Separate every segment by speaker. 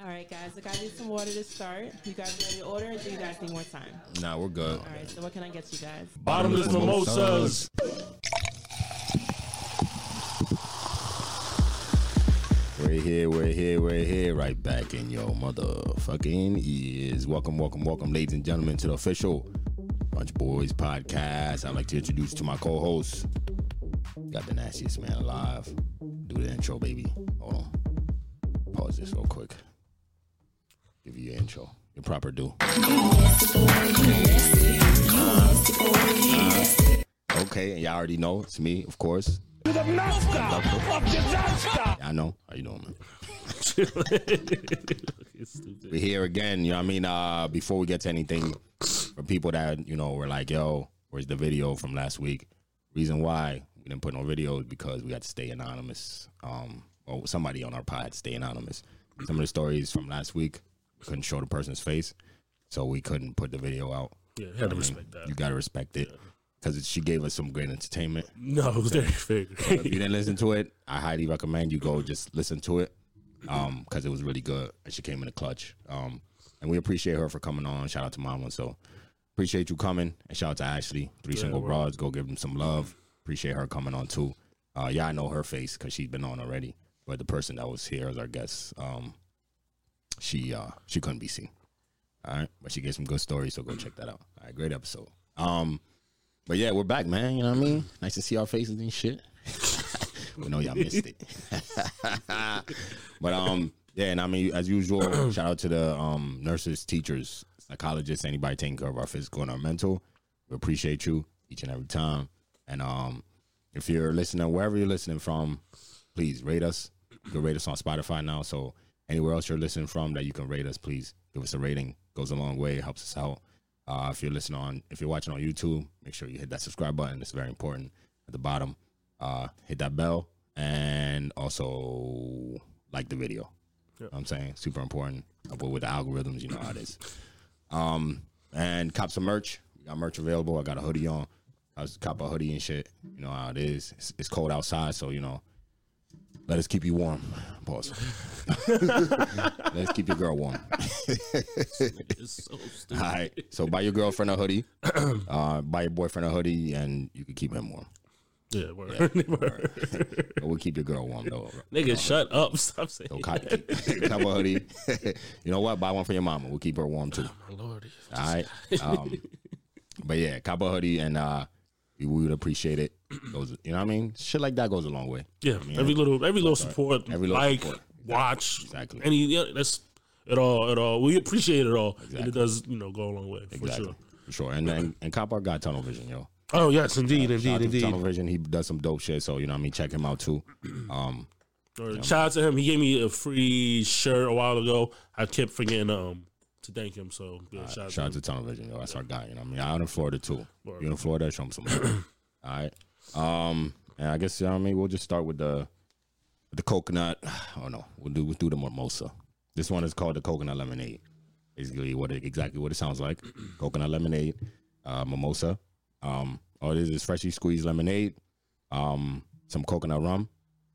Speaker 1: All right, guys. Look, I need some water to start. You guys ready to order? Or do you guys need more time?
Speaker 2: Nah, we're good.
Speaker 1: All right. So what can I get you guys?
Speaker 3: Bottomless mimosas.
Speaker 2: We're here, we're here, we're here, right back in your motherfucking ears. Welcome, welcome, welcome, ladies and gentlemen, to the official Bunch Boys podcast. I'd like to introduce to my co host, got the nastiest man alive. Do the intro, baby. Hold on. Pause this real quick. Give you your intro, your proper due. Okay, and y'all already know it's me, of course. I know. How you doing, man? We're here again. You know what I mean? Uh, before we get to anything, for people that, you know, were like, yo, where's the video from last week? Reason why we didn't put no videos because we had to stay anonymous. Um, or somebody on our pod stay anonymous. Some of the stories from last week, we couldn't show the person's face, so we couldn't put the video out.
Speaker 3: Yeah,
Speaker 2: I
Speaker 3: had to
Speaker 2: mean,
Speaker 3: respect that.
Speaker 2: You gotta respect it because she gave us some great entertainment.
Speaker 3: No, it was very
Speaker 2: If you
Speaker 3: fake.
Speaker 2: didn't listen to it, I highly recommend you go just listen to it um because it was really good and she came in a clutch um and we appreciate her for coming on shout out to mama so appreciate you coming and shout out to ashley three single
Speaker 3: well.
Speaker 2: broads go give them some love appreciate her coming on too uh yeah i know her face because she's been on already but the person that was here as our guest um she uh she couldn't be seen all right but she gave some good stories so go check that out all right great episode um but yeah we're back man you know what i mean nice to see our faces and shit we know y'all missed it but um, yeah, and I mean, as usual, shout out to the um nurses, teachers, psychologists, anybody taking care of our physical and our mental. We appreciate you each and every time. And um, if you're listening, wherever you're listening from, please rate us. You can rate us on Spotify now. So anywhere else you're listening from that you can rate us, please give us a rating. Goes a long way, helps us out. Uh, if you're listening on, if you're watching on YouTube, make sure you hit that subscribe button. It's very important at the bottom. Uh, hit that bell and also like the video. You know what I'm saying super important. Uh, But with the algorithms, you know how it is. Um, and cop some merch. We got merch available. I got a hoodie on. I was cop a hoodie and shit. You know how it is. It's, it's cold outside, so you know. Let us keep you warm. Pause. Let's keep your girl warm.
Speaker 3: It's so
Speaker 2: All
Speaker 3: stupid.
Speaker 2: right. So buy your girlfriend a hoodie, uh, buy your boyfriend a hoodie, and you can keep him warm.
Speaker 3: Yeah, word. Word.
Speaker 2: But we'll keep your girl warm though.
Speaker 3: Nigga, shut up. Stop saying.
Speaker 2: So
Speaker 3: that.
Speaker 2: cop, cop a hoodie. you know what? Buy one for your mama. We'll keep her warm too.
Speaker 3: My lord.
Speaker 2: All right. Um, but yeah, cop a hoodie, and uh, we would appreciate it. Goes, you know what I mean? Shit like that goes a long way.
Speaker 3: Yeah, every little, every little support,
Speaker 2: Every little
Speaker 3: like,
Speaker 2: support.
Speaker 3: watch,
Speaker 2: Exactly.
Speaker 3: any yeah, that's it all, it all. We appreciate it all, and it does, you know, go a long way for
Speaker 2: Exactly.
Speaker 3: sure.
Speaker 2: For sure. And and, and cop our guy Tunnel Vision, yo.
Speaker 3: Oh yes, indeed,
Speaker 2: Shout out
Speaker 3: indeed,
Speaker 2: to
Speaker 3: indeed.
Speaker 2: Tunnel Vision. He does some dope shit. So you know what I mean? Check him out too. Um,
Speaker 3: Or Shout out to him. He gave me a free shirt a while ago. I kept forgetting um to thank him. So yeah, shout, out
Speaker 2: Shout out
Speaker 3: to
Speaker 2: to Tunnel Vision, yo. That's our guy. You know what I mean? Out in Florida too. You in Florida? Show him some. love. All right. Um, and I guess you know what I mean. We'll just start with the the coconut. Oh no, we'll do we'll do the mimosa. This one is called the coconut lemonade. Basically, what it, exactly what it sounds like. coconut lemonade, uh, mimosa. Um, all it is is freshly squeezed lemonade, um, some coconut rum,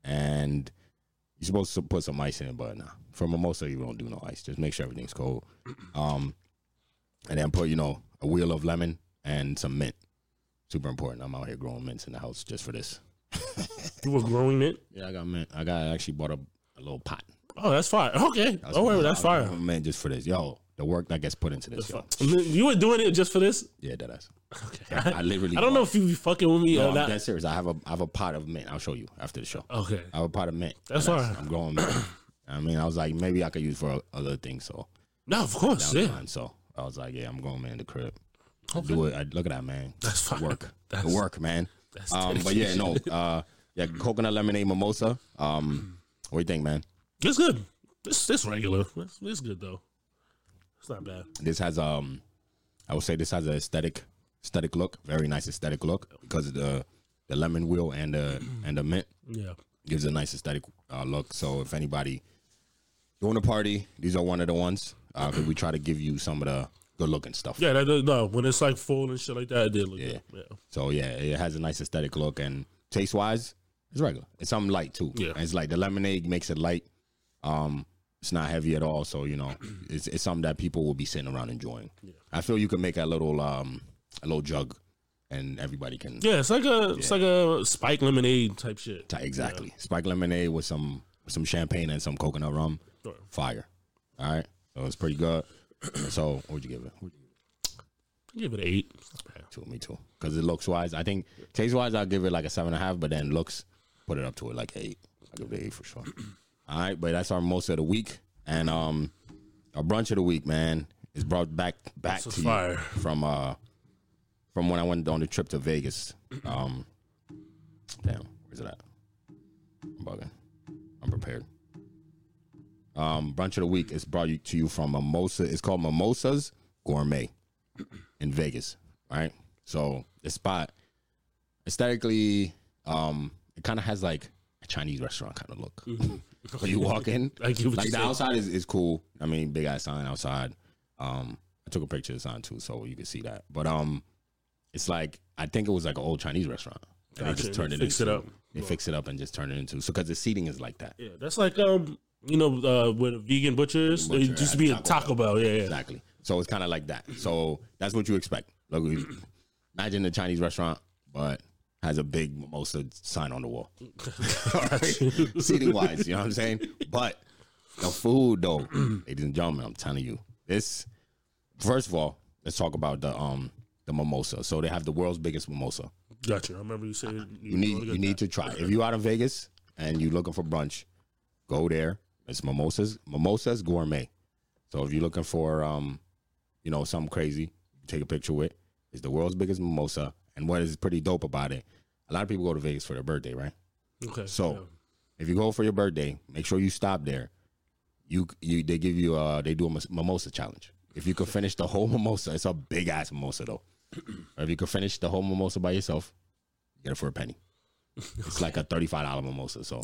Speaker 2: and you're supposed to put some ice in it, but nah. For mimosa, you don't do no ice. Just make sure everything's cold. Um, and then put you know a wheel of lemon and some mint. Super important. I'm out here growing mints in the house just for this.
Speaker 3: you were growing it.
Speaker 2: Yeah, I got mint. I got I actually bought a, a little pot.
Speaker 3: Oh, that's fire. Okay,
Speaker 2: I was
Speaker 3: don't worry,
Speaker 2: growing-
Speaker 3: Oh, that's
Speaker 2: I was
Speaker 3: fire.
Speaker 2: growing mint just for this. Yo, the work that gets put into this. Yo.
Speaker 3: You were doing it just for this.
Speaker 2: Yeah, that is.
Speaker 3: Okay.
Speaker 2: I literally.
Speaker 3: I don't know if you be fucking with me
Speaker 2: No,
Speaker 3: or
Speaker 2: I'm
Speaker 3: not.
Speaker 2: dead serious. I have a I have a pot of mint. I'll show you after the show.
Speaker 3: okay.
Speaker 2: I have a pot of mint.
Speaker 3: That's
Speaker 2: And
Speaker 3: fine.
Speaker 2: I'm growing mint. I mean, I was like, maybe I could use for other things. So
Speaker 3: No, of course.
Speaker 2: down the
Speaker 3: Yeah.
Speaker 2: line. So I was like, yeah, I'm going man in the crib. Do it. I, look at that man.
Speaker 3: That's
Speaker 2: The
Speaker 3: fine.
Speaker 2: work.
Speaker 3: That's-
Speaker 2: the work, man.
Speaker 3: that's
Speaker 2: um, but yeah, no. Uh, yeah, coconut lemonade mimosa. Um, what do you think, man?
Speaker 3: It's good. It's it's regular. It's, it's good though. It's not bad.
Speaker 2: This has um, I would say this has an aesthetic, aesthetic look. Very nice aesthetic look because of the the lemon wheel and the and the mint
Speaker 3: Yeah.
Speaker 2: gives a nice aesthetic uh, look. So if anybody doing a party, these are one of the ones. Uh, 'cause we try to give you some of the good looking stuff.
Speaker 3: Yeah. That, no, when it's like full and shit like that, it did look
Speaker 2: Yeah.
Speaker 3: good. Yeah.
Speaker 2: So yeah, it has a nice aesthetic look and taste wise, it's regular. It's something light too.
Speaker 3: Yeah.
Speaker 2: And it's like the lemonade makes it light. Um, It's not heavy at all, so you know, it's it's something that people will be sitting around enjoying. I feel you can make a little um a little jug, and everybody can
Speaker 3: Yeah, it's like a it's like a spike lemonade type shit.
Speaker 2: Ti- exactly spike lemonade with some some champagne and some coconut rum.
Speaker 3: Sure.
Speaker 2: Fire. All right, so it's pretty good. so what'd you give it? What'd you
Speaker 3: Give it an eight.
Speaker 2: give it to me too? Because it looks wise, I think taste wise, I'll give it like a seven and a half. But then looks, put it up to it like eight. I give it an eight for sure. All right, but that's our most of the week, and um, our brunch of the week, man, is brought back back
Speaker 3: This
Speaker 2: to
Speaker 3: is
Speaker 2: you
Speaker 3: fire.
Speaker 2: from uh from when I went on the trip to Vegas. Um, damn, where's it at? I'm bugging. I'm prepared. Um, brunch of the week is brought you- to you from Mimosa. It's called Mimosas Gourmet in Vegas. All right, so the spot aesthetically, um, it kind of has like a Chinese restaurant kind of look when you walk in.
Speaker 3: I get what
Speaker 2: like
Speaker 3: you
Speaker 2: the
Speaker 3: say.
Speaker 2: outside is, is cool. I mean, big ass sign outside. Um, I took a picture of the sign too, so you can see that. But um, it's like I think it was like an old Chinese restaurant. And they
Speaker 3: Gotcha.
Speaker 2: just turned it
Speaker 3: Fix it
Speaker 2: into,
Speaker 3: up.
Speaker 2: They fix it up and just turn it into so because the seating is like that.
Speaker 3: Yeah, that's like um, you know, uh, with a vegan butchers,
Speaker 2: Vegan
Speaker 3: they
Speaker 2: butcher
Speaker 3: used
Speaker 2: at
Speaker 3: to be
Speaker 2: Taco
Speaker 3: a Taco Bell. Yeah, yeah.
Speaker 2: Exactly. So it's kind of like that. So that's what you expect. Like, we- imagine a Chinese restaurant, but has a big mimosa sign on the wall. Seating wise, you know what I'm saying? But the food, though, ladies and gentlemen, I'm telling you, this. First of all, let's talk about the um the mimosa. So they have the world's biggest mimosa.
Speaker 3: Gotcha. I remember you saying
Speaker 2: You need you need
Speaker 3: to.
Speaker 2: to try. it. If you out of Vegas and you looking for brunch, go there. It's mimosas, mimosas gourmet. So if you're looking for um, you know, something crazy, take a picture with. It's the world's biggest mimosa. And what is pretty dope about it, a lot of people go to Vegas for their birthday, right?
Speaker 3: Okay.
Speaker 2: So if you go for your birthday, make sure you stop there. You you they give you uh they do a mis- mimosa challenge. If you can finish the whole mimosa, it's a big ass mimosa though. if you can finish the whole mimosa by yourself, get it for a penny. It's like a thirty five dollar mimosa, so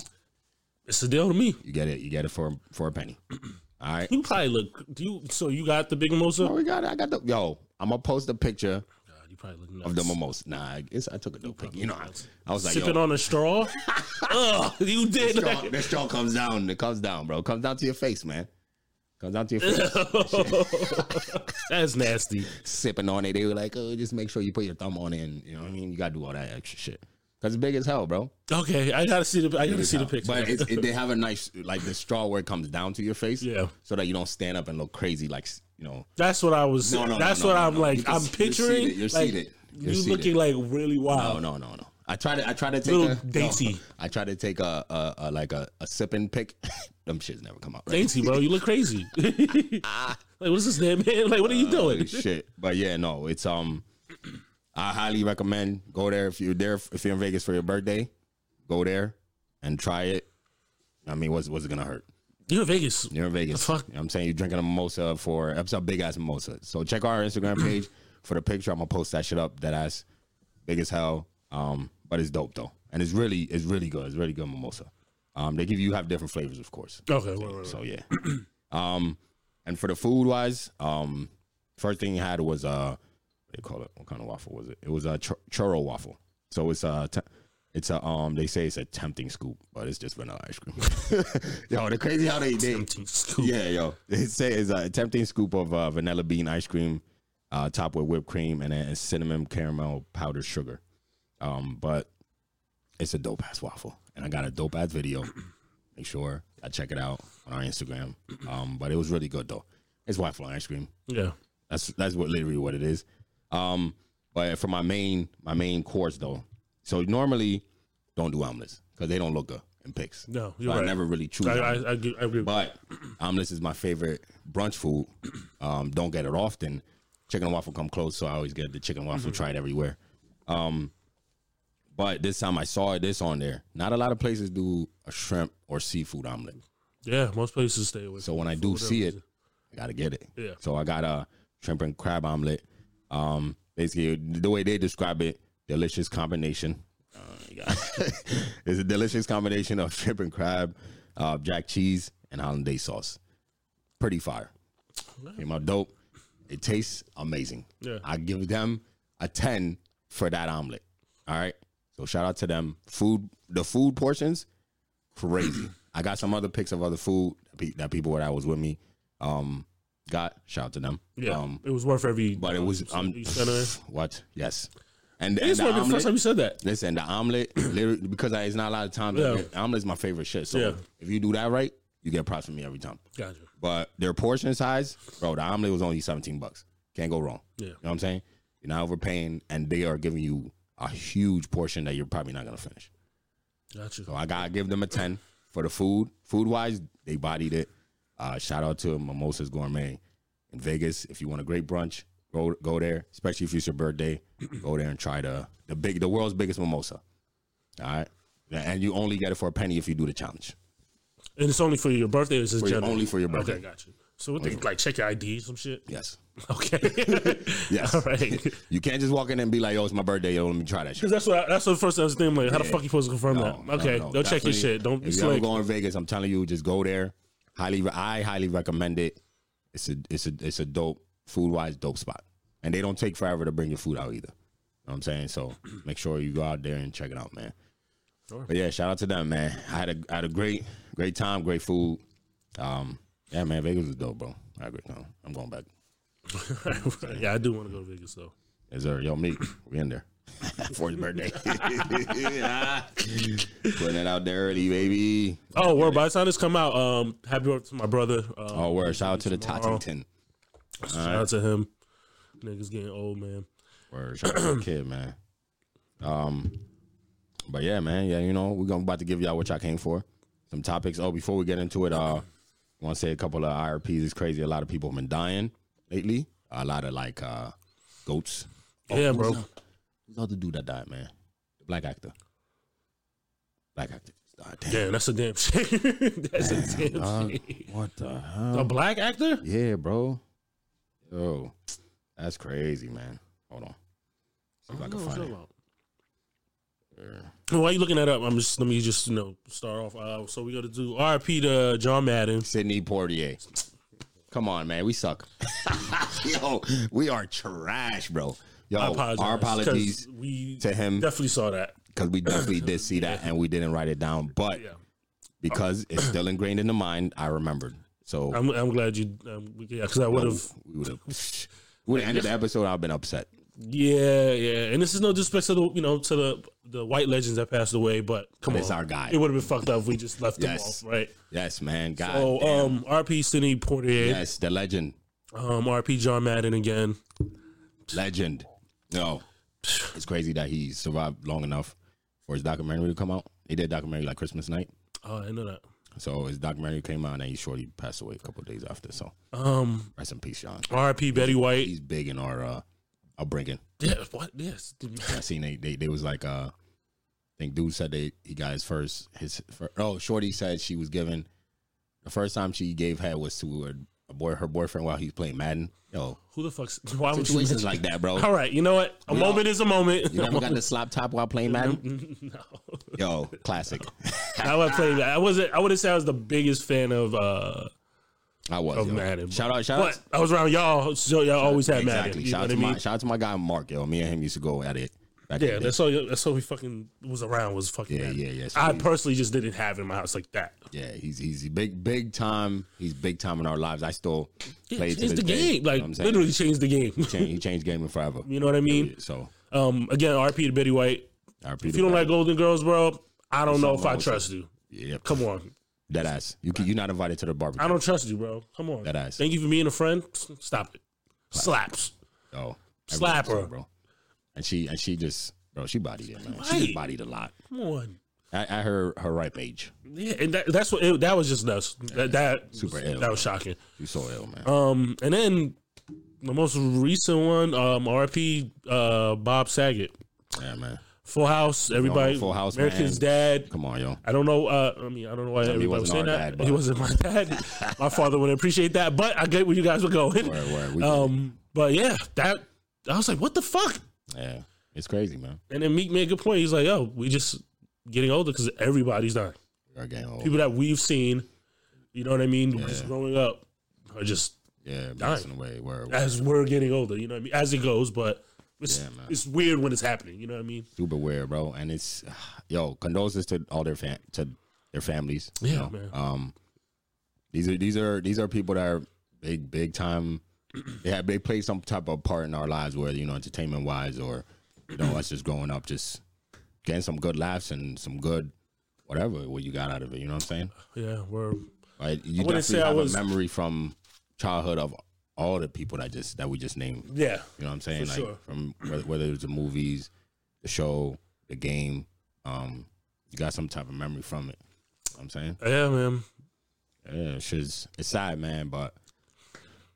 Speaker 3: it's a deal to me.
Speaker 2: you get it you get it for for a penny. All right.
Speaker 3: You probably look. Do you? So you got the big mimosa?
Speaker 2: Oh, we got it. I got the yo. I'm gonna post a picture
Speaker 3: God, you probably look nuts.
Speaker 2: of the mimosa. Nah, it's, I took a dope pic. You know, I, I was like,
Speaker 3: sipping
Speaker 2: yo,
Speaker 3: on a straw. Ugh, you
Speaker 2: this
Speaker 3: did.
Speaker 2: straw, this straw comes down. It comes down, bro. It comes down to your face, man. Comes down to your face.
Speaker 3: That's nasty.
Speaker 2: sipping on it. They were like, oh, just make sure you put your thumb on it. And, you know what I mean? You got to do all that extra shit. Because it's big as hell, bro.
Speaker 3: Okay, I gotta see the. I gotta see the picture.
Speaker 2: But it's, it, they have a nice, like the straw where it comes down to your face.
Speaker 3: Yeah.
Speaker 2: So that you don't stand up and look crazy, like, you know.
Speaker 3: that's what I was.
Speaker 2: No, no, no,
Speaker 3: that's
Speaker 2: no,
Speaker 3: what
Speaker 2: no,
Speaker 3: I'm
Speaker 2: no.
Speaker 3: like.
Speaker 2: You can-
Speaker 3: I'm
Speaker 2: you're
Speaker 3: picturing.
Speaker 2: seated, you're
Speaker 3: like,
Speaker 2: seated, you're
Speaker 3: you
Speaker 2: seated.
Speaker 3: looking like really
Speaker 2: Oh,
Speaker 3: wild.
Speaker 2: no, no, no. I try to, I try to take
Speaker 3: Little
Speaker 2: a
Speaker 3: dainty.
Speaker 2: no, I try to take a, a, a like a, a sipping pick. Them shits never come out. Right?
Speaker 3: Dainty, bro. You look crazy. like what's this name, man? Like what are you
Speaker 2: Uh,
Speaker 3: doing?
Speaker 2: shit. But yeah, no, it's um, I highly recommend go there if you're there if you're in Vegas for your birthday, go there and try it. I mean, what's what's it gonna hurt?
Speaker 3: You're in Vegas.
Speaker 2: You're in Vegas.
Speaker 3: The fuck?
Speaker 2: You know what I'm saying you're drinking a mimosa for it's a big ass mimosa. So check our Instagram
Speaker 3: Mm-hmm.
Speaker 2: page for the picture. I'm gonna post that shit up. That ass big as hell. Um, but it's dope though, and it's really it's really good. It's really good mimosa. Um, they give you have different flavors, of course.
Speaker 3: Okay, wait, wait, wait.
Speaker 2: So yeah. um, and for the food wise, um, first thing you had was uh, what do you call it? What kind of waffle was it? It was a chur- churro waffle. So it's a, te- it's a um, they say it's a tempting scoop, but it's just vanilla ice cream. yo, the crazy how they they
Speaker 3: Empty scoop.
Speaker 2: yeah yo they say it's a tempting scoop of uh, vanilla bean ice cream, uh, topped with whipped cream and then cinnamon caramel powdered sugar. Um, but it's a dope ass waffle, and I got a dope ass video. Make sure I check it out on our Instagram. Um, but it was really good though. It's waffle and ice cream.
Speaker 3: Yeah.
Speaker 2: That's that's what literally what it is. Um, but for my main my main course though, so normally don't do omelets because they don't look good in pics.
Speaker 3: No,
Speaker 2: so
Speaker 3: you're
Speaker 2: I
Speaker 3: right.
Speaker 2: never really choose.
Speaker 3: I,
Speaker 2: omelets.
Speaker 3: I, I, agree- I agree. with
Speaker 2: But omelets is my favorite brunch food. Um, don't get it often. Chicken and waffle come close, so I always get the chicken and waffle tried everywhere. Um, but this time I saw this on there. Not a lot of places do a shrimp or seafood omelet.
Speaker 3: Yeah, most places stay away.
Speaker 2: So when I do see it, I gotta get it.
Speaker 3: Yeah.
Speaker 2: So I got a shrimp and crab omelet. Um, basically the way they describe it, delicious combination. Uh, you got- it's a delicious combination of shrimp and crab, uh, jack cheese, and hollandaise sauce. Pretty fire. Came out dope. It tastes amazing.
Speaker 3: Yeah.
Speaker 2: I give them a ten for that omelet. All right. So shout out to them. Food, the food portions, crazy. I got some other pics of other food pe- that people that was with me um got. Shout out to them.
Speaker 3: Yeah,
Speaker 2: Um,
Speaker 3: it was worth every.
Speaker 2: but it was um
Speaker 3: you said it.
Speaker 2: what? Yes. And, and
Speaker 3: It's
Speaker 2: the
Speaker 3: worth the
Speaker 2: omelet-
Speaker 3: first time you said that.
Speaker 2: Listen, the omelet, literally, because I, it's not a lot of times.
Speaker 3: Yeah.
Speaker 2: Omelet Omelet's my favorite shit. So
Speaker 3: Yeah.
Speaker 2: if you do that right, you get props from me every time.
Speaker 3: Gotcha.
Speaker 2: But their portion size, bro, the omelet was only 17 bucks. Can't go wrong.
Speaker 3: Yeah.
Speaker 2: You know what I'm saying? You're not overpaying, and they are giving you a huge portion that you're probably not going to finish.
Speaker 3: Gotcha.
Speaker 2: So I got to give them a 10 for the food. Food wise, they bodied it. Uh, shout out to Mimosas Gourmet in Vegas. If you want a great brunch, go go there, especially if it's your birthday. Go there and try the the big the world's biggest mimosa. All right. And you only get it for a penny if you do the challenge.
Speaker 3: And it's only for your birthday. Or is it
Speaker 2: For your-
Speaker 3: general?
Speaker 2: only for your birthday.
Speaker 3: Okay, gotcha. So what they like check your ID some shit?
Speaker 2: Yes.
Speaker 3: Okay.
Speaker 2: Yes.
Speaker 3: All right.
Speaker 2: You can't just walk in and be like, "Yo, it's my birthday. Yo, let me try that shit."
Speaker 3: Because that's what I, that's the first thing I was thinking. Like, how the
Speaker 2: Yeah.
Speaker 3: fuck you supposed to confirm
Speaker 2: No,
Speaker 3: that? Okay,
Speaker 2: no, no,
Speaker 3: don't check
Speaker 2: definitely.
Speaker 3: your shit. Don't be
Speaker 2: If you ever
Speaker 3: slick.
Speaker 2: go in Vegas, I'm telling you, just go there. Highly, I highly recommend it. It's a, it's a, it's a dope food wise dope spot, and they don't take forever to bring your food out either. You know what I'm saying so. Make sure you go out there and check it out, man.
Speaker 3: Sure.
Speaker 2: But yeah, shout out to them, man. I had a I had a great great time, great food. Um, yeah, man, Vegas was dope, bro. I agree. No, I'm going back.
Speaker 3: yeah, I do want to go to Vegas though.
Speaker 2: Is there yo me? We in there for his birthday. Putting it out there early, baby.
Speaker 3: Oh, word! By the time this come out, um, happy birthday to my brother. Um,
Speaker 2: Oh, word. Shout out to the
Speaker 3: Tomorrow.
Speaker 2: Tottington.
Speaker 3: shout out to him. Niggas getting old, man.
Speaker 2: Word. Shout out to the kid, man. Um, but yeah, man. Yeah, you know, we're gonna about to give y'all what y'all came for. Some topics. Oh, before we get into it, uh, I want to say a couple of IRPs. It's crazy. A lot of people have been dying lately. A lot of like uh, goats. Oh,
Speaker 3: yeah, bro.
Speaker 2: Who's the other dude that died, man? The black actor. Black actor. just died. Damn.
Speaker 3: Damn, that's a damn shame. that's a damn
Speaker 2: Uh,
Speaker 3: shame.
Speaker 2: what the hell?
Speaker 3: A black actor?
Speaker 2: Yeah, bro. Yo, that's crazy, man. Hold on. See if I,
Speaker 3: I
Speaker 2: can
Speaker 3: don't know what
Speaker 2: find
Speaker 3: you're
Speaker 2: it.
Speaker 3: about.
Speaker 2: Yeah.
Speaker 3: Why you looking that up? I'm just let me just you know start off. Uh, so we got to do RP to John Madden.
Speaker 2: Sydney Portier. Come on, man. We suck. Yo, we are trash, bro. Yo,
Speaker 3: I apologize.
Speaker 2: Oh, our
Speaker 3: 'cause
Speaker 2: apologies
Speaker 3: We
Speaker 2: to him
Speaker 3: definitely saw that.
Speaker 2: because we definitely did see that and we didn't write it down. But
Speaker 3: Yeah.
Speaker 2: because it's still ingrained in the mind, I remembered. So
Speaker 3: I'm, I'm glad you, um, yeah, because I would have.
Speaker 2: we would have would have ended the episode. I've been upset.
Speaker 3: Yeah, yeah, and this is no disrespect to the you know to the the white legends that passed away, but come
Speaker 2: It's
Speaker 3: on,
Speaker 2: our guy.
Speaker 3: It would have been fucked up if we just left
Speaker 2: Yes.
Speaker 3: them off, right?
Speaker 2: Yes, man. God.
Speaker 3: Oh,
Speaker 2: damn.
Speaker 3: um, RP Sidney Portier,
Speaker 2: yes, the legend.
Speaker 3: um, RP John Madden again.
Speaker 2: legend. No, it's crazy that he survived long enough for his documentary to come out. He did a documentary like Christmas night,
Speaker 3: Oh, I know that.
Speaker 2: so his documentary came out, and he shortly passed away a couple of days after. So
Speaker 3: Um,
Speaker 2: rest in peace, Sean.
Speaker 3: RP Betty White.
Speaker 2: He's big in our uh, upbringing.
Speaker 3: Yeah, what? Yes,
Speaker 2: I seen they, they they was like uh, I think dude said they he got his first his fir- oh Shorty said she was given the first time she gave head was to her, a boy her boyfriend while he was playing Madden. Yo,
Speaker 3: who the fuck's? Why would you?
Speaker 2: situations like that, bro.
Speaker 3: All right, you know what? A
Speaker 2: Oh. No.
Speaker 3: moment is a moment.
Speaker 2: You never got the slap top while playing Madden?
Speaker 3: no.
Speaker 2: Yo, classic.
Speaker 3: I would play that. I wasn't. I wouldn't say I was the biggest fan of uh
Speaker 2: I was.
Speaker 3: of
Speaker 2: yo.
Speaker 3: Madden.
Speaker 2: Shout out, shout
Speaker 3: but
Speaker 2: out.
Speaker 3: I was around y'all, so y'all always had Madden.
Speaker 2: Exactly.
Speaker 3: You
Speaker 2: Shout out, to
Speaker 3: know what I
Speaker 2: my,
Speaker 3: mean?
Speaker 2: shout out to my guy Mark. Yo, me and him used to go at it. Back in
Speaker 3: Yeah,
Speaker 2: the day.
Speaker 3: that's all. That's all we fucking was around was fucking.
Speaker 2: Yeah,
Speaker 3: Madden.
Speaker 2: yeah, yeah. So
Speaker 3: I
Speaker 2: we-
Speaker 3: personally just didn't have it in my house like that.
Speaker 2: yeah. He's he's big big time. He's big time in our lives. I still play it to
Speaker 3: It's
Speaker 2: this
Speaker 3: the
Speaker 2: day.
Speaker 3: game, like
Speaker 2: you know what I'm saying?
Speaker 3: literally changed the game.
Speaker 2: Change- he changed gaming forever.
Speaker 3: you know what I mean?
Speaker 2: So
Speaker 3: Um, again, RP to Betty White. If you don't like Golden Girls, bro, I don't know if I
Speaker 2: wrong with
Speaker 3: trust you.
Speaker 2: yeah,
Speaker 3: Come on,
Speaker 2: that ass. You can, you're not invited to the barbecue.
Speaker 3: I don't trust you, bro. Come on.
Speaker 2: That ass.
Speaker 3: Thank you for being a friend. Stop it. Slaps.
Speaker 2: Oh,
Speaker 3: Slap her.
Speaker 2: bro. And she and she just bro, she bodied it, man. She
Speaker 3: Right.
Speaker 2: just bodied a lot
Speaker 3: Come on.
Speaker 2: at, at her her ripe age.
Speaker 3: Yeah, and that, that's what it, that was just nuts. That that,
Speaker 2: Super
Speaker 3: was,
Speaker 2: ill.
Speaker 3: that was shocking.
Speaker 2: You so ill, man.
Speaker 3: Um, and then the most recent one, um, RP uh, Bob Saget,
Speaker 2: yeah, man.
Speaker 3: Full House, everybody,
Speaker 2: Full House,
Speaker 3: American's Dad.
Speaker 2: Come on, yo.
Speaker 3: I don't know. Uh, I mean, I don't know why everybody was
Speaker 2: wasn't
Speaker 3: saying
Speaker 2: our
Speaker 3: that.
Speaker 2: dad,
Speaker 3: he
Speaker 2: but-
Speaker 3: wasn't my dad. my father would appreciate that, but I get where you guys were going.
Speaker 2: Word, word. We-
Speaker 3: Um, but yeah, that I was like, what the fuck?
Speaker 2: yeah, it's crazy, man.
Speaker 3: And then Meek made a good point. He's like, yo, we just getting older because everybody's dying.
Speaker 2: Our game over.
Speaker 3: People that we've seen, you know what I mean, just growing up, are just
Speaker 2: Yeah,
Speaker 3: Dying.
Speaker 2: passing away. Word, word.
Speaker 3: as we're getting older. You know what I mean? As it goes, but it's,
Speaker 2: Yeah, man.
Speaker 3: it's weird when it's happening. You know what I mean?
Speaker 2: super weird, bro. And it's yo condolences to all their fam- to their families. you
Speaker 3: Yeah,
Speaker 2: know?
Speaker 3: man.
Speaker 2: Um, These are these are these are people that are big big time. They have they play some type of part in our lives, whether you know entertainment wise or you know us just growing up, just getting some good laughs and some good whatever what you got out of it. You know what I'm saying?
Speaker 3: Yeah, we're
Speaker 2: Right? You
Speaker 3: I wouldn't
Speaker 2: definitely
Speaker 3: say I
Speaker 2: have
Speaker 3: was-
Speaker 2: a memory from childhood of all the people that just that we just named.
Speaker 3: yeah.
Speaker 2: You know what I'm saying?
Speaker 3: For
Speaker 2: like
Speaker 3: sure.
Speaker 2: from whether, whether it was the movies, the show, the game, um, you got some type of memory from it. You know what I'm saying?
Speaker 3: Yeah, man.
Speaker 2: Yeah, shit's it's sad, man, but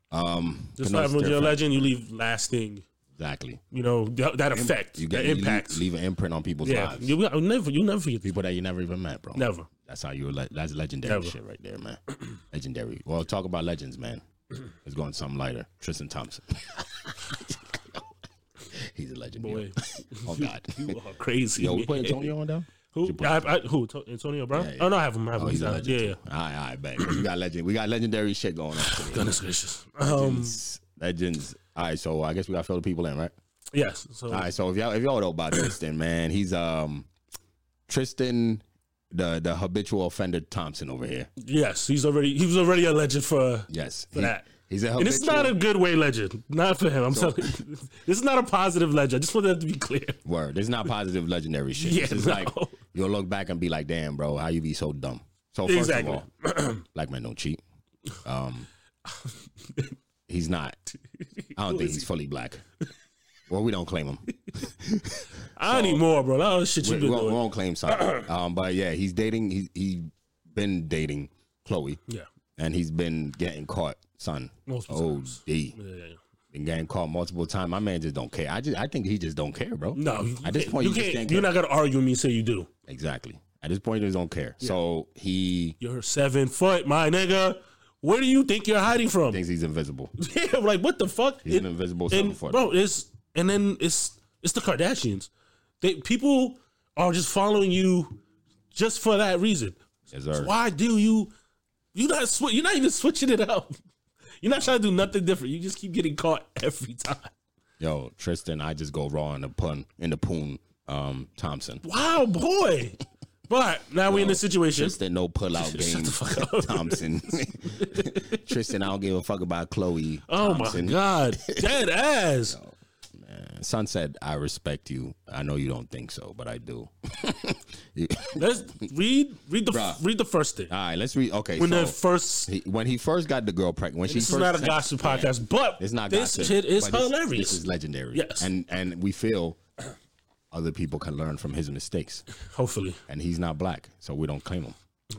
Speaker 2: um
Speaker 3: Just
Speaker 2: but no,
Speaker 3: like
Speaker 2: it's
Speaker 3: when you're a
Speaker 2: different.
Speaker 3: legend, you leave lasting,
Speaker 2: exactly.
Speaker 3: you know, that, that effect,
Speaker 2: You
Speaker 3: you
Speaker 2: get you
Speaker 3: impact.
Speaker 2: leave, leave an imprint on people's
Speaker 3: yeah,
Speaker 2: lives.
Speaker 3: you, will never, you never forget.
Speaker 2: People that you never even met, bro.
Speaker 3: Never.
Speaker 2: That's how you le- that's legendary
Speaker 3: Never.
Speaker 2: shit right there, man. legendary. Well, talk about legends, man. Let's go on something lighter. Tristan Thompson. He's a legend. yo.
Speaker 3: Boy,
Speaker 2: Oh God.
Speaker 3: you are crazy.
Speaker 2: Yo, we
Speaker 3: man.
Speaker 2: put Antonio on though?
Speaker 3: Who? I have, I, who? To- Antonio Brown?
Speaker 2: Yeah, yeah.
Speaker 3: Oh no, I have him. I have
Speaker 2: Oh,
Speaker 3: him.
Speaker 2: he's a
Speaker 3: Yeah,
Speaker 2: legend.
Speaker 3: yeah,
Speaker 2: too. All right, all right, bet. 'Cause We got legend. We got legendary shit going on.
Speaker 3: yeah.
Speaker 2: Today.
Speaker 3: Goodness gracious. Um,
Speaker 2: Legends. Legends. All right, so I guess we got to fill the people in, right?
Speaker 3: yes. So
Speaker 2: All right, so if y'all if y'all know about Tristan, man, he's um Tristan, the the habitual offender Thompson over here.
Speaker 3: yes, he's already he was already a legend for.
Speaker 2: Yes,
Speaker 3: For that.
Speaker 2: he's a habitual.
Speaker 3: And this is not a good way legend. Not for him. I'm telling you. This is not a positive legend. I just want that to be clear.
Speaker 2: word. This is not positive legendary shit.
Speaker 3: Yeah,
Speaker 2: this is
Speaker 3: no.
Speaker 2: like you'll look back and be like, damn, bro, how you be so dumb? So first
Speaker 3: Exactly.
Speaker 2: of all, black men don't cheat. Um, he's not. I don't think he's fully black. Well, we don't claim him.
Speaker 3: I need more, bro. That was shit
Speaker 2: we,
Speaker 3: you
Speaker 2: we
Speaker 3: been
Speaker 2: won't, we
Speaker 3: doing.
Speaker 2: won't claim something. um, but yeah, he's dating. He he been dating Chloe,
Speaker 3: Yeah.
Speaker 2: and he's been getting caught, son.
Speaker 3: Multiple
Speaker 2: Oh,
Speaker 3: times.
Speaker 2: D.
Speaker 3: Yeah, yeah, yeah.
Speaker 2: Been getting caught multiple times. My man just don't care. I just I think he just don't care, bro.
Speaker 3: No, you,
Speaker 2: at this
Speaker 3: can't-
Speaker 2: point
Speaker 3: you
Speaker 2: you, just
Speaker 3: can't.
Speaker 2: can't
Speaker 3: You're
Speaker 2: care.
Speaker 3: not gonna argue with me. and Say you do.
Speaker 2: exactly. At this point, he just don't care. So he
Speaker 3: You're seven foot, my nigga. Where do you think you're hiding from?
Speaker 2: thinks he's invisible.
Speaker 3: Yeah, I'm like what the fuck?
Speaker 2: He's
Speaker 3: It-
Speaker 2: an invisible son
Speaker 3: and
Speaker 2: for
Speaker 3: bro, it's and then it's it's the Kardashians. They people are just following you just for that reason.
Speaker 2: Yes, sir.
Speaker 3: So why do you? You not swi- you're not even switching it up. You're not trying to do nothing different. You just keep getting caught every time.
Speaker 2: Yo, Tristan, I just go raw in the pun in the poon. Um, Thompson.
Speaker 3: Wow, boy. But now we're in this situation.
Speaker 2: Tristan, no pull out game.
Speaker 3: Shut the fuck up.
Speaker 2: Thompson. Tristan, I don't give a fuck about Chloe.
Speaker 3: Oh
Speaker 2: Thompson.
Speaker 3: my god, dead ass.
Speaker 2: Son said, I respect you. I know you don't think so, but I do. You-
Speaker 3: Let's read read the
Speaker 2: Bruh.
Speaker 3: read the first thing.
Speaker 2: All right, let's read. Okay,
Speaker 3: When
Speaker 2: so
Speaker 3: the first
Speaker 2: he, when he first got the girl pregnant, when she
Speaker 3: this is
Speaker 2: first
Speaker 3: not a
Speaker 2: said-
Speaker 3: gossip podcast, but
Speaker 2: It's not
Speaker 3: this
Speaker 2: gossip,
Speaker 3: shit is
Speaker 2: but this-
Speaker 3: hilarious.
Speaker 2: This is legendary.
Speaker 3: Yes.
Speaker 2: and and we feel other people can learn from his mistakes,
Speaker 3: Hopefully,
Speaker 2: and he's not black, so we don't claim him.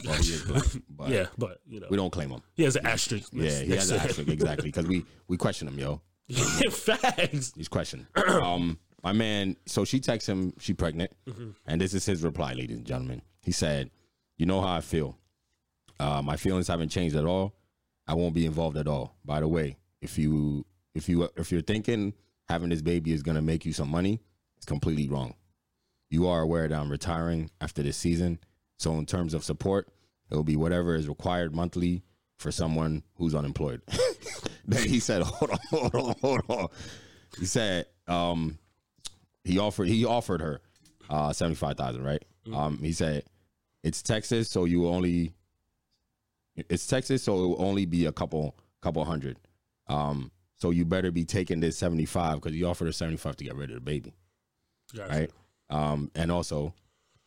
Speaker 2: Well, he is black, but
Speaker 3: yeah, but you know,
Speaker 2: we don't claim him.
Speaker 3: he has an asterisk. next-
Speaker 2: Yeah, he
Speaker 3: next
Speaker 2: has an
Speaker 3: to him.
Speaker 2: asterisk exactly because we we question him, yo.
Speaker 3: Yeah, Facts.
Speaker 2: He's questioned. um, my man. So she texts him. She pregnant, and this is his reply, ladies and gentlemen. He said, "You know how I feel. Uh, my feelings haven't changed at all. I won't be involved at all. By the way, if you if you if you're thinking having this baby is gonna make you some money, it's completely wrong. You are aware that I'm retiring after this season. So in terms of support, it will be whatever is required monthly for someone who's unemployed. then he said, hold on, hold on, hold on. He said, um, he offered he offered her uh seventy five thousand, right? Um he said, It's Texas, so you will only it's Texas, so it will only be a couple couple hundred. Um, so you better be taking this seventy five because he offered her seventy five to get rid of the baby
Speaker 3: Gotcha.
Speaker 2: right? Um, and also,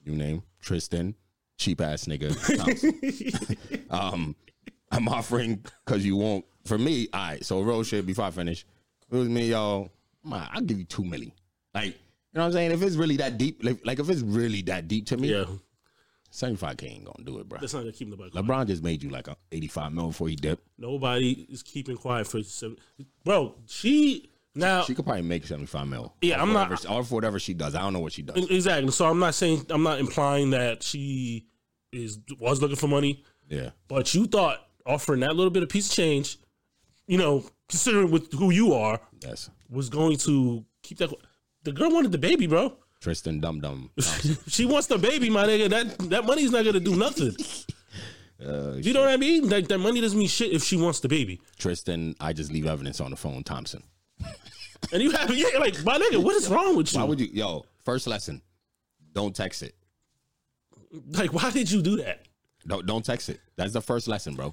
Speaker 2: you name Tristan, cheap ass nigga. Thompson. um, I'm offering because you won't. For me, all right. So real shit. Before I finish, if it was me, y'all. My, I'll give you two million. Like, you know what I'm saying? If it's really that deep, like, like if it's really that deep to me,
Speaker 3: Yeah,
Speaker 2: 75k ain't gonna do it, bro.
Speaker 3: that's not gonna keep nobody. Quiet.
Speaker 2: LeBron just made you like a 85 mil before he dipped.
Speaker 3: Nobody is keeping quiet for seven. Bro, she now
Speaker 2: She could probably make 75 mil.
Speaker 3: Oh. Yeah,
Speaker 2: Off
Speaker 3: I'm not- Mm.
Speaker 2: whatever- off whatever she does. I don't know what she does.
Speaker 3: exactly. So I'm not saying I'm not implying that she is was looking for money.
Speaker 2: Yeah,
Speaker 3: But you thought offering that little bit of piece of change, you know, considering with who you are,
Speaker 2: yes.
Speaker 3: was going to keep that. The girl wanted the baby, bro.
Speaker 2: Tristan Dum Dum.
Speaker 3: she wants the baby, my nigga. That that money's not gonna do nothing.
Speaker 2: Uh,
Speaker 3: You know what I mean? Like that money doesn't mean shit if she wants the baby.
Speaker 2: Tristan, I just leave evidence on the phone, Thompson.
Speaker 3: And you have yeah, like my nigga, what is wrong with you?
Speaker 2: Why would you, yo, first lesson, don't text it.
Speaker 3: like why did you do that?
Speaker 2: Don't, don't text it. That's the first lesson, bro.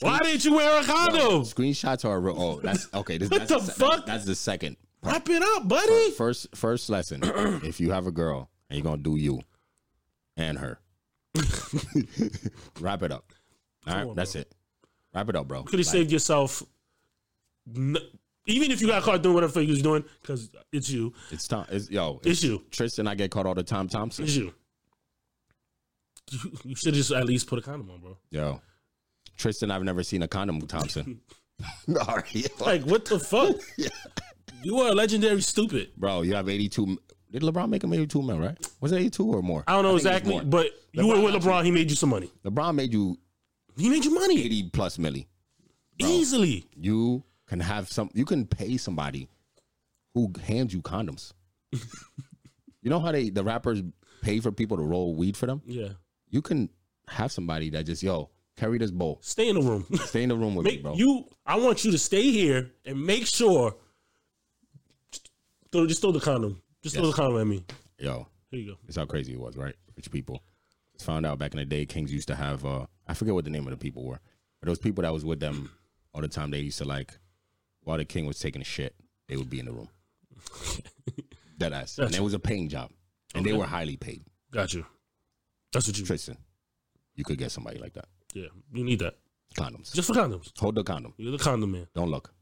Speaker 3: Why didn't you wear a condom?
Speaker 2: Screenshots are real. Oh, that's okay. This,
Speaker 3: What
Speaker 2: that's
Speaker 3: the
Speaker 2: se- that-
Speaker 3: fuck?
Speaker 2: That's the second part.
Speaker 3: Wrap it up, buddy.
Speaker 2: First, first lesson: if you have a girl and you're gonna do you and her, wrap it up. All right,
Speaker 3: on,
Speaker 2: that's it. Wrap it up, bro.
Speaker 3: Could have saved yourself. N- even if you got caught doing whatever the fuck you was doing, because it's you.
Speaker 2: It's time. It's, yo,
Speaker 3: It's you.
Speaker 2: Tristan, I get caught all the time. Thompson.
Speaker 3: It's you. You, you should have just at least put a condom on, bro.
Speaker 2: Yo, Tristan, I've never seen a condom with Thompson. All right,
Speaker 3: Like, what the fuck? You are a legendary stupid.
Speaker 2: bro, you have 82. m- Did LeBron make him 82 men? Right? Was it 82 or more?
Speaker 3: I don't know
Speaker 2: think it was
Speaker 3: exactly,
Speaker 2: more.
Speaker 3: but you were with LeBron. He made you some money.
Speaker 2: LeBron made you
Speaker 3: He made you money
Speaker 2: 80 plus milli.
Speaker 3: easily.
Speaker 2: You can have some. You can pay somebody who hands you condoms. you know how they the rappers pay for people to roll weed for them.
Speaker 3: Yeah.
Speaker 2: You can have somebody that just yo carry this bowl,
Speaker 3: Stay in the room.
Speaker 2: stay in the room with me,
Speaker 3: Make
Speaker 2: bro.
Speaker 3: you. I want you to stay here and make sure. just Throw, just throw the condom. Just throw
Speaker 2: Yes.
Speaker 3: the condom at me.
Speaker 2: yo,
Speaker 3: Here you go.
Speaker 2: That's how crazy it was, right? Rich people. Just found out back in the day, kings used to have uh I forget what the name of the people were, but those people that was with them all the time. They used to like while the king was taking a shit, they would be in the room. Dead ass, and it was a paying job, and they were highly paid.
Speaker 3: Got you. That's what you.
Speaker 2: Tristan, you could get somebody like that.
Speaker 3: Yeah, you need that
Speaker 2: Condoms.
Speaker 3: just for condoms.
Speaker 2: Hold the condom.
Speaker 3: You're the condom man.
Speaker 2: Don't look.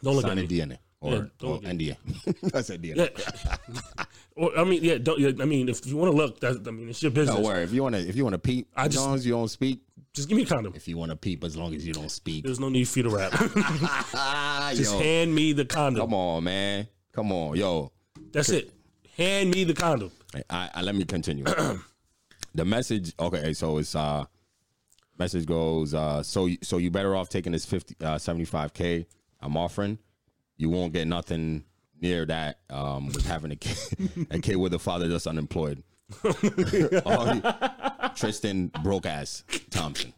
Speaker 3: Don't look
Speaker 2: Sign a
Speaker 3: at me.
Speaker 2: DNA or,
Speaker 3: Yeah, don't
Speaker 2: or
Speaker 3: look at
Speaker 2: NDA. That's a DNA.
Speaker 3: Yeah. or I mean, yeah. Don't. Yeah, I mean, if you want to look, that I mean, it's your business.
Speaker 2: Don't worry. If you wanna, if you wanna peep,
Speaker 3: I
Speaker 2: as
Speaker 3: just-
Speaker 2: long as you don't speak.
Speaker 3: Just give me a condom.
Speaker 2: If you wanna peep, as long as you don't speak. Ah,
Speaker 3: There's no need for you to rap. just
Speaker 2: Yo.
Speaker 3: hand me the condom.
Speaker 2: Come on, man. Come on, yo.
Speaker 3: That's it. Hand me the condom.
Speaker 2: I, I let me continue. the message. Okay, so it's uh, message goes uh, so so you better off taking this 50 uh 75k I'm offering. You won't get nothing near that um with having a kid a kid with a father that's unemployed. All you- Tristan broke ass Thompson.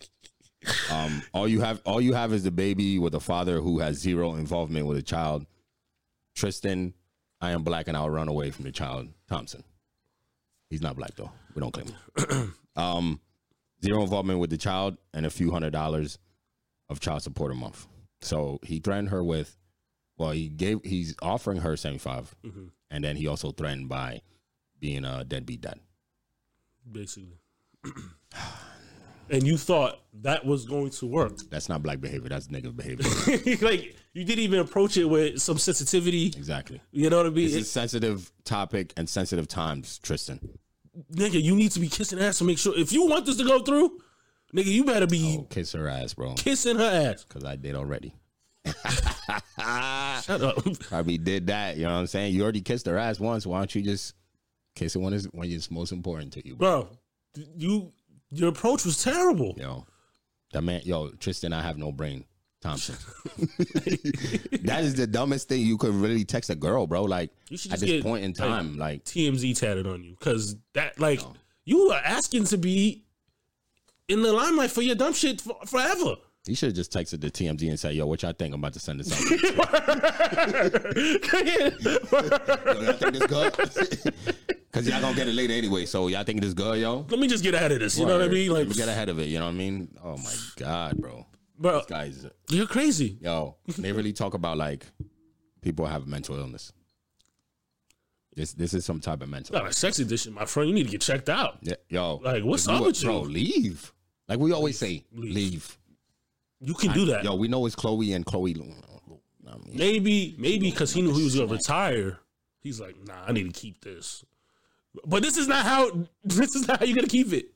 Speaker 2: Um, all you have, all you have is the baby with a father who has zero involvement with a child. Tristan, I am black and I'll run away from the child. Thompson, he's not black though. We don't claim him. um, zero involvement with the child and a few hundred dollars of child support a month. So he threatened her with, well, he gave, he's offering her seventy
Speaker 3: Mhm.
Speaker 2: and then he also threatened by being a deadbeat dad.
Speaker 3: Basically. and you thought that was going to work.
Speaker 2: That's not black behavior. That's nigga behavior.
Speaker 3: like you didn't even approach it with some sensitivity.
Speaker 2: exactly.
Speaker 3: You know what I mean?
Speaker 2: It's a sensitive topic and sensitive times, Tristan.
Speaker 3: nigga, you need to be kissing ass to make sure if you want this to go through, nigga, you better be
Speaker 2: Oh, kiss her ass, bro,
Speaker 3: kissing her ass.
Speaker 2: because I did already.
Speaker 3: Shut up.
Speaker 2: Probably did that. You know what I'm saying? You already kissed her ass once. Why don't you just kiss it when it's when it's most important to you, bro?
Speaker 3: Bro, you your approach was terrible.
Speaker 2: Yo, that man, yo, Tristan, I have no brain. Thompson. that is the dumbest thing you could really text a girl, bro. Like
Speaker 3: You should
Speaker 2: at
Speaker 3: just
Speaker 2: this
Speaker 3: get,
Speaker 2: point in
Speaker 3: like,
Speaker 2: time, like
Speaker 3: TMZ tatted on you because that like you are asking to be in the limelight for your dumb shit for, forever.
Speaker 2: you should have just texted the TMZ and said, "Yo, what y'all think? I'm about to send this out." Y'all think this good? Cause y'all gonna get it later anyway. So y'all think this good, yo?
Speaker 3: Let me just get out of this. You know what I mean?
Speaker 2: we
Speaker 3: Like,
Speaker 2: get ahead of it. You know what I mean? Oh my god, bro,
Speaker 3: bro,
Speaker 2: guys,
Speaker 3: you're crazy.
Speaker 2: yo, they really talk about like people have mental illness. This this is some type of mental.
Speaker 3: Not a sex edition, my friend. You need to get checked out.
Speaker 2: Yeah, yo,
Speaker 3: Like, what's
Speaker 2: if
Speaker 3: up with you?
Speaker 2: Bro, leave. Like we always say, leave.
Speaker 3: You can do that.
Speaker 2: Yo, we know it's Chloe and Chloe. I mean,
Speaker 3: Maybe, maybe because he knew he was gonna retire. He's like, nah, I need to keep this. But this is not how. This is not how you're gonna keep it.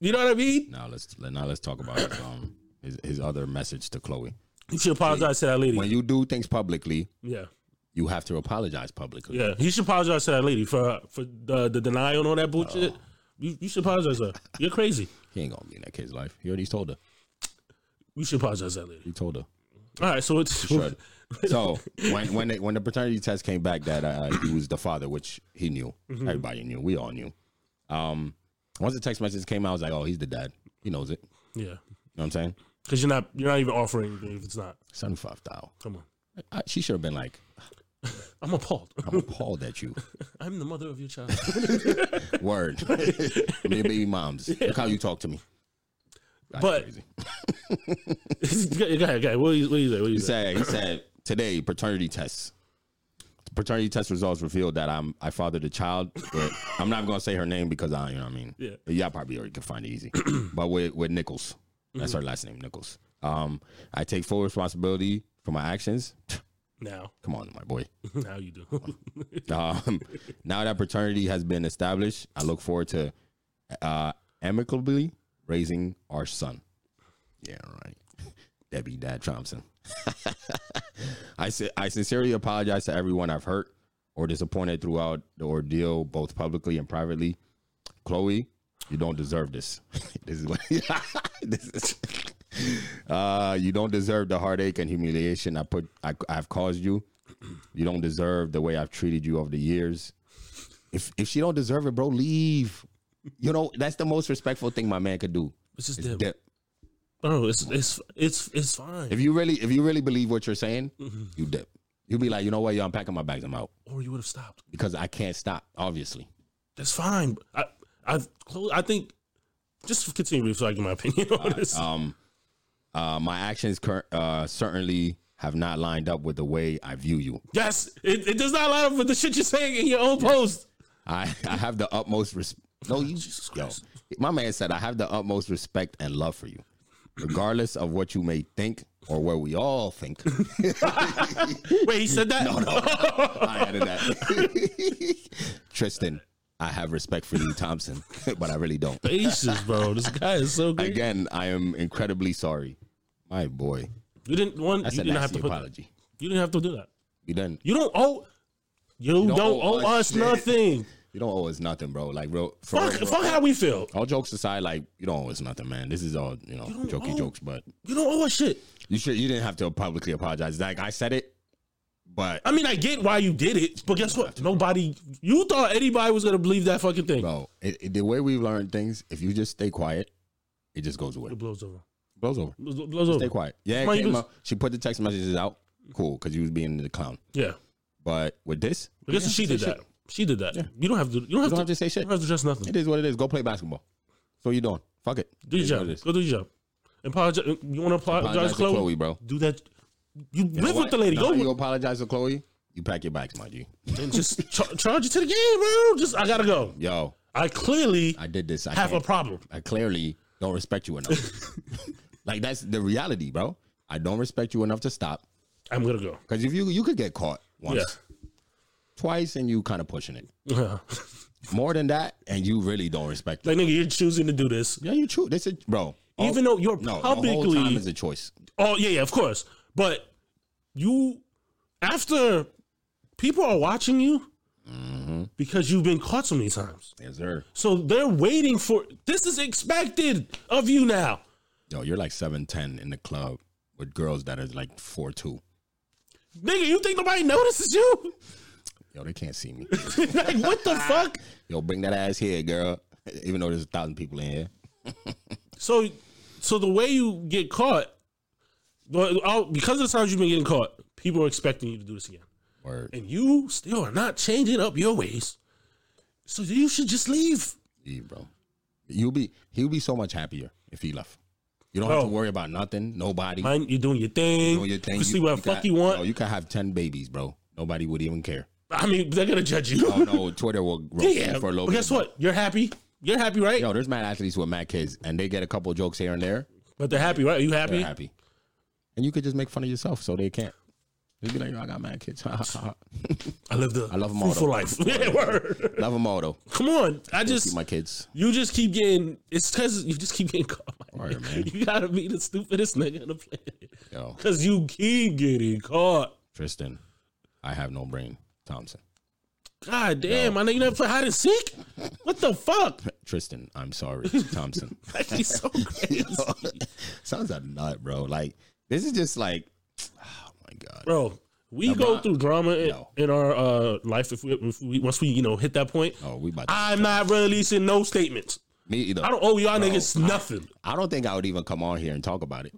Speaker 3: You know what I mean?
Speaker 2: Now let's now let's talk about um, his, his other message to Chloe.
Speaker 3: You should apologize to that lady.
Speaker 2: When you do things publicly,
Speaker 3: yeah.
Speaker 2: you have to apologize publicly.
Speaker 3: Yeah, he should apologize to that lady for for the the denial and all that bullshit.
Speaker 2: Oh.
Speaker 3: You, you should apologize to her. You're crazy.
Speaker 2: He ain't gonna be in that kid's life. He already told her.
Speaker 3: You should apologize to that lady.
Speaker 2: He told her.
Speaker 3: All right, so it's
Speaker 2: Shred. so when when they, when the paternity test came back that uh, he was the father, which he knew,
Speaker 3: Mm-hmm.
Speaker 2: everybody knew, we all knew. Um, once the text message came out, I was like, "Oh, he's the dad. He knows it." You
Speaker 3: yeah,
Speaker 2: know what I'm saying?
Speaker 3: because you're not you're not even offering anything if it's not.
Speaker 2: Seventy five thousand.
Speaker 3: Come on,
Speaker 2: I- She should have been like,
Speaker 3: I'm appalled.
Speaker 2: "I'm appalled at you."
Speaker 3: I'm the mother of your child.
Speaker 2: Word. I'm your baby moms. Look how you talk to me. That's
Speaker 3: But-
Speaker 2: crazy.
Speaker 3: go ahead, go ahead. What do you, what do you say? What do you
Speaker 2: He
Speaker 3: say?
Speaker 2: said, he said, today, paternity tests. Paternity test results revealed that I'm I fathered a child, but I'm not gonna say her name because I you know what I mean.
Speaker 3: Yeah.
Speaker 2: Y'all probably already can find it easy. but with with Nichols. That's
Speaker 3: Mm-hmm.
Speaker 2: her last name, Nichols. Um, I take full responsibility for my actions.
Speaker 3: Now,
Speaker 2: Come on, my boy.
Speaker 3: now you do.
Speaker 2: Um, now that paternity has been established, I look forward to uh, amicably raising our son. Yeah, right. Debbie Dad Thompson. I si- I sincerely apologize to everyone I've hurt or disappointed throughout the ordeal, both publicly and privately. Chloe, you don't deserve this. this is what. this is. Uh, you don't deserve the heartache and humiliation I put I, I've caused you. You don't deserve the way I've treated you over the years. If if she don't deserve it, bro, leave. You know that's the most respectful thing my man could do.
Speaker 3: It's just
Speaker 2: is
Speaker 3: dip.
Speaker 2: dip.
Speaker 3: Bro, it's it's it's it's fine.
Speaker 2: If you really if you really believe what you're saying, you dip. You be like, you know what, yo, I'm packing my bags, I'm out
Speaker 3: or you would have stopped.
Speaker 2: because I can't stop. Obviously,
Speaker 3: That's fine. I I I think just continue so I give my opinion on this.
Speaker 2: um, uh, my actions cur- uh, certainly have not lined up with the way I view you.
Speaker 3: yes, it, it does not line up with the shit you're saying in your own post.
Speaker 2: I, I have the utmost respect. No, you,
Speaker 3: Jesus
Speaker 2: yo,
Speaker 3: Christ.
Speaker 2: my man said I have the utmost respect and love for you, regardless of what you may think or what we all think.
Speaker 3: Wait, he said that?
Speaker 2: I added that. Tristan, I have respect for you, Thompson, but I really don't.
Speaker 3: Faces, bro. This guy is so good.
Speaker 2: Again, I am incredibly sorry. My boy,
Speaker 3: You didn't one.
Speaker 2: that's
Speaker 3: you
Speaker 2: a
Speaker 3: didn't have
Speaker 2: nasty
Speaker 3: to put.
Speaker 2: apology.
Speaker 3: You didn't have to do that.
Speaker 2: You done.
Speaker 3: You don't owe. You, don't, owe, us
Speaker 2: shit.
Speaker 3: nothing.
Speaker 2: You don't owe us nothing, bro. Like, real. For
Speaker 3: Fuck,
Speaker 2: real, bro.
Speaker 3: fuck how we feel.
Speaker 2: All jokes aside, like you don't owe us nothing, man. This is all you know,
Speaker 3: don't
Speaker 2: jokey
Speaker 3: owe-
Speaker 2: jokes, but
Speaker 3: You don't owe us shit.
Speaker 2: You should. You didn't have to publicly apologize. Like I said it, but
Speaker 3: I mean, I get why you did it, but guess what? Nobody. You thought anybody was gonna believe that fucking thing.
Speaker 2: bro, it, it- the way we've learned things, if you just stay quiet, it just goes away.
Speaker 3: It blows over.
Speaker 2: Blows over.
Speaker 3: Blows, blows
Speaker 2: Stay
Speaker 3: over.
Speaker 2: quiet. Yeah, it
Speaker 3: Come on,
Speaker 2: came
Speaker 3: you
Speaker 2: up. She put the text messages out. Cool, because you was being the clown.
Speaker 3: Yeah.
Speaker 2: But with this,
Speaker 3: I guess she did that. She did that. You don't have to. You don't
Speaker 2: don't
Speaker 3: have, to,
Speaker 2: have to say shit.
Speaker 3: You don't have to dress nothing.
Speaker 2: it is what it is. Go play basketball. So you doing? Fuck it.
Speaker 3: Do your
Speaker 2: It is what
Speaker 3: job.
Speaker 2: it is.
Speaker 3: Go do your job. And Apologize. You want to
Speaker 2: Apologize
Speaker 3: apologize,
Speaker 2: to
Speaker 3: Chloe?
Speaker 2: Chloe, bro.
Speaker 3: Do that. You,
Speaker 2: You know
Speaker 3: live
Speaker 2: what?
Speaker 3: with the lady.
Speaker 2: Now
Speaker 3: Go
Speaker 2: you
Speaker 3: with,
Speaker 2: apologize to Chloe. You pack your bags, my G.
Speaker 3: and just char- charge it to the game, bro. Just I gotta go.
Speaker 2: Yo,
Speaker 3: I clearly
Speaker 2: I did this. I
Speaker 3: have a
Speaker 2: can't-
Speaker 3: problem.
Speaker 2: I clearly don't respect you enough. like that's the reality, bro. I don't respect you enough to stop.
Speaker 3: I'm gonna go.
Speaker 2: Because if you you could get caught once, twice, and you kind of pushing it.
Speaker 3: Yeah.
Speaker 2: More than that, and you really don't respect. It.
Speaker 3: like nigga, you're choosing to do this,
Speaker 2: Yeah, you true. This is bro. all-
Speaker 3: even though you're
Speaker 2: no, the whole
Speaker 3: publicly.
Speaker 2: time is a choice.
Speaker 3: Oh yeah, yeah, of course. But you, after people are watching you because you've been caught so many times,
Speaker 2: Yes, sir.
Speaker 3: so they're waiting for this is expected of you now.
Speaker 2: Yo, you're like seven ten in the club with girls that are like four two.
Speaker 3: Nigga, you think nobody notices you?
Speaker 2: Yo, they can't see me.
Speaker 3: like what the fuck?
Speaker 2: Yo, bring that ass here, girl. Even though there's a thousand people in here.
Speaker 3: So, so the way you get caught, well, all- because of the times you've been getting caught, people are expecting you to do this again,
Speaker 2: Word.
Speaker 3: and you still are not changing up your ways. So you should just leave.
Speaker 2: Yeah, bro. You'll be he'll be so much happier if he left. You don't have
Speaker 3: Bro.
Speaker 2: to worry about nothing, nobody.
Speaker 3: Mind you're doing your thing.
Speaker 2: doing your thing.
Speaker 3: You, see what the fuck
Speaker 2: got-
Speaker 3: you want.
Speaker 2: Yo, you can have ten babies, bro. Nobody would even care.
Speaker 3: I mean, they're gonna judge you.
Speaker 2: Oh no, Twitter will roast you
Speaker 3: yeah,
Speaker 2: for a little
Speaker 3: but
Speaker 2: bit.
Speaker 3: guess what? You're happy. You're happy, right?
Speaker 2: Yo, there's mad athletes with mad kids, and they get a couple jokes here and there.
Speaker 3: But they're happy, right? Are you happy?
Speaker 2: They're happy, and you could just make fun of yourself, so they can't. They be like, "Yo, I got mad kids. Love
Speaker 3: I live the I
Speaker 2: love 'em all,
Speaker 3: fruitful
Speaker 2: though.
Speaker 3: life. yeah, word.
Speaker 2: them all though.
Speaker 3: Come on, I
Speaker 2: See
Speaker 3: just
Speaker 2: my kids.
Speaker 3: you just keep getting. It's because you just keep getting caught. My
Speaker 2: Word, man.
Speaker 3: nigga. You gotta be the stupidest nigga on the planet.
Speaker 2: Yo,
Speaker 3: Cause you keep getting caught.
Speaker 2: Tristan, I have no brain, Thompson.
Speaker 3: God damn, my nigga, you never play hide and seek. What the fuck?
Speaker 2: Tristan, I'm sorry, Thompson.
Speaker 3: Like, he's so crazy,
Speaker 2: Sounds a nut, bro. Like this is just like, oh my god.
Speaker 3: bro. We go
Speaker 2: bro.
Speaker 3: through drama in,
Speaker 2: No.
Speaker 3: in our uh, life if we, if we once we you know hit that point.
Speaker 2: Oh, we about to,
Speaker 3: I'm not releasing no statements.
Speaker 2: me either.
Speaker 3: I don't owe y'all niggas nothing.
Speaker 2: I don't think I would even come on here and talk about it.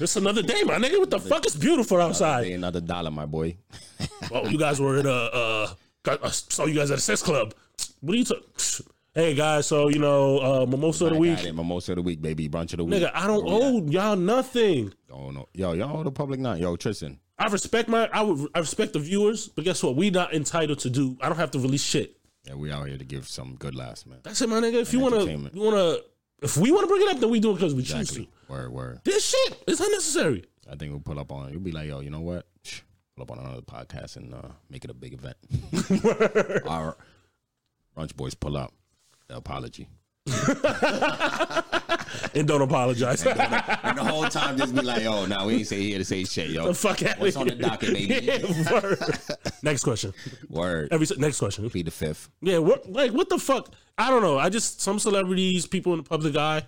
Speaker 3: It's another day, my nigga. What the fuck? It's beautiful
Speaker 2: Pay
Speaker 3: outside.
Speaker 2: another dollar, my boy.
Speaker 3: uh, Oh, you guys were at a uh, got, I saw you guys at a sex club. What are you talking? Hey guys, so you know, uh, mimosa of the
Speaker 2: I
Speaker 3: week,
Speaker 2: got it. Mimosa of the week, baby. Brunch of the week.
Speaker 3: nigga. I don't
Speaker 2: Oh, yeah.
Speaker 3: owe y'all nothing.
Speaker 2: Oh no, yo, y'all the public not. Yo, Tristan,
Speaker 3: I respect my, I would, I respect the viewers, but guess what? We not entitled to do. I don't have to release shit.
Speaker 2: yeah, we out here to give some good laughs, man.
Speaker 3: That's it, my nigga. If you wanna, you
Speaker 2: entertainment.
Speaker 3: wanna, if we wanna bring it up, then we do it because we choose
Speaker 2: Exactly.
Speaker 3: to.
Speaker 2: Word, word.
Speaker 3: This shit is unnecessary.
Speaker 2: I think we'll pull up on. You'll be like, yo, you know what? Psh, Pull up on another podcast and uh, make it a big event. Our brunch boys pull up. The apology.
Speaker 3: And don't apologize.
Speaker 2: And the whole time just be like, yo, now we ain't say here to say shit, yo.
Speaker 3: the fuck out
Speaker 2: What's on the docket, baby?
Speaker 3: next question.
Speaker 2: Word.
Speaker 3: Every se- next question.
Speaker 2: Plead the fifth.
Speaker 3: Yeah, what like what the fuck? I don't know. I just some celebrities, people in the public eye.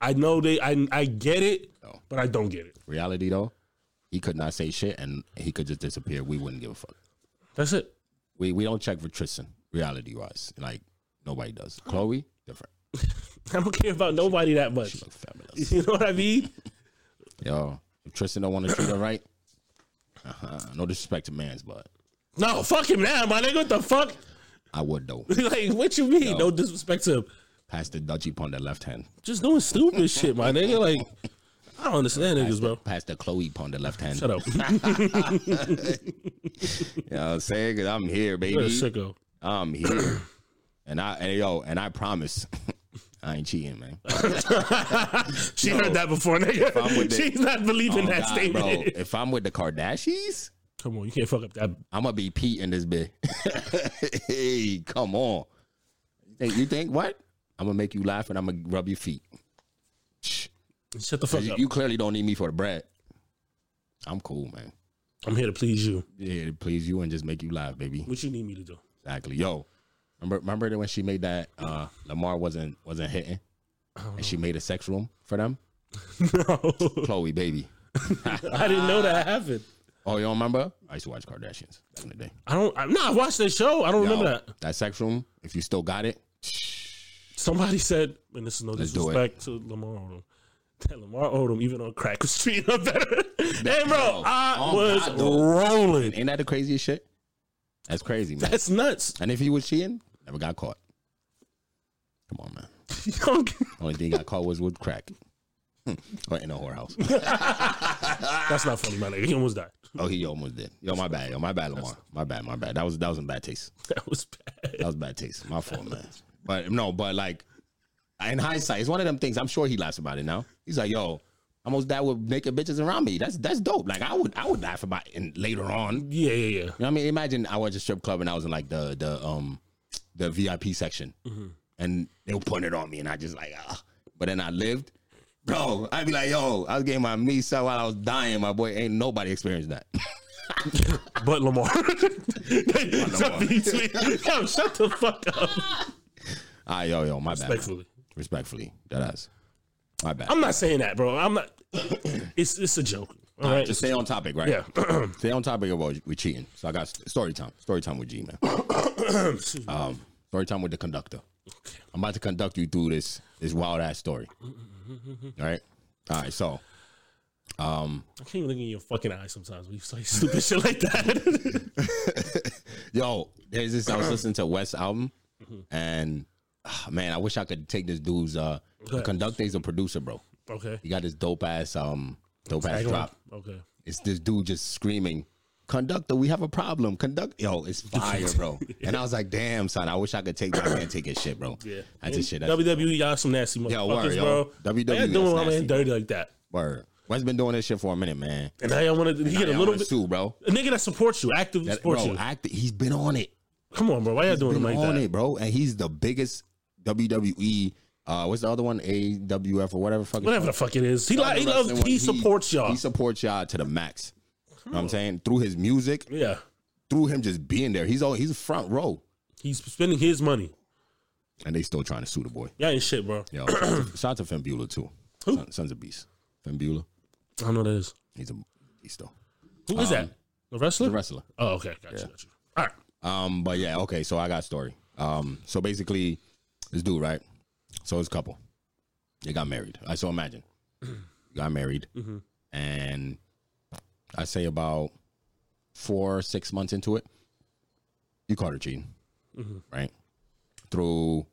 Speaker 3: I know they. I I get it,
Speaker 2: No.
Speaker 3: but I don't get it.
Speaker 2: Reality though, he could not say shit and he could just disappear. We wouldn't give a fuck.
Speaker 3: That's it.
Speaker 2: We we don't check for Tristan. Reality wise, like nobody does. Chloe different.
Speaker 3: I don't care about nobody that much.
Speaker 2: Look fabulous.
Speaker 3: You know what I mean?
Speaker 2: Yo, if Tristan don't want to treat her right, uh-huh. no disrespect to man's, but
Speaker 3: No, fuck him now, my nigga. What the fuck?
Speaker 2: I would though.
Speaker 3: like, what you mean? No, disrespect to him.
Speaker 2: Pass the dodgy pun the left hand.
Speaker 3: Just doing stupid shit, my nigga. Like, I don't understand niggas, bro.
Speaker 2: Pass the Chloe pun the left hand.
Speaker 3: Shut up.
Speaker 2: You know what I'm saying? Cause I'm here,
Speaker 3: You're a
Speaker 2: baby.
Speaker 3: sicko.
Speaker 2: I'm here. and I and yo, and I promise I ain't cheating, man.
Speaker 3: She heard that before,
Speaker 2: I'm
Speaker 3: nigga.
Speaker 2: with it-
Speaker 3: She's not believing
Speaker 2: Oh,
Speaker 3: that
Speaker 2: God,
Speaker 3: statement.
Speaker 2: bro. If I'm with the Kardashians,
Speaker 3: Come on, you can't fuck up that.
Speaker 2: I'm gonna be Pete in this bit. hey, come on. Hey, you think what? I'm gonna make you laugh and I'm gonna rub your feet. Shh.
Speaker 3: Shut the fuck
Speaker 2: You,
Speaker 3: up.
Speaker 2: you clearly don't need me for the bread. I'm cool, man.
Speaker 3: I'm here to please you.
Speaker 2: Yeah, to please you and just make you laugh, baby.
Speaker 3: What you need me to do?
Speaker 2: Exactly. Yo, remember remember that when she made that uh Lamar wasn't wasn't hitting, and she made a sex room for them.
Speaker 3: No,
Speaker 2: Chloe, baby.
Speaker 3: I didn't know that happened.
Speaker 2: Oh, you don't remember? I used to watch Kardashians back in the day.
Speaker 3: I don't. I, no, I watched that show. I don't remember
Speaker 2: Yo,
Speaker 3: that.
Speaker 2: That sex room. If you still got it,
Speaker 3: Somebody said, and this is no
Speaker 2: do it.
Speaker 3: disrespect to Lamar Odom. That Lamar Odom, even on crack, was treating her better. hey, bro,
Speaker 2: yo,
Speaker 3: I
Speaker 2: oh
Speaker 3: was
Speaker 2: God, though.
Speaker 3: rolling.
Speaker 2: ain't that the craziest shit? That's crazy, man.
Speaker 3: That's nuts.
Speaker 2: and if he was cheating, never got caught. Come on, man.
Speaker 3: Yo,
Speaker 2: Only thing he got caught was with crack. Hmm. or in a whorehouse.
Speaker 3: That's not funny, my nigga. He almost died.
Speaker 2: Oh, he almost did. Yo, my bad. Yo, my bad, Lamar. My bad. My bad. That was that was in bad taste.
Speaker 3: That was bad.
Speaker 2: That was bad taste. My fault, man. But no, but like in hindsight, it's one of them things. I'm sure he laughs about it now. He's like, yo, I almost died with naked bitches around me. That's that's dope. Like I would I would laugh about it in- later on. You
Speaker 3: Yeah, yeah, yeah.
Speaker 2: know what I mean? Imagine I went to strip club and I was in like the the um the VIP section
Speaker 3: Mm-hmm.
Speaker 2: and they were putting it on me and I just like ah. But then I lived. Bro, I'd be like, yo, I was getting my meat out while I was dying, my boy. Ain't nobody experienced that.
Speaker 3: But Lamar. Yo, shut the fuck up.
Speaker 2: Ah, yo, yo, my bad. man.
Speaker 3: Thankfully.
Speaker 2: Respectfully. That is. My bad.
Speaker 3: I'm not saying that, bro. I'm not. It's it's a joke. All right.
Speaker 2: Just stay on topic, right?
Speaker 3: Yeah.
Speaker 2: Stay on topic about we cheating. So I got st- story time. Story time with G man. um, story time with the conductor. I'm about to conduct you through this this wild ass story. All right. All right. So
Speaker 3: I can't even look in your fucking eyes sometimes when you say stupid shit like that.
Speaker 2: yo, there's this. I was listening to West album, and ah, man, I wish I could take this dude's. uh The
Speaker 3: ahead.
Speaker 2: conductor is a producer, bro.
Speaker 3: okay.
Speaker 2: He got this dope ass um dope ass drop.
Speaker 3: Okay.
Speaker 2: It's this dude just screaming, "Conductor, we have a problem!" Conduct, yo, it's fire, bro. And I was like, "Damn, son, I wish I could take that man take his shit, bro."
Speaker 3: Yeah.
Speaker 2: that's his shit. That's
Speaker 3: WWE, y'all some nasty motherfuckers,
Speaker 2: word, yo.
Speaker 3: bro.
Speaker 2: WWE
Speaker 3: Y'all
Speaker 2: is
Speaker 3: doing my man
Speaker 2: nasty,
Speaker 3: dirty like that.
Speaker 2: word. Wes been doing this shit for a minute, man.
Speaker 3: And now y'all want to he get a
Speaker 2: Y'all
Speaker 3: little
Speaker 2: on
Speaker 3: bit.
Speaker 2: his too, bro.
Speaker 3: A nigga that supports you, actively
Speaker 2: That-
Speaker 3: supports
Speaker 2: bro,
Speaker 3: you.
Speaker 2: act, he's been on it,
Speaker 3: Come on, bro. Why y'all doing
Speaker 2: been
Speaker 3: him like
Speaker 2: on
Speaker 3: that?
Speaker 2: it, bro. And he's the biggest WWE. Uh, what's the other one? AWF or whatever. Fucking
Speaker 3: Whatever the fuck it is. He, like, he loves,
Speaker 2: Wrestling one.
Speaker 3: he supports y'all.
Speaker 2: He supports y'all to the max. You know what I'm saying through his music,
Speaker 3: yeah.
Speaker 2: through him just being there. He's all he's front row,
Speaker 3: He's spending his money.
Speaker 2: and they still trying to sue the boy.
Speaker 3: Y'all ain't shit, bro.
Speaker 2: Yo, shout out to- shout out to Finn Bueller too.
Speaker 3: Who?
Speaker 2: Son, Sons of Beast. Finn Bueller.
Speaker 3: I don't know what that is.
Speaker 2: He's a beast though.
Speaker 3: Who is that? The wrestler?
Speaker 2: Um, The wrestler.
Speaker 3: Oh, okay. Gotcha. Gotcha. All right.
Speaker 2: Um, but yeah, okay. So I got a story. Um, so basically, this dude, right? So his couple, they got married. I so imagine, got married, and I say about four, six months into it, you caught her cheating, right? Through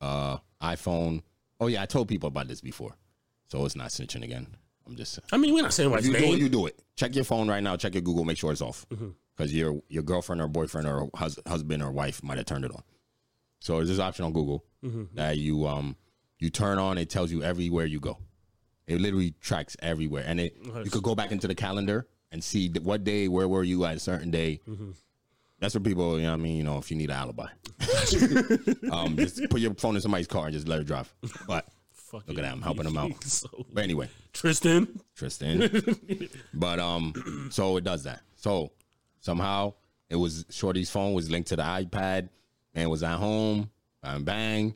Speaker 2: uh, iPhone. Oh yeah, I told people about this before, so it's not snitching again. I'm just
Speaker 3: I mean, we're not saying
Speaker 2: if
Speaker 3: wife's
Speaker 2: you do it, Mm-hmm.
Speaker 3: name.
Speaker 2: you do it. Check your phone right now. Check your Google. Make sure it's off because your your girlfriend or boyfriend or hus- husband or wife might have turned it on. So there's this option on Google that you um you turn on. It tells you everywhere you go. It literally tracks everywhere, and it you could go back into the calendar and see th- what day, where were you at a certain day. That's what people, you know what I mean, you know, if you need an alibi. um, just put your phone in somebody's car and just let it drive. But
Speaker 3: Fuck
Speaker 2: look
Speaker 3: it.
Speaker 2: at that, I'm helping them out.
Speaker 3: So-
Speaker 2: But anyway,
Speaker 3: Tristan,
Speaker 2: Tristan. but um, so it does that. So somehow it was Shorty's phone was linked to the iPad and was at home. Bang bang.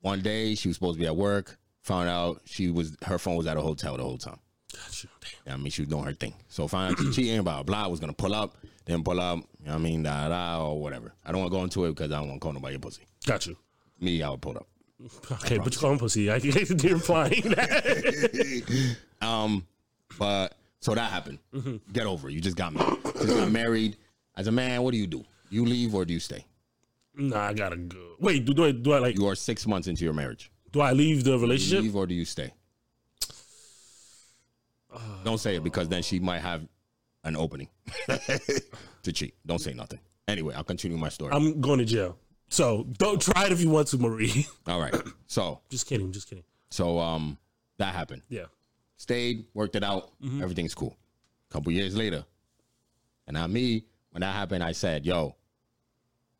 Speaker 2: One day she was supposed to be at work. Found out she was her phone was at a hotel the whole time.
Speaker 3: Gotcha. Damn.
Speaker 2: You know what I mean, she was doing her thing. So found out she cheating, blah blah. Was gonna pull up, then pull up. You know what I mean, da da or whatever. I don't want to go into it because I don't want to call nobody a pussy.
Speaker 3: Gotcha.
Speaker 2: Me, I would pull up.
Speaker 3: Okay, but you call him pussy. I can you're implying that.
Speaker 2: Um, but so that happened. Get over it. You just got married. Just got married. As a man, what do you do? You leave or do you stay?
Speaker 3: nah, I gotta go. Wait, do, do I do I like
Speaker 2: You are six months into your marriage.
Speaker 3: do I leave the
Speaker 2: Do
Speaker 3: relationship?
Speaker 2: you leave or do you stay? Don't say it because then she might have an opening to cheat. Don't say nothing. Anyway, I'll continue my story.
Speaker 3: I'm going to jail. So don't try it if you want to, Marie.
Speaker 2: All right. So,
Speaker 3: just kidding. Just kidding.
Speaker 2: so um, that happened.
Speaker 3: Yeah.
Speaker 2: Stayed, worked it out.
Speaker 3: Mm-hmm.
Speaker 2: Everything's cool. Couple years later, and now me, when that happened, I said, "Yo,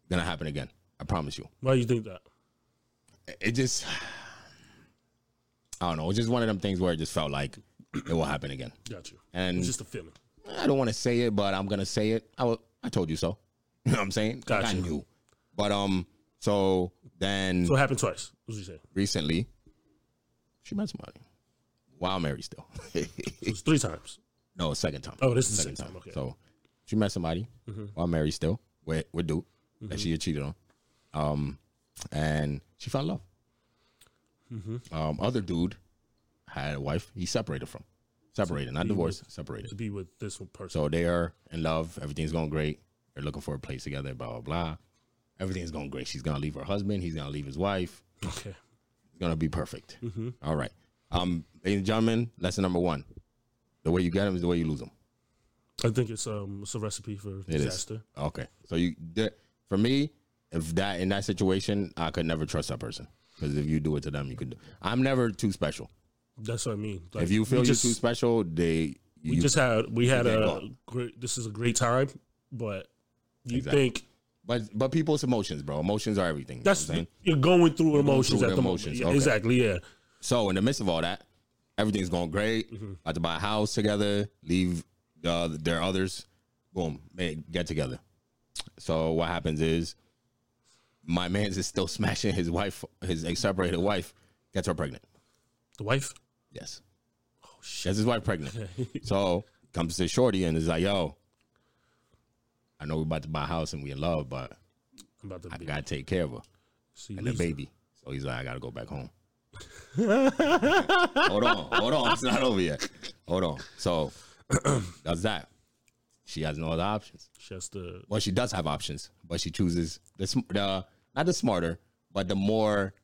Speaker 2: gonna happen again. I promise you."
Speaker 3: Why do you think that?
Speaker 2: it just I don't know. It's just one of them things where it just felt like it will happen again.
Speaker 3: Got you.
Speaker 2: And
Speaker 3: It's just a feeling.
Speaker 2: I don't want to say it, but I'm gonna say it. I will, I told you so. You know what I'm saying? Like, I
Speaker 3: Gotcha.
Speaker 2: knew. But um, so then
Speaker 3: So it happened twice. What you saying?
Speaker 2: recently, she met somebody. While married still.
Speaker 3: It was three times.
Speaker 2: no, second time.
Speaker 3: Oh, this is the second time. Okay. Mm-hmm.
Speaker 2: So she met somebody while married still with with dude that she had cheated on, um, and she fell in love.
Speaker 3: Mm-hmm.
Speaker 2: Um, other dude had a wife. He separated from, separated, not divorced,
Speaker 3: to
Speaker 2: separated.
Speaker 3: be with this one person.
Speaker 2: So they are in love. Everything's going great. They're looking for a place together. Blah blah blah. Everything's going great. She's gonna leave her husband. He's gonna leave his wife.
Speaker 3: okay.
Speaker 2: It's gonna be perfect.
Speaker 3: Mm-hmm.
Speaker 2: All right. Um, ladies and gentlemen, lesson number one: the way you get them is the way you lose them.
Speaker 3: I think it's um it's a recipe for
Speaker 2: It is
Speaker 3: disaster.
Speaker 2: Okay. So you, the, for me, if that in that situation, I could never trust that person because if you do it to them, you could. Do, I'm never too special.
Speaker 3: That's what I mean. Like,
Speaker 2: If you feel
Speaker 3: we
Speaker 2: you're
Speaker 3: just,
Speaker 2: too special, they
Speaker 3: we
Speaker 2: you.
Speaker 3: just had we had
Speaker 2: can't
Speaker 3: a
Speaker 2: go.
Speaker 3: great. This is a great time, but you
Speaker 2: Exactly.
Speaker 3: think
Speaker 2: but but people's emotions, bro. Emotions are everything. you
Speaker 3: that's
Speaker 2: know what I'm saying.
Speaker 3: you're going through emotions
Speaker 2: through
Speaker 3: at
Speaker 2: the
Speaker 3: the
Speaker 2: emotions,
Speaker 3: moment. Yeah,
Speaker 2: okay.
Speaker 3: Exactly. Yeah.
Speaker 2: So in the midst of all that, everything's going great.
Speaker 3: Mm-hmm.
Speaker 2: About to buy a house together. Leave uh, their others. Boom. They get together. So what happens is, my man's is still smashing his wife, his ex separated wife, gets her pregnant.
Speaker 3: The wife.
Speaker 2: Yes. Oh shit. That's his wife pregnant. so comes to Shorty and is like, yo, I know we're about to buy a house and we in love, but
Speaker 3: I'm about to
Speaker 2: I
Speaker 3: be.
Speaker 2: gotta take care of her
Speaker 3: see,
Speaker 2: and the
Speaker 3: Lisa.
Speaker 2: baby. So he's like, I gotta go back home. hold on, hold on. It's not over yet. Hold on. So that's that. She has no other options.
Speaker 3: She has to.
Speaker 2: Well, she does have options, but she chooses the, sm- the not the smarter, but the more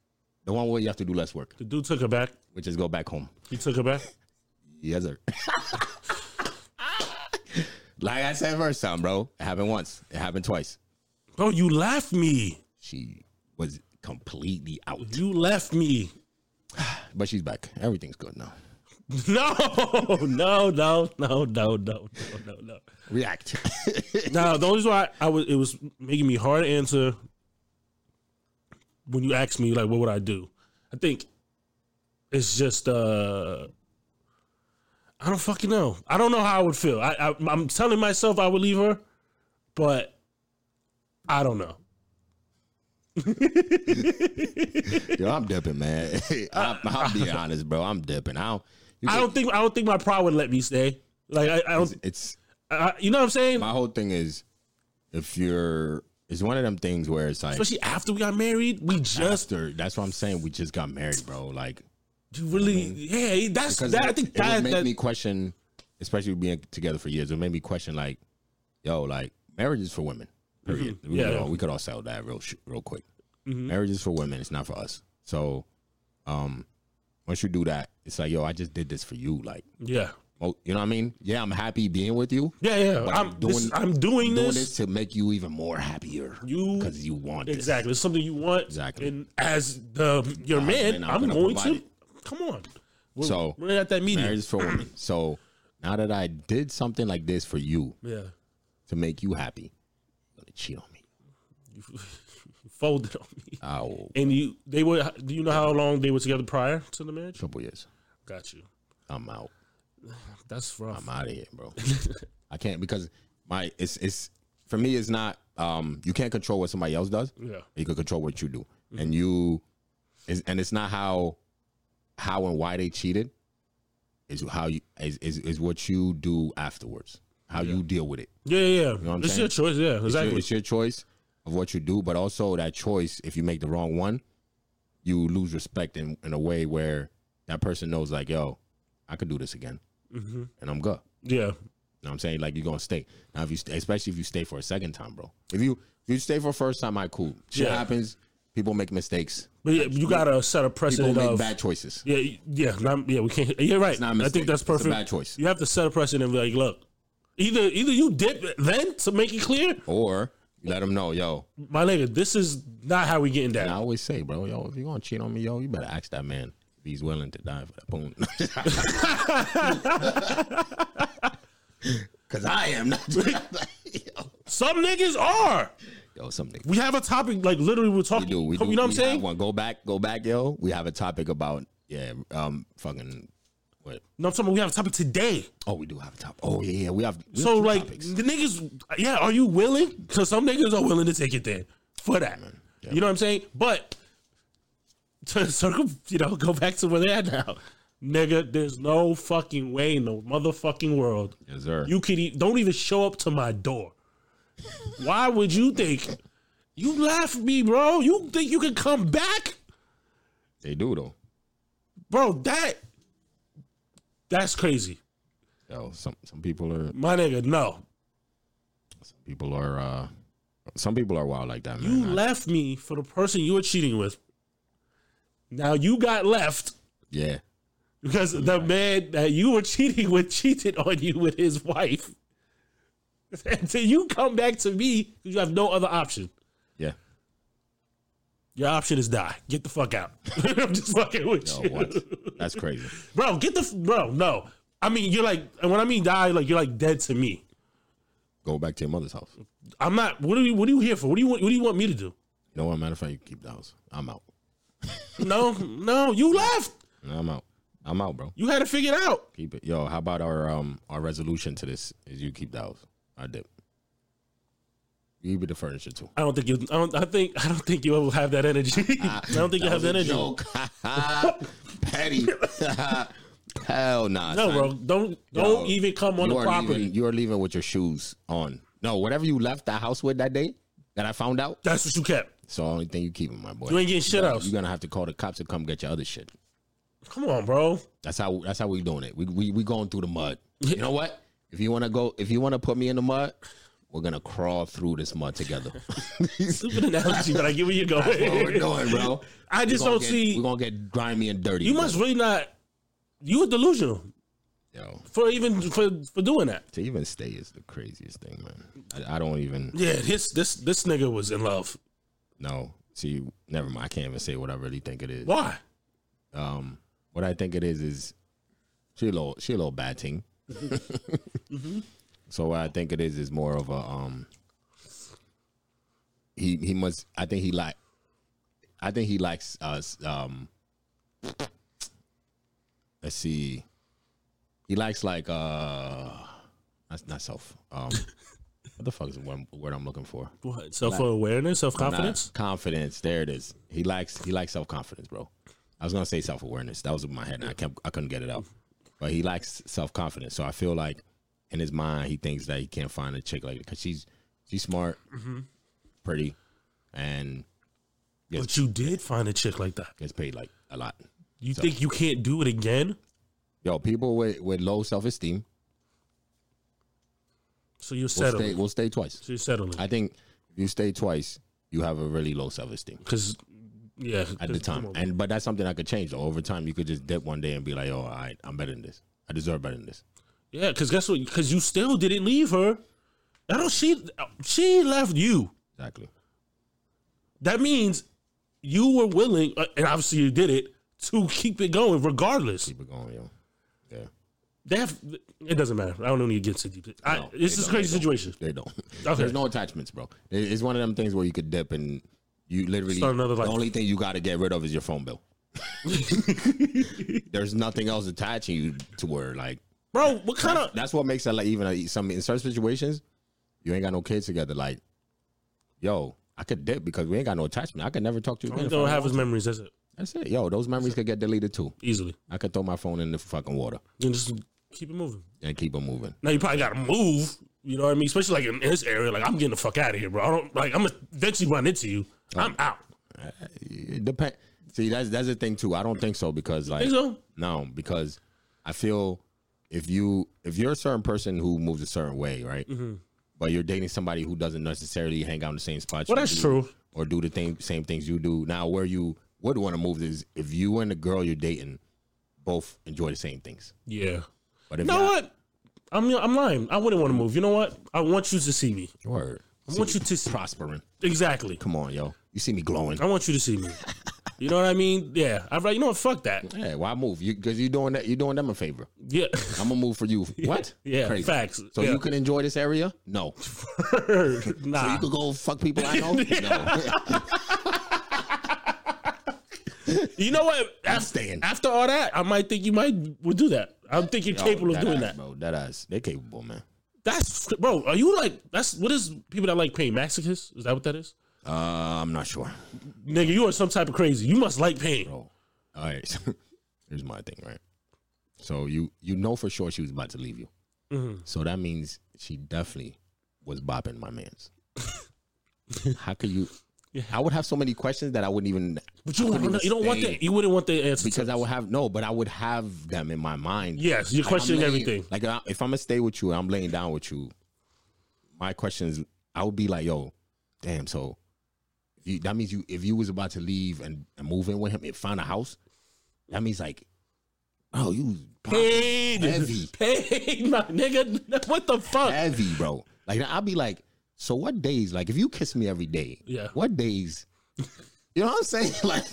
Speaker 2: the one where you have to do less work,
Speaker 3: The dude took her back.
Speaker 2: which is go back home.
Speaker 3: He took her back.
Speaker 2: Yes, sir. like I said first time, bro. It happened once. It happened twice.
Speaker 3: Bro, you left me.
Speaker 2: She was completely out.
Speaker 3: You left me.
Speaker 2: But she's back. Everything's good now.
Speaker 3: No, no, no, no, no, no, no, no, no.
Speaker 2: React.
Speaker 3: Now the only reason why I, was it was making me hard to answer when you asked me like what would I do. I think it's just uh I don't fucking know. I don't know how I would feel. I, I I'm telling myself I would leave her, but I don't know.
Speaker 2: Yo, I'm dipping, man. I'm, I'm being honest, bro. I'm dipping. I don't. you
Speaker 3: I
Speaker 2: can-
Speaker 3: don't think I don't think my pride would let me stay. Like I, I don't.
Speaker 2: It's
Speaker 3: I, you know what I'm saying?
Speaker 2: my whole thing is if you're. It's one of them things where it's like.
Speaker 3: Especially after we got married, we just
Speaker 2: After, that's what I'm saying. We just got married, bro. Like,
Speaker 3: you really yeah. That's
Speaker 2: because
Speaker 3: that,
Speaker 2: it,
Speaker 3: I think
Speaker 2: it would
Speaker 3: that,
Speaker 2: make
Speaker 3: that
Speaker 2: me question, especially being together for years. It made me question, like, yo, like marriage is for women. Period. We,
Speaker 3: Mm-hmm. Yeah. Mm-hmm.
Speaker 2: could all, we could all settle that real sh- real quick. Marriage is for women. It's not for us. So, um, once you do that, it's like, yo, I just did this for you. Like,
Speaker 3: Yeah.
Speaker 2: oh, you know what I mean? Yeah, I'm happy being with you.
Speaker 3: Yeah, yeah.
Speaker 2: But
Speaker 3: I'm, doing. This, I'm doing,
Speaker 2: doing
Speaker 3: this.
Speaker 2: this to make you even more happier.
Speaker 3: You-
Speaker 2: because you want this.
Speaker 3: Exactly. It's something you want.
Speaker 2: Exactly.
Speaker 3: And as the your man,
Speaker 2: husband, I'm
Speaker 3: I'm,
Speaker 2: gonna
Speaker 3: going to.
Speaker 2: provide
Speaker 3: Come on. We're,
Speaker 2: So,
Speaker 3: we're at that meeting.
Speaker 2: Marriage is for women. So now that I did something like this for you
Speaker 3: Yeah.
Speaker 2: to make you happy, you're gonna cheat on me.
Speaker 3: You, you folded on me.
Speaker 2: Oh,
Speaker 3: And you, they were. Do you know how long they were together prior to the marriage?
Speaker 2: couple years.
Speaker 3: Got you.
Speaker 2: I'm out.
Speaker 3: That's rough.
Speaker 2: I'm out of here, bro. I can't because my it's it's for me it's not um you can't control what somebody else does.
Speaker 3: Yeah.
Speaker 2: You can control what you do.
Speaker 3: Mm-hmm.
Speaker 2: And you is and it's not how how and why they cheated is how you is is, is what you do afterwards. How you deal with it.
Speaker 3: Yeah, yeah. yeah.
Speaker 2: what I'm
Speaker 3: it's
Speaker 2: saying?
Speaker 3: your choice. Yeah,
Speaker 2: It's your-
Speaker 3: exactly.
Speaker 2: It's your, choice of what you do, but also that choice, if you make the wrong one, you lose respect in, in a way where that person knows like, yo, I could do this again. And I'm good.
Speaker 3: Mm-hmm. yeah.
Speaker 2: You know what I'm saying? Like you're gonna stay. Now if you st- especially if you stay for a second time, bro. If you if you stay for a first time, I cool. Shit
Speaker 3: Yeah.
Speaker 2: happens. People make mistakes.
Speaker 3: But yeah, you got to set a
Speaker 2: People
Speaker 3: precedent
Speaker 2: make
Speaker 3: of.
Speaker 2: bad choices.
Speaker 3: Yeah, y- yeah, not, yeah. We can't. Yeah, right.
Speaker 2: not a
Speaker 3: I
Speaker 2: mistake.
Speaker 3: think that's
Speaker 2: It's a
Speaker 3: perfect.
Speaker 2: bad choice.
Speaker 3: You have to set a precedent. And be like, look, either either you dip then to make it clear,
Speaker 2: Or you let them know, yo.
Speaker 3: my nigga, this is not how we getting
Speaker 2: And I
Speaker 3: down.
Speaker 2: always say, bro, yo, if you're gonna cheat on me, yo, you better ask that man if he's willing to die for that boon. Cause I am not. yo,
Speaker 3: Some niggas are.
Speaker 2: yo, something.
Speaker 3: We have a topic like literally we're
Speaker 2: We
Speaker 3: talking.
Speaker 2: do. We do.
Speaker 3: you know what I'm
Speaker 2: we
Speaker 3: saying?
Speaker 2: Have one. Go back. Go back, yo. We have a topic about yeah, um, fucking what
Speaker 3: No, I'm talking. about We have a topic today.
Speaker 2: Oh, we do have a top. Oh yeah, yeah. We have we
Speaker 3: So
Speaker 2: have two
Speaker 3: like
Speaker 2: topics.
Speaker 3: the niggas, yeah. Are you willing? Because some niggas are willing to take it there for that. You know what I'm saying? But to circle, you know, go back to where they're at now, nigga. There's no fucking way in the motherfucking world
Speaker 2: yes, sir.
Speaker 3: you could e- don't even show up to my door. Why would you think you left me, bro? You think you can come back,
Speaker 2: they do though.
Speaker 3: bro? That that's crazy,
Speaker 2: Yo, some some people are
Speaker 3: my nigga. No,
Speaker 2: some people are uh some people are wild like that, man.
Speaker 3: You
Speaker 2: I-
Speaker 3: left me for the person you were cheating with. Now you got left
Speaker 2: yeah.
Speaker 3: because the man that you were cheating with cheated on you with his wife. Until you come back to me, you have no other option.
Speaker 2: Yeah.
Speaker 3: Your option is die. Get the fuck out. I'm just fucking with
Speaker 2: Yo,
Speaker 3: you,
Speaker 2: what? That's crazy.
Speaker 3: bro. Get the f- bro. No, I mean you're like, and when I mean die, like you're like dead to me.
Speaker 2: Go back to your mother's house. You
Speaker 3: I'm not. What are you? What are you here for? What do you want? What do you want me to do?
Speaker 2: know what? Matter of fact, you keep the house. I'm out.
Speaker 3: No, no. You left.
Speaker 2: I'm out. I'm out, bro.
Speaker 3: You had to figure it out.
Speaker 2: Keep it. Yo, how about our um our resolution to this is you keep the house. I dip. You be the furniture too.
Speaker 3: I don't think you. I don't. I think. I don't think you will have that energy.
Speaker 2: Ah,
Speaker 3: I don't think you have the energy.
Speaker 2: Petty. Hell nah.
Speaker 3: No,
Speaker 2: son.
Speaker 3: bro. Don't don't even come on
Speaker 2: you
Speaker 3: the
Speaker 2: are
Speaker 3: property.
Speaker 2: Leaving, you are leaving with your shoes on. No, whatever you left the house with that day that I found out,
Speaker 3: That's what you kept.
Speaker 2: it's the only thing you keeping, my boy.
Speaker 3: You ain't getting shit else.
Speaker 2: You're gonna have to call the cops to come get your other shit.
Speaker 3: Come on, bro.
Speaker 2: That's how that's how we doing it. We we we going through the mud. You know what? If you wanna go, if you wanna put me in the mud, we're gonna crawl through this mud together. That's
Speaker 3: Stupid analogy, but I get where you're
Speaker 2: what we're
Speaker 3: going.
Speaker 2: doing, bro.
Speaker 3: I just
Speaker 2: We're gonna
Speaker 3: don't
Speaker 2: get-
Speaker 3: see.
Speaker 2: We're gonna get grimy and dirty.
Speaker 3: You
Speaker 2: bro.
Speaker 3: must really not. You were delusional
Speaker 2: Yo,
Speaker 3: for even for for doing that.
Speaker 2: to even stay is the craziest thing, man. I, I don't even.
Speaker 3: Yeah, this this this nigga was in love.
Speaker 2: No, see, never mind. I can't even say what I really think it is.
Speaker 3: Why?
Speaker 2: Um, what I think it is is she a little she a little bad ting. So what I think it is is more of a um. He he must. I think he like. I think he likes us. Um. Let's see. He likes like uh, that's not self. Um, what the fuck is the one word I'm looking for?
Speaker 3: What? Self awareness, self confidence.
Speaker 2: Nah, confidence. There it is. He likes he likes self confidence, bro. I was gonna say self awareness. That was in my head, and I kept I couldn't get it out. But he likes self confidence, so I feel like in his mind he thinks that he can't find a chick like because she's she's smart,
Speaker 3: Mm-hmm.
Speaker 2: pretty, and
Speaker 3: But you did find a chick like that.
Speaker 2: gets paid like a lot.
Speaker 3: You think you can't do it again?
Speaker 2: Yo, people with with low self esteem
Speaker 3: So you're
Speaker 2: will stay
Speaker 3: settling.
Speaker 2: will stay twice.
Speaker 3: So you're settling.
Speaker 2: I think if you stay twice, you have a really low self esteem
Speaker 3: Because yeah,
Speaker 2: at the
Speaker 3: 'cause-
Speaker 2: time.
Speaker 3: come on.
Speaker 2: And but that's something I could change. Though. Over time, you could just dip one day and be like, "Oh, I, I'm better than this. I deserve better than this."
Speaker 3: yeah, because guess what? Because you still didn't leave her. I don't. She she left you.
Speaker 2: Exactly.
Speaker 3: That means you were willing, uh, and obviously you did it to keep it going, regardless.
Speaker 2: Keep it going, yo. Yeah.
Speaker 3: They have. It doesn't matter. I don't need to get into deep. I,
Speaker 2: No,
Speaker 3: it's
Speaker 2: they
Speaker 3: just
Speaker 2: don't,
Speaker 3: crazy
Speaker 2: they don't.
Speaker 3: situation.
Speaker 2: They don't.
Speaker 3: Okay.
Speaker 2: There's no attachments, bro. It- It's one of them things where you could dip and you literally
Speaker 3: Start another life.
Speaker 2: the only thing you got to get rid of is your phone bill. There's nothing else attaching you to where like
Speaker 3: Bro, what kind of
Speaker 2: that's what makes it like even like, some in certain situations you ain't got no kids together. Like, yo, I could dip because we ain't got no attachment. I could never talk to you.
Speaker 3: I
Speaker 2: Again if I
Speaker 3: don't
Speaker 2: don't
Speaker 3: have his
Speaker 2: want
Speaker 3: memories. That's it.
Speaker 2: to. That's it. Yo, those memories could get deleted too.
Speaker 3: Easily.
Speaker 2: I could throw my phone in the fucking water
Speaker 3: And just keep it moving.
Speaker 2: and keep it moving.
Speaker 3: Now you probably gotta move. You know what I mean? Especially like in his area. Like I'm getting the fuck out of here, bro. I don't like I'm gonna eventually run into you.
Speaker 2: Oh.
Speaker 3: I'm out.
Speaker 2: It depend. See, that's that's the thing too. I don't think so because like
Speaker 3: Think so?
Speaker 2: no, because I feel if you if you're a certain person who moves a certain way, right?
Speaker 3: Mm-hmm.
Speaker 2: But you're dating somebody who doesn't necessarily hang out in the same spot.
Speaker 3: Well,
Speaker 2: you
Speaker 3: that's
Speaker 2: do
Speaker 3: true.
Speaker 2: Or do the thing, same things you do. Now, where you would want to move is if you and the girl you're dating both enjoy the same things.
Speaker 3: Yeah.
Speaker 2: But if
Speaker 3: You know
Speaker 2: y'all-
Speaker 3: what? I'm I'm lying. I wouldn't want to move. You know what? I want you to see me.
Speaker 2: Word.
Speaker 3: I
Speaker 2: See
Speaker 3: want
Speaker 2: me
Speaker 3: you Oh. to see
Speaker 2: prospering.
Speaker 3: Exactly.
Speaker 2: Come on, yo. You see me glowing.
Speaker 3: I want you to see me. You know what I mean? Yeah. I've like, you know what? Fuck that.
Speaker 2: Yeah, why move? You because you doing that. You doing them a favor.
Speaker 3: Yeah.
Speaker 2: I'm gonna move for you. What?
Speaker 3: Yeah. Facts.
Speaker 2: So
Speaker 3: yeah.
Speaker 2: you can enjoy this area? No. So
Speaker 3: nah.
Speaker 2: you could go fuck people I know? No.
Speaker 3: You know what? After,
Speaker 2: staying.
Speaker 3: after all that, I might think you might would do that. I don't think you're capable of doing
Speaker 2: ass,
Speaker 3: that.
Speaker 2: Bro, that ass. They're capable, man.
Speaker 3: That's bro. Are you like that's what is people that like pain masochists? Is that what that is?
Speaker 2: Uh, I'm not sure.
Speaker 3: Nigga, you are some type of crazy. You must like pain.
Speaker 2: Bro. All right. So, here's my thing, right? So you you know for sure she was about to leave you. So that means she definitely was bopping my man's. How could you? I would have so many questions that I wouldn't even.
Speaker 3: But you
Speaker 2: I wouldn't even
Speaker 3: don't, you don't want
Speaker 2: stay
Speaker 3: that. You wouldn't want the answer
Speaker 2: because
Speaker 3: to
Speaker 2: I would have no, but I would have them in my mind.
Speaker 3: Yes, you're
Speaker 2: I'm
Speaker 3: questioning
Speaker 2: laying-
Speaker 3: everything.
Speaker 2: Like I- if I'm gonna stay with you, and I'm laying down with you. My questions, I would be like, yo, damn. So you, that means you, if you was about to leave and, and move in with him and find a house, that means like, oh, you was popping
Speaker 3: Pain,
Speaker 2: Heavy.
Speaker 3: pain, my nigga. What the fuck?
Speaker 2: heavy, bro. Like I'll be like, so what days? Like if you kiss me every day,
Speaker 3: Yeah.
Speaker 2: what days? You know what I'm saying? Like,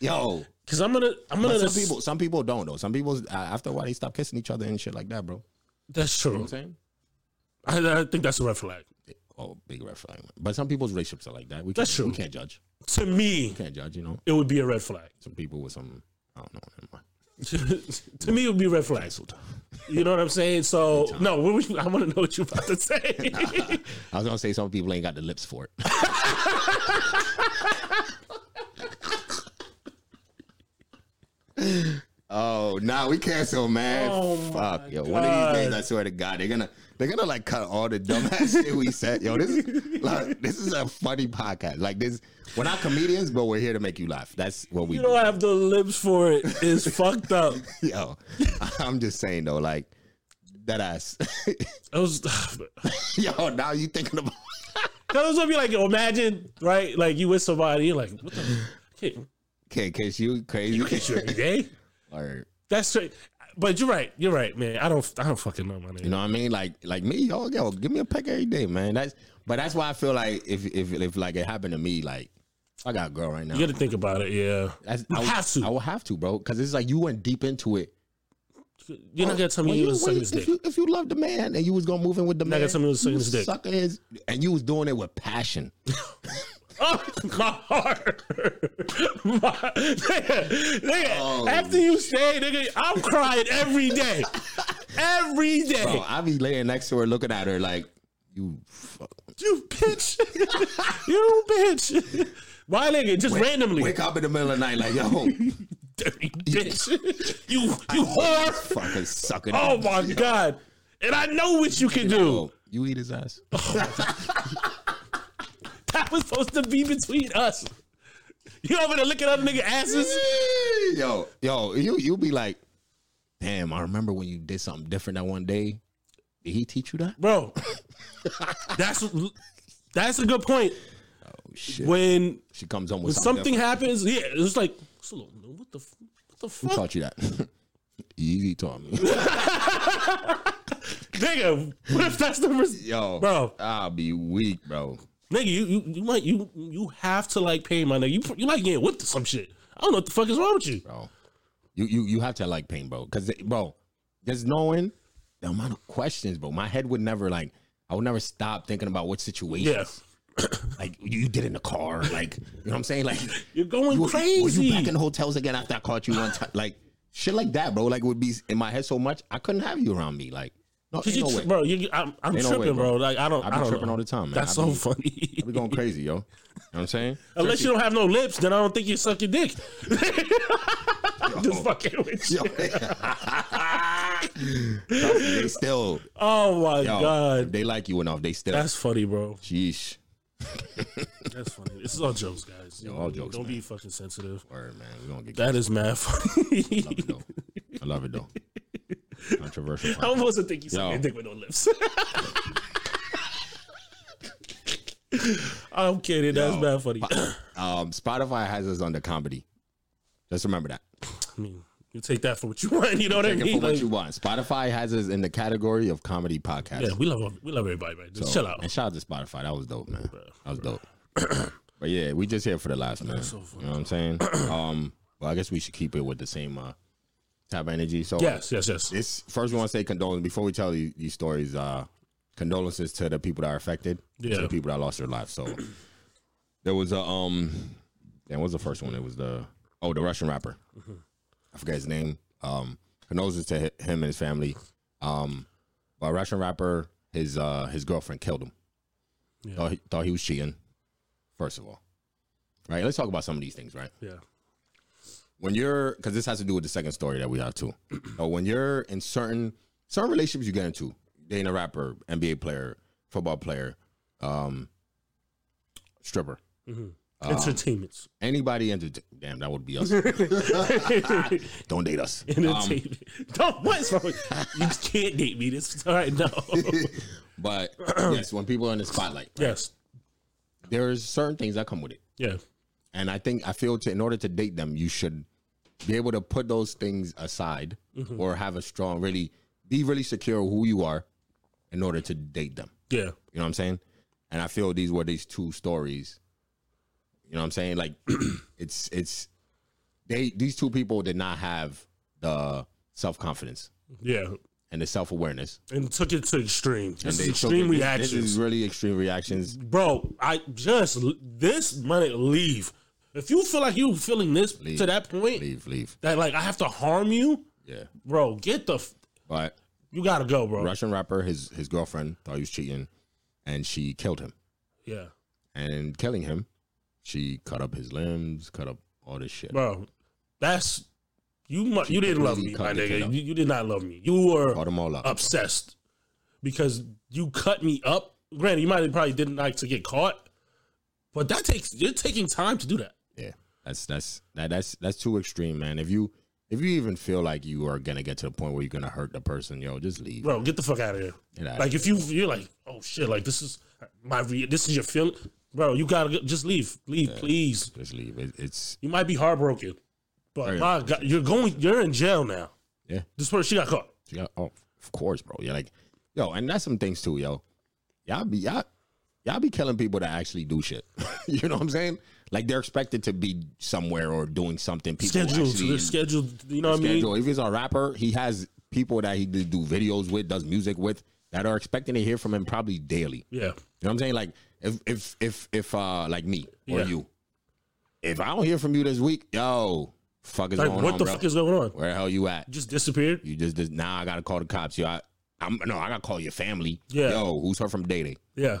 Speaker 2: yo,
Speaker 3: Because I'm gonna, I'm
Speaker 2: But
Speaker 3: gonna.
Speaker 2: some people, some people don't though. Some people, uh, after a while, they stop kissing each other and shit like that, bro.
Speaker 3: that's true.
Speaker 2: saying?
Speaker 3: I, I think that's a red flag
Speaker 2: Oh, big red flag. But some people's relationships are like that. We
Speaker 3: That's
Speaker 2: can't-
Speaker 3: true.
Speaker 2: We can't judge.
Speaker 3: to me.
Speaker 2: Can't judge. You know,
Speaker 3: It would be a red flag.
Speaker 2: some people with some. I don't know. Never mind.
Speaker 3: to me, it would be a red flag. You know what I'm saying? So no, what was you, I want to know what you about to say.
Speaker 2: I was gonna say some people ain't got the lips for it. oh nah, we cancel, man.
Speaker 3: Oh, my
Speaker 2: Fuck, yo. One of these
Speaker 3: God.
Speaker 2: days, I swear to God, they're gonna they're gonna like cut all the dumbass shit we said. Yo, this is like, this is a funny podcast. Like this, we're not comedians, but we're here to make you laugh. That's what we
Speaker 3: you
Speaker 2: do.
Speaker 3: don't have the lips for it. It's fucked up.
Speaker 2: Yo, I'm just saying though, like that ass.
Speaker 3: It was.
Speaker 2: yo, now you thinking about.
Speaker 3: Cause it's gonna be like, imagine, right? Like you with somebody, you're like, what the? Can't,
Speaker 2: Can't kiss you crazy.
Speaker 3: you can't shoot every day.
Speaker 2: Or-
Speaker 3: That's straight. But you're right. You're right, man. I don't. I don't fucking know my name.
Speaker 2: You know what I mean? Like like me, yo, yo, give me a peck every day, man. That's but that's why I feel like if if if like it happened to me, like I got a girl right now.
Speaker 3: you got to think about it. Yeah,
Speaker 2: That's,
Speaker 3: you
Speaker 2: I would,
Speaker 3: have to.
Speaker 2: I would have to, bro, because it's like you went deep into it.
Speaker 3: you're not gonna tell me
Speaker 2: When
Speaker 3: you was
Speaker 2: when
Speaker 3: sucking his
Speaker 2: if
Speaker 3: dick.
Speaker 2: you if you love the man and you was gonna move in with the man,
Speaker 3: gonna tell me you was sucking his dick.
Speaker 2: sucking his- and you was doing it with passion.
Speaker 3: oh, my heart. my, nigga, nigga,
Speaker 2: Oh.
Speaker 3: After you say, nigga, I'm crying every day. Every day.
Speaker 2: Bro, I be laying next to her, looking at her like you. Fuck.
Speaker 3: You bitch. you bitch. My nigga, just randomly.
Speaker 2: Wake up in the middle of the night, like yo,
Speaker 3: dirty bitch. you you whore.
Speaker 2: fucking sucking.
Speaker 3: Oh my god. And I know what you can do.
Speaker 2: you eat his ass.
Speaker 3: That was supposed to be between us. You over there looking up nigga asses?
Speaker 2: yo, yo, you you be like, damn, I remember when you did something different that one day. Did he teach you that?
Speaker 3: Bro. That's that's a good point.
Speaker 2: Oh, shit.
Speaker 3: when
Speaker 2: she comes home
Speaker 3: when
Speaker 2: with
Speaker 3: something
Speaker 2: something.
Speaker 3: happens, yeah, it's like it's a little, what the f- what the
Speaker 2: Who
Speaker 3: fuck,
Speaker 2: taught you that? Easy taught me.
Speaker 3: nigga? What if that's the res-
Speaker 2: Yo,
Speaker 3: Bro.
Speaker 2: I'll be weak, bro.
Speaker 3: nigga? You, you you might you you have to like pay my nigga. You pr- you like getting whipped or some shit. I don't know what the fuck is wrong with you.
Speaker 2: bro. You you you have to like pain, bro. Cause bro, there's knowing the amount of questions, bro. My head would never like I would never stop thinking about what situation.
Speaker 3: Yeah,
Speaker 2: Like you did in the car. Like you know what I'm saying? Like
Speaker 3: you're going
Speaker 2: you,
Speaker 3: crazy.
Speaker 2: Were you back in hotels again after I caught you one time? Like shit like that, bro. Like it would be in my head so much I couldn't have you around me. Like no,
Speaker 3: Cause
Speaker 2: ain't
Speaker 3: you,
Speaker 2: no
Speaker 3: tri-
Speaker 2: way.
Speaker 3: bro, you, I'm, I'm
Speaker 2: Ain't no
Speaker 3: tripping,
Speaker 2: way,
Speaker 3: bro.
Speaker 2: bro.
Speaker 3: Like I don't,
Speaker 2: I
Speaker 3: I
Speaker 2: be
Speaker 3: don't
Speaker 2: tripping
Speaker 3: know.
Speaker 2: all the time, man.
Speaker 3: That's
Speaker 2: I
Speaker 3: so Oh,
Speaker 2: be-
Speaker 3: funny.
Speaker 2: I be going crazy, yo. You know what I'm saying?
Speaker 3: Unless you don't have no lips, then I don't think you suck your dick. Just fucking with you.
Speaker 2: Yo. they still,
Speaker 3: Oh
Speaker 2: yo,
Speaker 3: my
Speaker 2: if
Speaker 3: god,
Speaker 2: they like you enough. They still,
Speaker 3: that's funny, bro.
Speaker 2: sheesh.
Speaker 3: That's funny. This is all jokes, guys.
Speaker 2: all jokes,
Speaker 3: Don't
Speaker 2: man.
Speaker 3: be fucking sensitive.
Speaker 2: Word, man. We're gonna get
Speaker 3: That is mad funny.
Speaker 2: I love it though. I love it though. Controversial.
Speaker 3: I almost didn't think you
Speaker 2: Yo.
Speaker 3: sucked your dick with no lips. I'm kidding. That's
Speaker 2: Yo.
Speaker 3: mad funny. I
Speaker 2: Um, Spotify has us under comedy. Just remember that.
Speaker 3: mean, you take that for what you want. You know what I
Speaker 2: Take it for
Speaker 3: mean?
Speaker 2: what
Speaker 3: Like,
Speaker 2: you want. Spotify has us in the category of comedy podcast.
Speaker 3: yeah, we love we love everybody, right? Just chill out.
Speaker 2: And shout out to Spotify. That was dope, man. That was dope. but yeah, we just here for the last man. you know what I'm saying? um, well, I guess we should keep it with the same uh type of energy. So
Speaker 3: Yes, yes, yes.
Speaker 2: This first, we want to say condolences before we tell you these stories. Uh, condolences to the people that are affected, to
Speaker 3: Yeah.
Speaker 2: the people that lost their lives. So there was a um, and what was the first one? It was the oh, the Russian rapper. I forget his name. Um, condolences to hi- him and his family. Um, but a Russian rapper, his uh, his girlfriend killed him.
Speaker 3: Yeah.
Speaker 2: Thought, he, thought he was cheating. First of all, right? Let's talk about some of these things, right?
Speaker 3: Yeah.
Speaker 2: when you're because this has to do with the second story that we have too. So when you're in certain certain relationships you get into, dating a rapper, NBA player, football player, um, stripper,
Speaker 3: Um, Entertainments.
Speaker 2: anybody into damn that would be us. Don't date us. Um,
Speaker 3: Entertainment. Don't what's wrong? with- You can't date me. This all right. No.
Speaker 2: but yes, when people are in the spotlight,
Speaker 3: yes.
Speaker 2: there's certain things that come with it,
Speaker 3: Yeah.
Speaker 2: and I think I feel to in order to date them, you should be able to put those things aside or have a strong, really be really secure who you are in order to date them.
Speaker 3: Yeah.
Speaker 2: You know what I'm saying? And I feel these were these two stories. You know what I'm saying? Like it's it's they these two people did not have the self confidence
Speaker 3: Yeah.
Speaker 2: and the self awareness.
Speaker 3: And took it to extreme.
Speaker 2: And
Speaker 3: This
Speaker 2: they
Speaker 3: is
Speaker 2: took
Speaker 3: extreme
Speaker 2: it- this-
Speaker 3: reactions.
Speaker 2: This is really extreme reactions.
Speaker 3: Bro, I just this money leave. If you feel like you feeling this to that point
Speaker 2: Leave, leave.
Speaker 3: that like I have to harm you,
Speaker 2: Yeah.
Speaker 3: bro, get the f-
Speaker 2: But
Speaker 3: you gotta go, bro.
Speaker 2: Russian rapper, his his girlfriend thought he was cheating, and she killed him.
Speaker 3: Yeah,
Speaker 2: And killing him, she cut up his limbs, cut up all this shit.
Speaker 3: bro, that's you. Mu- you didn't love me,
Speaker 2: completely
Speaker 3: my
Speaker 2: cut the kid
Speaker 3: nigga.
Speaker 2: up.
Speaker 3: You, you did not love me. You were
Speaker 2: Caught them all up.
Speaker 3: obsessed because you cut me up. Granted, you might have probably didn't like to get caught, but that takes you're taking time to do that.
Speaker 2: Yeah, that's that's that, that's that's too extreme, man. If you if you even feel like you are gonna get to the point where you're gonna hurt the person, yo, just leave.
Speaker 3: bro, get the fuck out of here.
Speaker 2: Get outta
Speaker 3: like if you you're like, oh shit, like this is my re- this is your feeling, bro. You gotta go, just leave, leave, please.
Speaker 2: Just leave. It, it's
Speaker 3: You might be heartbroken, but
Speaker 2: Very
Speaker 3: my God, you're going, you're in jail now.
Speaker 2: Yeah.
Speaker 3: this person she got caught.
Speaker 2: you got, oh, of course, bro. You're like, yo, and that's some things too, yo. Y'all be y'all y'all be killing people that actually do shit. you know what I'm saying? Like they're expected to be somewhere or doing something. People
Speaker 3: Scheduled,
Speaker 2: actually
Speaker 3: they're scheduled. You know what I mean?
Speaker 2: schedule. If he's a rapper, he has people that he do do videos with, does music with, that are expecting to hear from him probably daily.
Speaker 3: Yeah,
Speaker 2: You know what I'm saying? Like if if if if uh like me or
Speaker 3: Yeah.
Speaker 2: you, if I don't hear from you this week, yo, fuck is
Speaker 3: like
Speaker 2: going
Speaker 3: what
Speaker 2: on,
Speaker 3: the
Speaker 2: bro?
Speaker 3: fuck is going on?
Speaker 2: Where the hell you at?
Speaker 3: Just disappeared.
Speaker 2: You just just now I gotta call the cops. Yo, I, I'm no, I gotta call your family.
Speaker 3: Yeah.
Speaker 2: yo, who's her from dating?
Speaker 3: Yeah,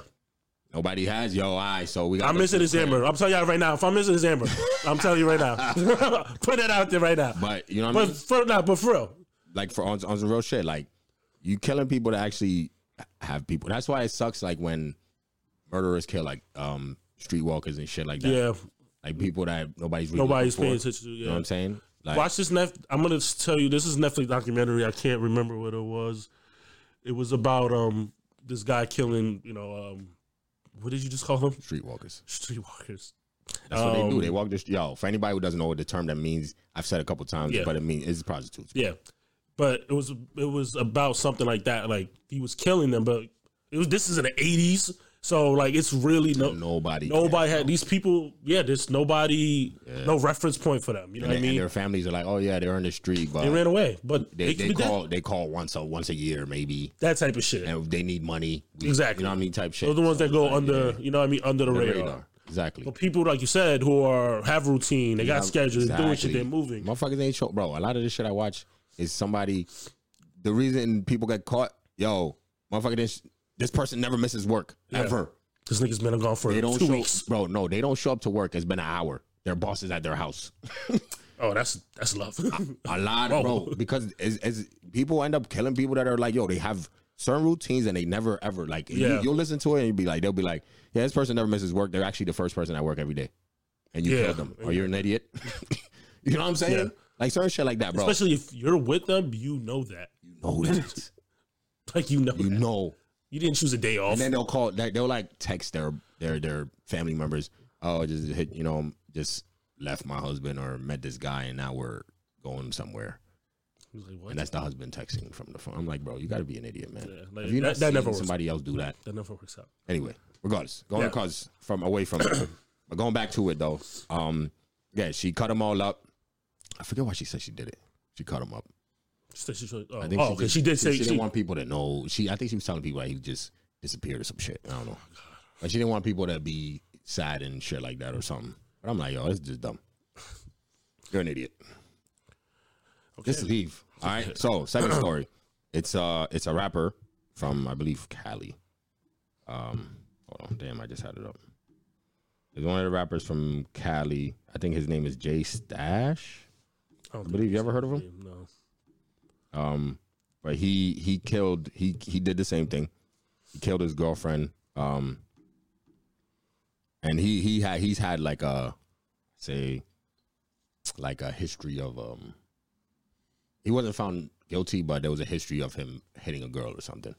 Speaker 2: Nobody has yo. All right, so we. Gotta
Speaker 3: I'm
Speaker 2: go
Speaker 3: missing
Speaker 2: to-
Speaker 3: this Amber. I'm telling y'all right now. If I'm missing this Amber, I'm telling you right now. Put that out there right now.
Speaker 2: But you know what I
Speaker 3: But
Speaker 2: mean?
Speaker 3: for now, but for real,
Speaker 2: Like for on on some real shit, like you killing people to actually have people. That's why it sucks. Like when murderers kill like um streetwalkers and shit like that.
Speaker 3: yeah.
Speaker 2: Like people that nobody's really
Speaker 3: Nobody's
Speaker 2: looking
Speaker 3: paying
Speaker 2: for.
Speaker 3: attention to.
Speaker 2: You know what
Speaker 3: Yeah.
Speaker 2: I'm saying? Like
Speaker 3: Watch this. Nef- I'm gonna tell you. This is Netflix documentary. I can't remember what it was. It was about um this guy killing you know um what did you just call them?
Speaker 2: Streetwalkers.
Speaker 3: Streetwalkers.
Speaker 2: That's what they
Speaker 3: Um,
Speaker 2: do. They walk the street. Yo, for anybody who doesn't know what the term that means, I've said a couple times,
Speaker 3: Yeah.
Speaker 2: but it means it's prostitutes.
Speaker 3: Yeah, but it was it was about something like that. Like he was killing them, but it was this is in the eighties, so like it's really no
Speaker 2: Nobody.
Speaker 3: nobody had these people. Yeah, there's nobody, no reference point for them. You know
Speaker 2: And,
Speaker 3: what I
Speaker 2: they- and
Speaker 3: mean?
Speaker 2: their families are like, oh yeah, they're in the street, but
Speaker 3: They ran away, but
Speaker 2: they,
Speaker 3: it could
Speaker 2: they
Speaker 3: be that-
Speaker 2: call they call once a once a year maybe,
Speaker 3: that type of shit.
Speaker 2: and they need money. We-
Speaker 3: Exactly.
Speaker 2: You know what I mean? Type shit.
Speaker 3: Those are the ones that go under, you know what I mean, under the,
Speaker 2: The
Speaker 3: radar.
Speaker 2: radar. Exactly.
Speaker 3: But people like you said who are have routine, they got schedules, they're doing shit,
Speaker 2: Exactly.
Speaker 3: they're moving.
Speaker 2: Motherfuckers ain't show, bro. A lot of this shit I watch is somebody. The reason people get caught, yo, motherfucker, this this person never misses work ever.
Speaker 3: This nigga's been gone for
Speaker 2: They don't
Speaker 3: two
Speaker 2: show,
Speaker 3: weeks.
Speaker 2: bro. No, they don't show up to work. It's been an hour. Their boss is at their house.
Speaker 3: Oh, that's that's love.
Speaker 2: A lot,
Speaker 3: Oh.
Speaker 2: bro, because as, as people end up killing people that are like, yo, they have certain routines and they never ever like.
Speaker 3: Yeah.
Speaker 2: You, you'll listen to it and you'll be like, they'll be like, yeah, this person never misses work. They're actually the first person at work every day, and you
Speaker 3: Yeah.
Speaker 2: killed them, or you're an idiot. you know what I'm saying?
Speaker 3: Yeah.
Speaker 2: Like certain shit like that, bro.
Speaker 3: Especially if you're with them, you know that.
Speaker 2: know that.
Speaker 3: Like you know
Speaker 2: You
Speaker 3: that.
Speaker 2: know.
Speaker 3: You didn't choose a day off.
Speaker 2: And then they'll call. they- They'll like text their their their family members. Oh, just hit. You know, just left my husband or met this guy, and now we're going somewhere.
Speaker 3: He was like, what?
Speaker 2: And that's the husband texting from the phone. I'm like, bro, you got to be an idiot, man.
Speaker 3: Yeah, like,
Speaker 2: Have you
Speaker 3: that-
Speaker 2: not
Speaker 3: that
Speaker 2: seen
Speaker 3: never works.
Speaker 2: somebody else do that?
Speaker 3: That never works out.
Speaker 2: Anyway, regardless, going
Speaker 3: Yeah.
Speaker 2: cause from away from it. but going back to it though. Um, yeah, she cut them all up. I forget why she said she did it. She cut them up.
Speaker 3: She said she was- oh,
Speaker 2: I think
Speaker 3: oh, okay. She did say
Speaker 2: she,
Speaker 3: she,
Speaker 2: didn't want people to know. She I think she was telling people that he just disappeared or some shit. I don't
Speaker 3: Oh,
Speaker 2: know. But she didn't want people to be sad and shit like that or something. But I'm like, yo, that's just dumb. You're an idiot. Just leave. All right. So second story. It's uh it's a rapper from I believe Cali. Um hold on, damn, I just had it up. It's one of the rappers from Cali. I think his name is Jay Stash.
Speaker 3: I don't
Speaker 2: I believe you ever heard of him?
Speaker 3: think- No.
Speaker 2: Um, but he he killed he he did the same thing. He killed his girlfriend. Um, and he he had he's had like a say like a history of um. He wasn't found guilty, but there was a history of him hitting a girl or something,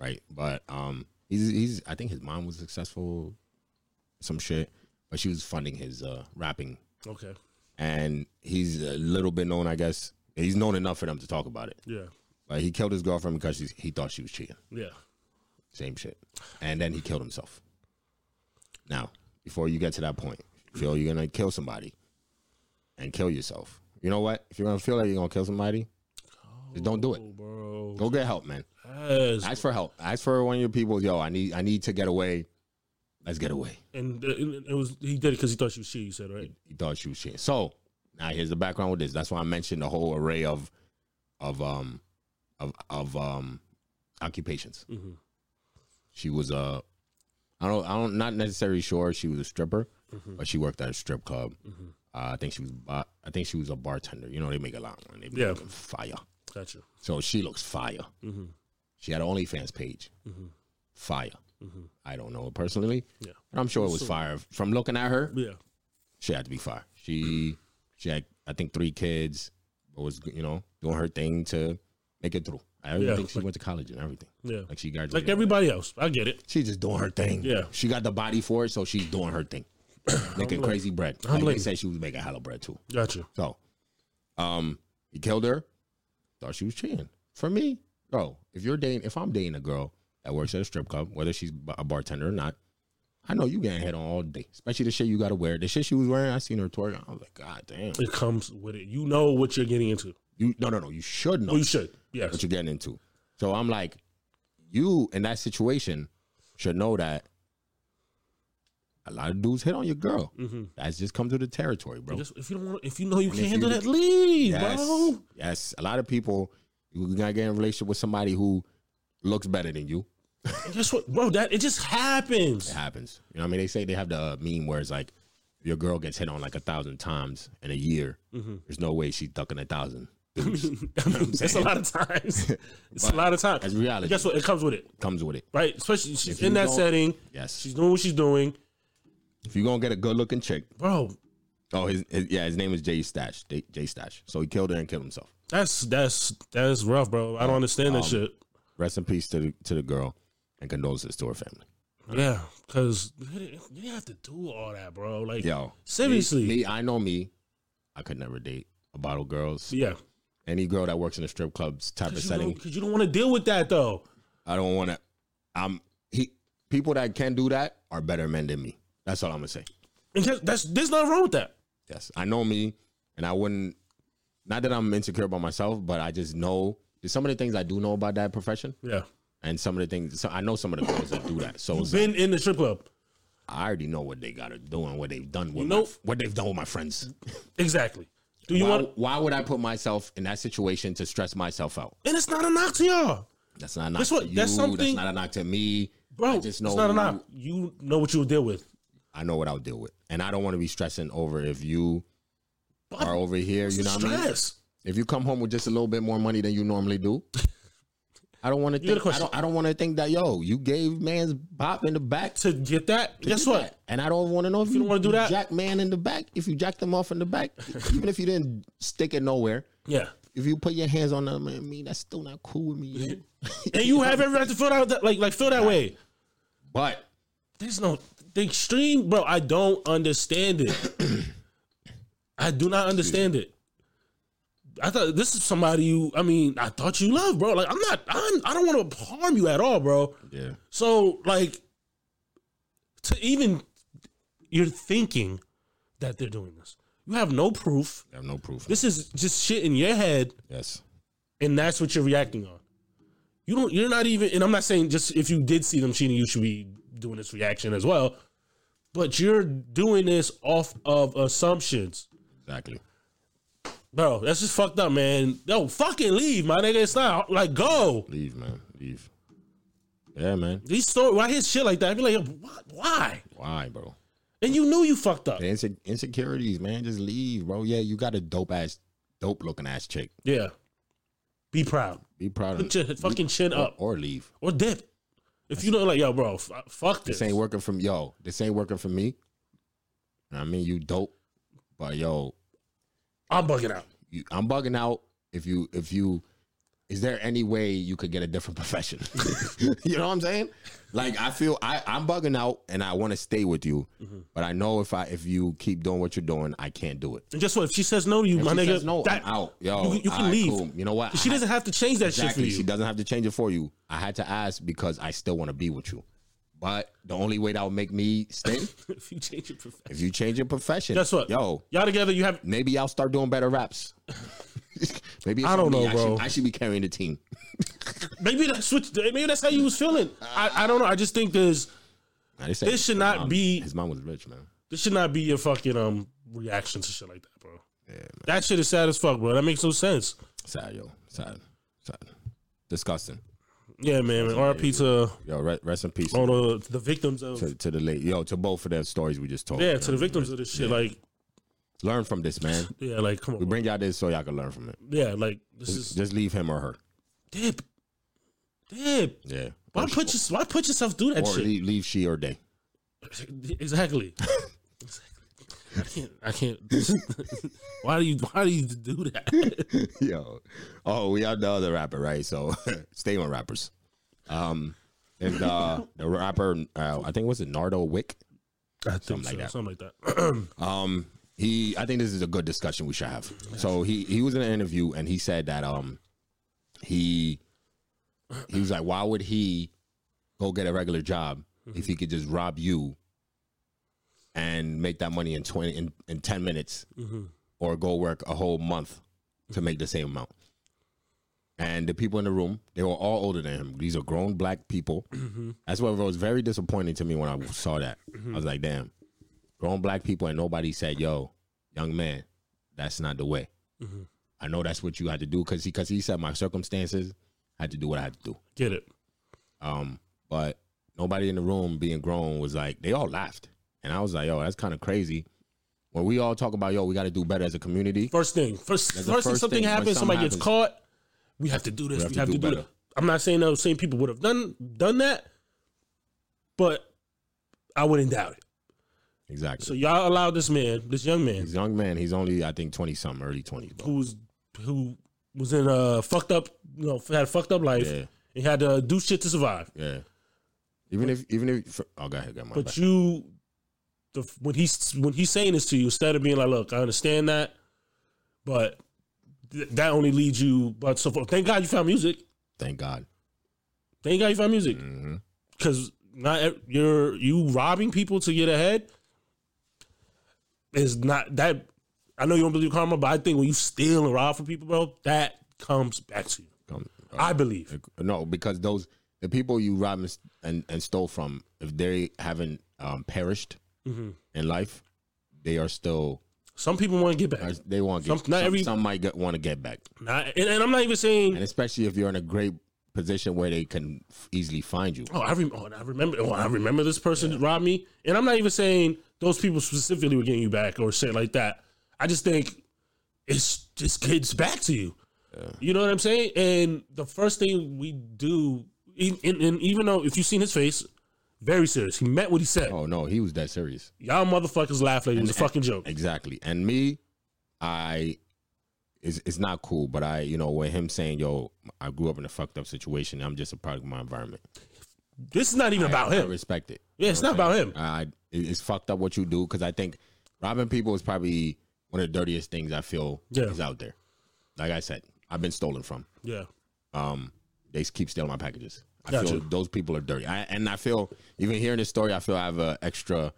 Speaker 2: right? But um, he's he's I think his mom was successful, some shit, but she was funding his uh rapping
Speaker 3: Okay.
Speaker 2: and he's a little bit known, I guess. He's known enough for them to talk about it.
Speaker 3: Yeah.
Speaker 2: Like he killed his girlfriend because she's, he thought she was cheating.
Speaker 3: Yeah.
Speaker 2: Same shit. And then he killed himself. Now, before you get to that point, feel you're gonna kill somebody and kill yourself. You know what? If you're gonna feel like you're gonna kill somebody, just don't do it.
Speaker 3: Oh, bro.
Speaker 2: Go get help, man.
Speaker 3: Yes.
Speaker 2: Ask for help. Ask for one of your people. Yo, I need I need to get away. Let's get away.
Speaker 3: and uh, it it was he did it because he thought she was she. You said right.
Speaker 2: he thought she was cheating. So now here's the background with this. That's why I mentioned the whole array of of um of of um occupations.
Speaker 3: Mhm.
Speaker 2: She was a I don't I don't not necessarily sure she was a stripper,
Speaker 3: Mm-hmm.
Speaker 2: but she worked at a strip club. Uh, I think she was ba- I think she was a bartender. You know they make a lot and they be
Speaker 3: Yeah.
Speaker 2: looking fire.
Speaker 3: Gotcha. Mm-hmm.
Speaker 2: So she looks fire. She had an OnlyFans page. Fire.
Speaker 3: Mm-hmm.
Speaker 2: I don't know her personally.
Speaker 3: Yeah.
Speaker 2: but I'm sure it was fire from looking at her
Speaker 3: Yeah.
Speaker 2: she had to be fire. She she had I think three kids, but was you know doing her thing to make it through. I don't
Speaker 3: Yeah,
Speaker 2: think she
Speaker 3: like-
Speaker 2: went to college and everything.
Speaker 3: Yeah.
Speaker 2: Like she graduated.
Speaker 3: Like everybody else. I get it.
Speaker 2: she just doing her thing.
Speaker 3: Yeah.
Speaker 2: she got the body for it, so she's doing her thing, making crazy bread.
Speaker 3: I'm
Speaker 2: Like they
Speaker 3: like-
Speaker 2: said she was making hella bread too.
Speaker 3: Gotcha.
Speaker 2: So, um, he killed her. Thought she was cheating. For me, bro, if you're dating, if I'm dating a girl that works at a strip club, whether she's b- a bartender or not, I know you getting hit on all day. Especially the shit you got to wear. The shit she was wearing, I seen her twerk. I was like, God damn.
Speaker 3: It comes with it. You know what you're getting into.
Speaker 2: You no, no, no. You should know
Speaker 3: Well, Oh, you should. Yes.
Speaker 2: what you're getting into. So I'm like, you in that situation should know that a lot of dudes hit on your girl. That's just come to the territory, bro.
Speaker 3: Mm-hmm. Just- if you don't want, if you know you can't
Speaker 2: if
Speaker 3: handle
Speaker 2: you-
Speaker 3: that, leave,
Speaker 2: Yes.
Speaker 3: bro.
Speaker 2: Yes. A lot of people, you're going to get in a relationship with somebody who looks better than you.
Speaker 3: And guess what, bro? That it just happens.
Speaker 2: It happens. You know what I mean? They say they have the uh, meme where it's like, your girl gets hit on like a thousand times in a year.
Speaker 3: Mm-hmm.
Speaker 2: There's no way she's ducking a thousand.
Speaker 3: That's a lot of times. It's a
Speaker 2: But
Speaker 3: lot of times.
Speaker 2: that's reality.
Speaker 3: Guess what? It comes with it,
Speaker 2: Comes with it.
Speaker 3: right? Especially she's
Speaker 2: If you
Speaker 3: in that
Speaker 2: don't-
Speaker 3: setting.
Speaker 2: Yes.
Speaker 3: She's doing what she's doing,
Speaker 2: If you're going to get a good looking chick,
Speaker 3: bro.
Speaker 2: oh, his, his- yeah, his name is Jay Stash. Jay, Jay Stash. So he killed her and killed himself.
Speaker 3: That's that's that's
Speaker 2: Um,
Speaker 3: rough, bro. I don't understand that shit.
Speaker 2: Rest in peace to the, to the girl and condolences to her family.
Speaker 3: Yeah, because you didn't have to do all that, bro. Like,
Speaker 2: Yo,
Speaker 3: Seriously.
Speaker 2: me, me, I know me. I could never date a bottle girls.
Speaker 3: yeah,
Speaker 2: Any girl that works in a strip club's type of
Speaker 3: because you,
Speaker 2: setting,
Speaker 3: don't- 'cause you don't want to deal with that though.
Speaker 2: I don't want to. I'm he. People that can do that are better men than me. That's all I'm gonna say.
Speaker 3: And that's, that's there's nothing wrong with that.
Speaker 2: Yes, I know me, and I wouldn't. Not that I'm insecure about myself, but I just know there's some of the things I do know about that profession,
Speaker 3: Yeah,
Speaker 2: and some of the things so I know some of the girls that do that. So it's like,
Speaker 3: been in the strip club.
Speaker 2: I already know what they got to do and what they've done with my-
Speaker 3: Nope.
Speaker 2: what they've done with my friends.
Speaker 3: Exactly. Do you
Speaker 2: why,
Speaker 3: want?
Speaker 2: why would I put myself in that situation to stress myself out?
Speaker 3: And it's not a knock to y'all,
Speaker 2: That's not a knock
Speaker 3: That's what-
Speaker 2: to you.
Speaker 3: that's
Speaker 2: That's,
Speaker 3: something-
Speaker 2: not a knock to me.
Speaker 3: bro.
Speaker 2: I just know
Speaker 3: it's not a
Speaker 2: who-
Speaker 3: knock. You know what you'll deal with.
Speaker 2: I know what I'll deal with, and I don't want to be stressing over if you
Speaker 3: But
Speaker 2: are over here. You know what I mean?
Speaker 3: stress.
Speaker 2: If you come home with just a little bit more money than you normally do, I don't want to
Speaker 3: You got a
Speaker 2: think. I
Speaker 3: question?
Speaker 2: don't, I don't want to think that yo, you gave man's pop in the back.
Speaker 3: To get that, guess
Speaker 2: Did
Speaker 3: what?
Speaker 2: that. And I don't want to know if you,
Speaker 3: don't wanna do that?
Speaker 2: Jack man in the back. If you jack them off in the back, even if you didn't stick it nowhere,
Speaker 3: Yeah,
Speaker 2: if you put your hands on them, I mean that's still not cool with me. yo.
Speaker 3: and you have every right to feel that like like feel that way.
Speaker 2: but
Speaker 3: There's no the extreme, bro. I don't understand it. I do not understand it. I thought this is somebody you. I mean, I thought you loved, bro. Like I'm not. I'm. I don't want to harm you at all, bro.
Speaker 2: yeah,
Speaker 3: So like, to even you're thinking that they're doing this. You have no proof.
Speaker 2: I have no proof.
Speaker 3: This is just shit in your head,
Speaker 2: yes,
Speaker 3: and that's what you're reacting on. You don't. You're not even. And I'm not saying just if you did see them cheating, you should be doing this reaction as well. But you're doing this off of assumptions,
Speaker 2: exactly.
Speaker 3: bro. That's just fucked up, man. Yo, fucking leave, my nigga. It's not like go.
Speaker 2: Leave, man. Leave. Yeah, man.
Speaker 3: These stories. When I hear shit like that, I be like, yo, what? why?
Speaker 2: Why, bro?
Speaker 3: And you knew you fucked up.
Speaker 2: The inse- insecurities, man. Just leave, bro. Yeah, you got a dope ass, dope looking ass chick.
Speaker 3: Yeah. Be proud.
Speaker 2: Be proud of
Speaker 3: Put your fucking chin
Speaker 2: or,
Speaker 3: up
Speaker 2: or leave.
Speaker 3: or dip. If you know, like, yo, bro, f- fuck this.
Speaker 2: This ain't working from yo. This ain't working for me. And I mean, you dope, but yo,
Speaker 3: I'm bugging out.
Speaker 2: you, I'm bugging out. If you, if you, is there any way you could get a different profession? you know what I'm saying? Like I feel I, I'm bugging out, and I want to stay with you,
Speaker 3: Mm-hmm.
Speaker 2: but I know if I if you keep doing what you're doing, I can't do it.
Speaker 3: And guess what? If she says no to you,
Speaker 2: If
Speaker 3: my
Speaker 2: she
Speaker 3: nigga,
Speaker 2: says no,
Speaker 3: that,
Speaker 2: I'm out. Yo,
Speaker 3: you, you can
Speaker 2: alright,
Speaker 3: leave.
Speaker 2: cool. You know what?
Speaker 3: She
Speaker 2: I-
Speaker 3: doesn't have to change that
Speaker 2: Exactly.
Speaker 3: shit for
Speaker 2: She
Speaker 3: you.
Speaker 2: doesn't have to change it for you. I had to ask because I still want to be with you. But the only way that would make me stay
Speaker 3: if you change your profession.
Speaker 2: if you change your profession.
Speaker 3: Guess what?
Speaker 2: Yo,
Speaker 3: Y'all together, you have.
Speaker 2: maybe I'll start doing better raps. maybe it's
Speaker 3: I don't
Speaker 2: me.
Speaker 3: know,
Speaker 2: I
Speaker 3: bro.
Speaker 2: Should, I should be carrying the team.
Speaker 3: Maybe that's what. Maybe that's how you was feeling. I, I don't know. I just think there's.
Speaker 2: Nah, they say
Speaker 3: This should
Speaker 2: his
Speaker 3: not
Speaker 2: mom-
Speaker 3: be.
Speaker 2: His mom was rich, man.
Speaker 3: This should not be your fucking um reaction to shit like that, bro.
Speaker 2: Yeah, man.
Speaker 3: That shit is sad as fuck, bro. That makes no sense.
Speaker 2: Sad, yo. Sad. Sad. Disgusting.
Speaker 3: Yeah, man. man. R.I.P. to
Speaker 2: Yo, re- rest in peace
Speaker 3: all the the victims of.
Speaker 2: to, to the late. Yo, to both of their stories we just told.
Speaker 3: Yeah, to the victims of this shit. Like,
Speaker 2: Learn from this, man.
Speaker 3: yeah, like come on,
Speaker 2: We bring y'all this so y'all can learn from it.
Speaker 3: Yeah, like this is
Speaker 2: Just leave him or her.
Speaker 3: dip, dip.
Speaker 2: Yeah.
Speaker 3: Why put your, why put yourself through that
Speaker 2: or
Speaker 3: shit?
Speaker 2: leave, leave she or they.
Speaker 3: Exactly. exactly. I can't. I can't. why do you why do you do that?
Speaker 2: Yo. Oh, we are the other rapper, right? So stay on rappers. Um and uh the rapper uh, I think was it Nardo Wick.
Speaker 3: I think
Speaker 2: Something like
Speaker 3: so,
Speaker 2: that.
Speaker 3: Something like that.
Speaker 2: Um he I think this is a good discussion we should have. So he he was in an interview and he said that um he he was like why would he go get a regular job if he could just rob you and make that money in 20 in, in 10 minutes
Speaker 3: Mm-hmm.
Speaker 2: or go work a whole month to make the same amount. And the people in the room, they were all older than him. These are grown black people. That's what was very disappointing to me when I saw that. I was like, damn, grown black people, and nobody said, yo, young man, that's not the way. I know that's what you had to do because he, cause he said my circumstances, I had to do what I had to do.
Speaker 3: Get it?
Speaker 2: Um, but nobody in the room being grown was like, they all laughed. And I was like, yo, that's kind of crazy. When we all talk about, yo, we got to do better as a community.
Speaker 3: First thing. First
Speaker 2: That's the
Speaker 3: first thing
Speaker 2: first
Speaker 3: something
Speaker 2: thing, when
Speaker 3: happens.
Speaker 2: something
Speaker 3: Somebody gets caught. We have to do this. We have, to, do,
Speaker 2: better.
Speaker 3: that. I'm not saying those same people would have done done that, but I wouldn't doubt it.
Speaker 2: Exactly.
Speaker 3: So y'all allowed this man, this young man,
Speaker 2: He's a young man. He's only, I think, 20 something, early 20s. Bro.
Speaker 3: who was who was in a fucked up, you know, had a fucked up life
Speaker 2: Yeah.
Speaker 3: and had to do shit to survive.
Speaker 2: Yeah. Even if even if oh go ahead, got my
Speaker 3: But you, the, when he's when he's saying this to you, instead of being like, "Look, I understand that," but th- that only leads you. But so far, thank God you found music.
Speaker 2: thank God.
Speaker 3: Thank God you found music
Speaker 2: hmm
Speaker 3: because not ev- you're you robbing people to get ahead is not that. I know you don't believe karma, but I think when you steal and rob from people, bro, that comes back to you.
Speaker 2: Come, uh,
Speaker 3: I believe.
Speaker 2: no, because those the people you robbed and s- and, and stole from, if they haven't um, perished
Speaker 3: Mhm.
Speaker 2: in life, they are still
Speaker 3: Some people want to get back.
Speaker 2: they want to get
Speaker 3: Some- not
Speaker 2: some,
Speaker 3: every-
Speaker 2: some might get, want to get back,
Speaker 3: Not, and, and I'm not even saying
Speaker 2: and especially if you're in a great position where they can f- easily find you.
Speaker 3: Oh, I, rem- oh, and I remember. Oh, I remember this person robbed me, and I'm not even saying those people specifically were getting you back or shit like that. I just think it's just gets back to you. You know what I'm saying? And the first thing we do, e- and, and even though if you've seen his face, very serious. He meant what he said.
Speaker 2: Oh no, he was that serious.
Speaker 3: Y'all motherfuckers laugh like it was a fucking joke.
Speaker 2: Exactly. And me, I it's, it's not cool, but I, you know, with him saying, yo, I grew up in a fucked up situation. I'm just a product of my environment.
Speaker 3: This is not even about
Speaker 2: I
Speaker 3: him.
Speaker 2: respect it.
Speaker 3: Oh, Yeah, it's not about him.
Speaker 2: I, it- it's fucked up what you do because I think robbing people is probably one of the dirtiest things I feel
Speaker 3: Yeah.
Speaker 2: is out there. Like I said, I've been stolen from.
Speaker 3: Yeah,
Speaker 2: Um, they keep stealing my packages. I
Speaker 3: Gotcha.
Speaker 2: feel those people are dirty. I, and I feel even hearing this story, I feel I have a extra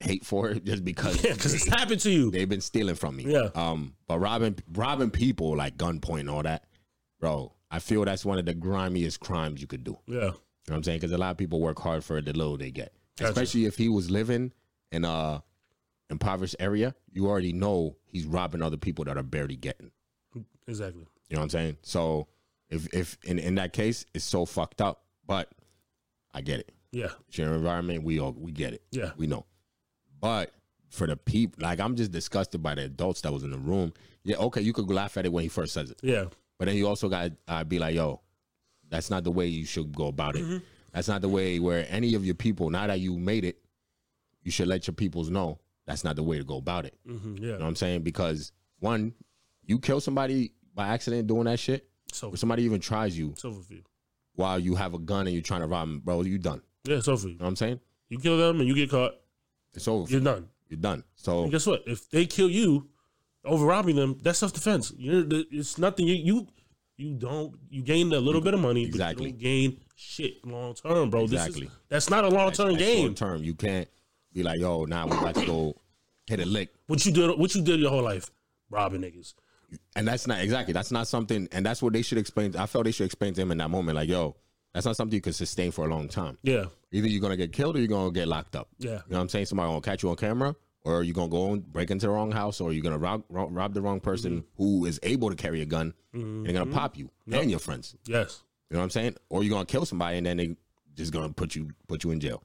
Speaker 2: hate for it just because
Speaker 3: yeah, because it's happened to you.
Speaker 2: they've been stealing from me.
Speaker 3: Yeah.
Speaker 2: Um, but robbing robbing people like gunpoint and all that, bro. I feel that's one of the grimiest crimes you could do.
Speaker 3: Yeah,
Speaker 2: You know what I'm saying? Because a lot of people work hard for the little they get.
Speaker 3: Gotcha.
Speaker 2: Especially if he was living in a impoverished area, you already know he's robbing other people that are barely getting.
Speaker 3: exactly.
Speaker 2: You know what I'm saying? So if if in, in that case, it's so fucked up. But I get it.
Speaker 3: Yeah,
Speaker 2: It's your environment. We all we get it.
Speaker 3: yeah,
Speaker 2: We know. But for the peep, like I'm just disgusted by the adults that was in the room. Yeah, okay, you could laugh at it when he first says it,
Speaker 3: yeah.
Speaker 2: but then you also got to uh, be like, yo, that's not the way you should go about it. That's not the way where any of your people. Now that you made it, you should let your peoples know that's not the way to go about it.
Speaker 3: hmm
Speaker 2: You know what
Speaker 3: yeah.
Speaker 2: I'm saying? Because one, you kill somebody by accident doing that shit,
Speaker 3: So,
Speaker 2: or somebody even tries you
Speaker 3: so for you.
Speaker 2: while you have a gun and you're trying to rob him, bro, you done.
Speaker 3: Yeah, so for you.
Speaker 2: You know what I'm saying?
Speaker 3: You kill them and you get caught.
Speaker 2: It's over.
Speaker 3: You're done.
Speaker 2: You're done. So
Speaker 3: And guess what? If they kill you over robbing them, that's self defense. You're the- it's nothing. You you you don't you gain a little bit of money,
Speaker 2: Exactly.
Speaker 3: but you don't gain shit long term, bro. This
Speaker 2: Exactly.
Speaker 3: is, that's not a long term game.
Speaker 2: term. You can't be like, yo, now nah, we about to go hit a lick.
Speaker 3: What you did, what you did your whole life, robbing niggas.
Speaker 2: And that's not exactly. That's not something. And that's what they should explain. I felt they should explain to him in that moment, like, yo, that's not something you can sustain for a long time.
Speaker 3: Yeah,
Speaker 2: Either you're gonna get killed or you're gonna get locked up.
Speaker 3: yeah,
Speaker 2: You know what I'm saying? Somebody gonna catch you on camera, or you're gonna go and break into the wrong house, or you're gonna rob rob, rob the wrong person who is able to carry a gun, and they're gonna pop you and your friends.
Speaker 3: yes,
Speaker 2: You know what I'm saying? Or you're gonna kill somebody and then they just gonna put you put you in jail.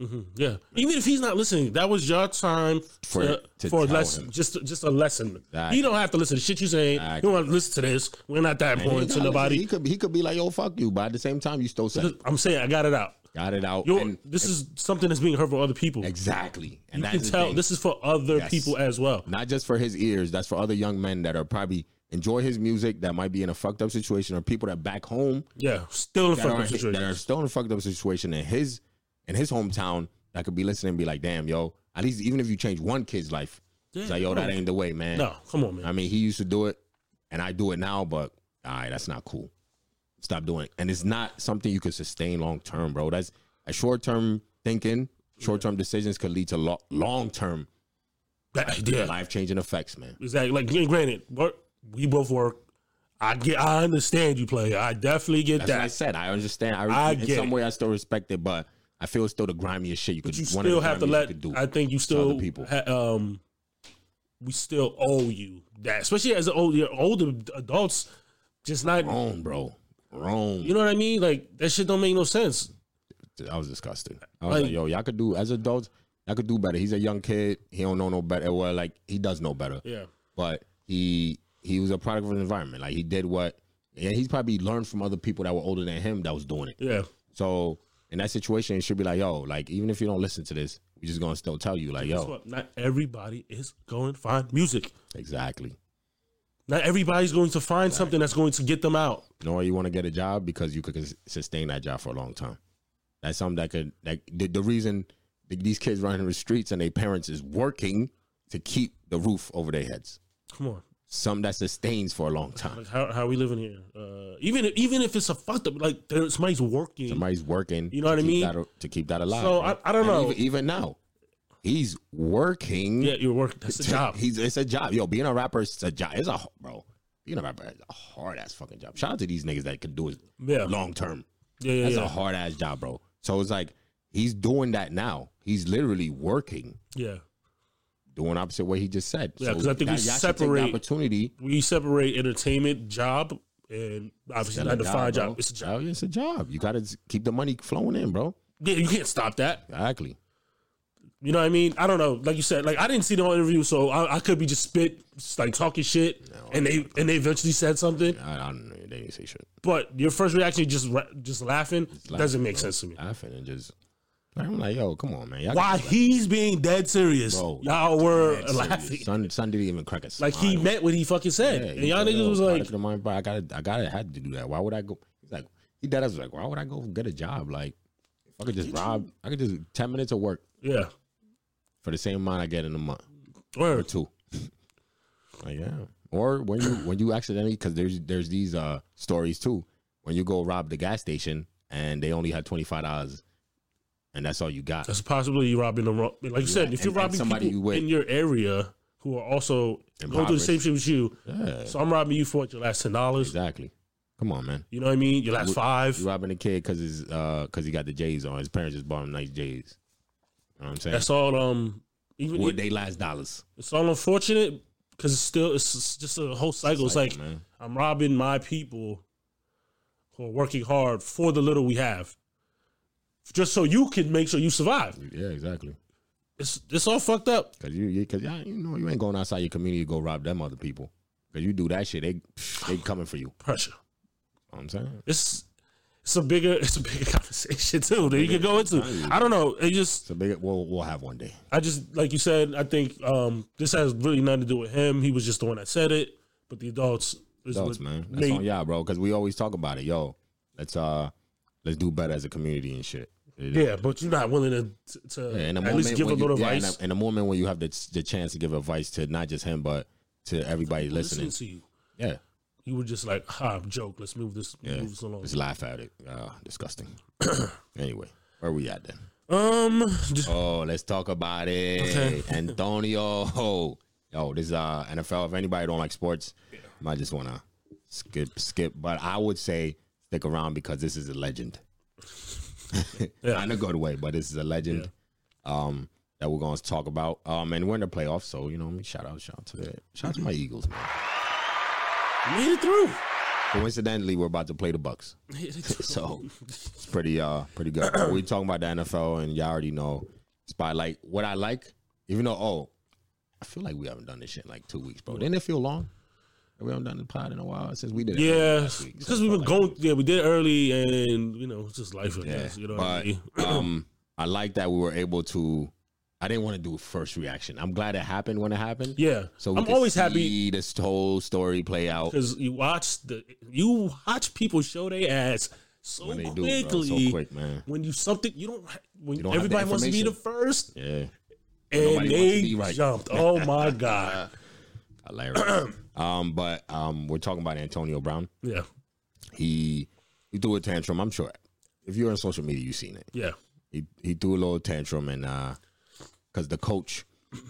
Speaker 3: hmm yeah. Even if he's not listening, that was your time
Speaker 2: For-
Speaker 3: for
Speaker 2: to
Speaker 3: for a
Speaker 2: tell
Speaker 3: lesson,
Speaker 2: him.
Speaker 3: just just a lesson.
Speaker 2: Exactly.
Speaker 3: He don't have to listen to shit you saying.
Speaker 2: Exactly.
Speaker 3: You don't have to listen to this. We're not that
Speaker 2: And
Speaker 3: important
Speaker 2: he
Speaker 3: to
Speaker 2: got-
Speaker 3: nobody.
Speaker 2: He could he could be like, yo, fuck you, but at the same time, you still said it.
Speaker 3: I'm saying I got it out.
Speaker 2: got it out.
Speaker 3: You're,
Speaker 2: and-
Speaker 3: this is something that's being hurtful to other people.
Speaker 2: exactly, and
Speaker 3: You can
Speaker 2: that's
Speaker 3: tell this is for other
Speaker 2: Yes.
Speaker 3: people as well.
Speaker 2: not just for his ears. That's for other young men that are probably enjoy his music that might be in a fucked up situation, or people that back home
Speaker 3: Yeah, still in
Speaker 2: that
Speaker 3: fucking
Speaker 2: are, that
Speaker 3: situation.
Speaker 2: are still in a fucked up situation in his in his hometown that could be listening and be like, damn, yo, at least even if you change one kid's life, it's like, yo, that ain't the way, man.
Speaker 3: No, come on, man.
Speaker 2: I mean, he used to do it, and I do it now, but all right, that's not cool. Stop doing it. And it's not something you can sustain long term, bro. That's a short term thinking, short term decisions could lead to lo- long term
Speaker 3: That- yeah,
Speaker 2: life changing effects, man.
Speaker 3: exactly. Like, gr- granted, work, we both work. I get, I understand you, player. I definitely get
Speaker 2: That's what I
Speaker 3: that.
Speaker 2: said. I understand. I,
Speaker 3: I
Speaker 2: in
Speaker 3: get
Speaker 2: some
Speaker 3: it.
Speaker 2: way, I still respect it, but I feel it's still the grimiest shit you could.
Speaker 3: You
Speaker 2: one of the
Speaker 3: still have to
Speaker 2: grimiest
Speaker 3: let.
Speaker 2: you could do.
Speaker 3: I think you still
Speaker 2: other people.
Speaker 3: Ha, um, we still owe you that, especially as old, your older adults. Just not,
Speaker 2: wrong, bro. Wrong.
Speaker 3: you know what I mean? Like that shit don't make no sense.
Speaker 2: I was disgusted. I was
Speaker 3: Like-
Speaker 2: like, yo, y'all could do as adults. Y'all could do better. He's a young kid. He don't know no better. Well, like he does know better.
Speaker 3: Yeah,
Speaker 2: but he he was a product of his environment. Like he did what, and he's probably learned from other people that were older than him that was doing it.
Speaker 3: yeah,
Speaker 2: So in that situation, it should be like, yo, like even if you don't listen to this, we just gonna still tell you, like,
Speaker 3: Guess
Speaker 2: yo,
Speaker 3: what? not everybody is going to find music.
Speaker 2: exactly.
Speaker 3: Not everybody's going to find something that's going to get them out.
Speaker 2: Nor you want to get a job because you could cons- sustain that job for a long time. That's something that could like the, the reason th- these kids running the streets and their parents is working to keep the roof over their heads.
Speaker 3: Come on.
Speaker 2: Something that sustains for a long time.
Speaker 3: Like how how we living here? Uh, even even if it's a fucked up, like there, somebody's working.
Speaker 2: Somebody's working.
Speaker 3: You know what
Speaker 2: to
Speaker 3: I
Speaker 2: keep
Speaker 3: mean?
Speaker 2: that- to keep that alive.
Speaker 3: So,
Speaker 2: right?
Speaker 3: I- I don't
Speaker 2: And
Speaker 3: know.
Speaker 2: Even, even now, he's working.
Speaker 3: yeah, you're working. That's a job.
Speaker 2: He's it's a job. Yo, being a rapper is a job. It's a h- bro. Being a rapper is a hard ass fucking job. Shout out to these niggas that could do it
Speaker 3: Yeah, yeah,
Speaker 2: long term.
Speaker 3: yeah.
Speaker 2: That's
Speaker 3: yeah.
Speaker 2: a hard ass job, bro. So it's like he's doing that now. He's literally working,
Speaker 3: yeah.
Speaker 2: doing opposite what he just said.
Speaker 3: Yeah,
Speaker 2: So
Speaker 3: 'cause I think
Speaker 2: y'all-
Speaker 3: we
Speaker 2: y'all should take the
Speaker 3: separate-
Speaker 2: opportunity.
Speaker 3: We separate entertainment job and obviously
Speaker 2: That's
Speaker 3: not the fire job.
Speaker 2: bro.
Speaker 3: It's a
Speaker 2: Hell
Speaker 3: job.
Speaker 2: yeah, it's a job. You gotta s- keep the money flowing in, bro.
Speaker 3: Yeah, you can't stop that.
Speaker 2: Exactly.
Speaker 3: You know what I mean? I don't know. Like you said, like I didn't see the whole interview, so I, I could be just spit, just, like talking shit, and they and they eventually said something.
Speaker 2: I, I don't know. They didn't say shit.
Speaker 3: But your first reaction, just ra- just laughing, doesn't make sense to me.
Speaker 2: Laughing and just, I'm like, yo, come on, man. Y'all
Speaker 3: Why he's being dead serious?
Speaker 2: Bro,
Speaker 3: y'all were
Speaker 2: gotta-
Speaker 3: laughing.
Speaker 2: Son, son didn't even crack a smile.
Speaker 3: Like he meant what he fucking said,
Speaker 2: Yeah,
Speaker 3: and
Speaker 2: he
Speaker 3: y'all
Speaker 2: said,
Speaker 3: niggas
Speaker 2: "Yo,
Speaker 3: was
Speaker 2: part
Speaker 3: like,
Speaker 2: of the mind, but I gotta, I gotta, had to do that. Why would I go? He's like, he did. I was like, why would I go get a job? Like, if I could just rob, I could just ten minutes of work
Speaker 3: yeah,
Speaker 2: for the same amount I get in a month or
Speaker 3: word.
Speaker 2: two. like, yeah. Or when you when you accidentally, because there's there's these uh stories too. When you go rob the gas station and they only had twenty five dollars, and that's all you got.
Speaker 3: That's possibly you robbing the wrong. Like you said, if
Speaker 2: and-
Speaker 3: you're
Speaker 2: and
Speaker 3: robbing
Speaker 2: somebody
Speaker 3: people
Speaker 2: you with-
Speaker 3: in your area who are also going through the
Speaker 2: Impoverished.
Speaker 3: same shit with you,
Speaker 2: Yeah,
Speaker 3: so I'm robbing you for what, your last ten dollars.
Speaker 2: exactly. Come on, man.
Speaker 3: You know what I mean? Your last
Speaker 2: You-
Speaker 3: five.
Speaker 2: You robbing the kid because his uh because he got the J's on. His parents just bought him nice J's. You know what I'm saying?
Speaker 3: That's all. Um, even
Speaker 2: with they last dollars.
Speaker 3: it's all unfortunate because it's still it's it's just a whole cycle. It's like
Speaker 2: man.
Speaker 3: I'm robbing my people who are working hard for the little we have, just so you can make sure you survive.
Speaker 2: Yeah, exactly.
Speaker 3: It's it's all fucked up.
Speaker 2: Cause you, you cause y'all, you know, you ain't going outside your community to go rob them other people. Cause you do that shit, they they coming for you.
Speaker 3: Pressure.
Speaker 2: You know what I'm saying.
Speaker 3: it's it's a bigger it's a bigger conversation too that you could go into. I don't know. It just
Speaker 2: So big, we'll we'll have one day.
Speaker 3: I just like you said. I think um this has really nothing to do with him. He was just the one that said it. But the adults, is
Speaker 2: Adults,
Speaker 3: what
Speaker 2: man. That's
Speaker 3: made-
Speaker 2: on y'all, bro. Cause we always talk about it. Yo, let's uh let's do better as a community and shit. It-
Speaker 3: yeah, but you're not willing to to- to
Speaker 2: Yeah, in the
Speaker 3: at
Speaker 2: moment
Speaker 3: least give a
Speaker 2: when
Speaker 3: little
Speaker 2: you, yeah, in
Speaker 3: advice.
Speaker 2: the- in the moment when you have the, the chance to give advice to not just him but to everybody
Speaker 3: Listening
Speaker 2: listening,
Speaker 3: to you,
Speaker 2: yeah,
Speaker 3: you were just like, ah, joke. Let's move this
Speaker 2: yeah,
Speaker 3: move this along.
Speaker 2: just laugh at it. Uh, disgusting. anyway, where we at then?
Speaker 3: Um, just,
Speaker 2: Oh, let's talk about it.
Speaker 3: Okay.
Speaker 2: Antonio. Yo, this is uh, NFL. If anybody don't like sports, might just wanna skip skip. But I would say stick around because this is a legend.
Speaker 3: Yeah.
Speaker 2: Not in a good way, but this is a legend um that we're gonna talk about. Um and we're in the playoffs, so you know what I mean? Shout out, shout out to the shout out to my Eagles, man.
Speaker 3: made it through.
Speaker 2: Coincidentally, we're about to play the Bucks.
Speaker 3: Made it through.
Speaker 2: So it's pretty uh pretty good. we talking about the NFL and y'all already know spotlight. What I like, even though oh, I feel like we haven't done this shit in like two weeks, bro. Didn't it feel long? We haven't done the pod in a while since we did it.
Speaker 3: yeah,
Speaker 2: last week, so
Speaker 3: because
Speaker 2: it
Speaker 3: we've
Speaker 2: felt
Speaker 3: been
Speaker 2: like
Speaker 3: going. Yeah, we did early, and you know, it's just life. I guess, you know what I mean?
Speaker 2: but um, I like that we were able to. I didn't want to do a first reaction. I'm glad it happened when it happened.
Speaker 3: Yeah,
Speaker 2: So we
Speaker 3: I'm
Speaker 2: could
Speaker 3: always happy
Speaker 2: see this whole story play out
Speaker 3: because you watch the you watch people show their ass so
Speaker 2: when they do
Speaker 3: quickly
Speaker 2: it, bro, so quick, man.
Speaker 3: when you something you don't when
Speaker 2: don't have the
Speaker 3: everybody wants to be the
Speaker 2: information.
Speaker 3: first
Speaker 2: Yeah.
Speaker 3: and
Speaker 2: nobody wants to
Speaker 3: they
Speaker 2: be right.
Speaker 3: jumped. Oh my god!
Speaker 2: Hilarious. um, but um, we're talking about Antonio Brown.
Speaker 3: Yeah,
Speaker 2: He he threw a tantrum. I'm sure if you're on social media, you've seen it.
Speaker 3: yeah,
Speaker 2: He he threw a little tantrum and uh, cause the coach. All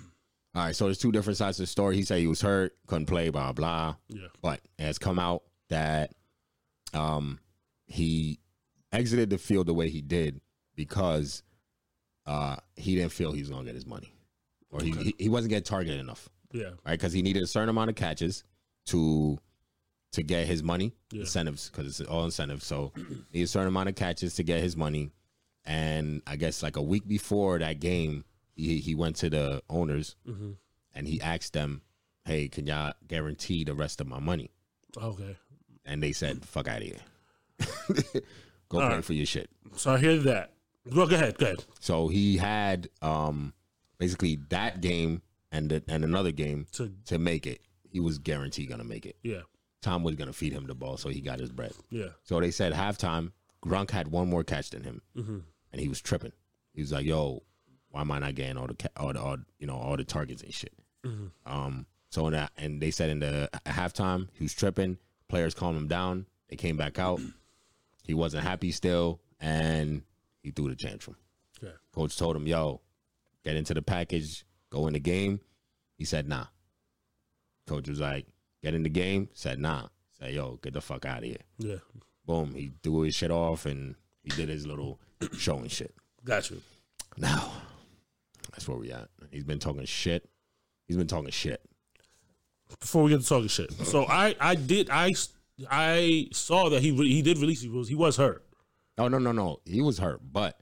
Speaker 2: right, so there's two different sides to the story. He said he was hurt, couldn't play, blah blah.
Speaker 3: yeah,
Speaker 2: But it has come out that um he exited the field the way he did because uh he didn't feel he was gonna get his money, or he he, he wasn't getting targeted enough
Speaker 3: yeah,
Speaker 2: right? Because he needed a certain amount of catches to to get his money
Speaker 3: Yeah.
Speaker 2: incentives because it's all incentives. So need a certain amount of catches to get his money, and I guess like a week before that game, he he went to the owners
Speaker 3: Mhm.
Speaker 2: and he asked them, "Hey, can y'all guarantee the rest of my money?"
Speaker 3: okay.
Speaker 2: And they said, "Fuck out of here, go
Speaker 3: All
Speaker 2: pay
Speaker 3: right.
Speaker 2: for your shit."
Speaker 3: So I hear that. Well, go ahead, go ahead.
Speaker 2: So he had um basically that game and the, and another game
Speaker 3: To
Speaker 2: to make it. He was guaranteed gonna make it.
Speaker 3: yeah,
Speaker 2: Tom was gonna feed him the ball, so he got his bread.
Speaker 3: yeah,
Speaker 2: So they said halftime, Gronk had one more catch than him,
Speaker 3: hmm
Speaker 2: and he was tripping. He was like, "Yo, why am I not getting all the ca- all the all, you know all the targets and shit?" Um, so in that, and they said in the at halftime he was tripping. Players calmed him down. They came back out. he wasn't happy still, and he threw the tantrum.
Speaker 3: Okay.
Speaker 2: Coach told him, "Yo, get into the package, go in the game." He said, "Nah." Coach was like, "Get in the game." Said, "Nah." Said, "Yo, get the fuck out of here."
Speaker 3: Yeah.
Speaker 2: Boom. He threw his shit off and he did his little show and shit.
Speaker 3: Got you.
Speaker 2: Now, that's where we at. He's been talking shit. He's been talking shit.
Speaker 3: Before we get to talking shit, so I I did I I saw that he re- he did release he was he was hurt.
Speaker 2: No, no, no, no. He was hurt, but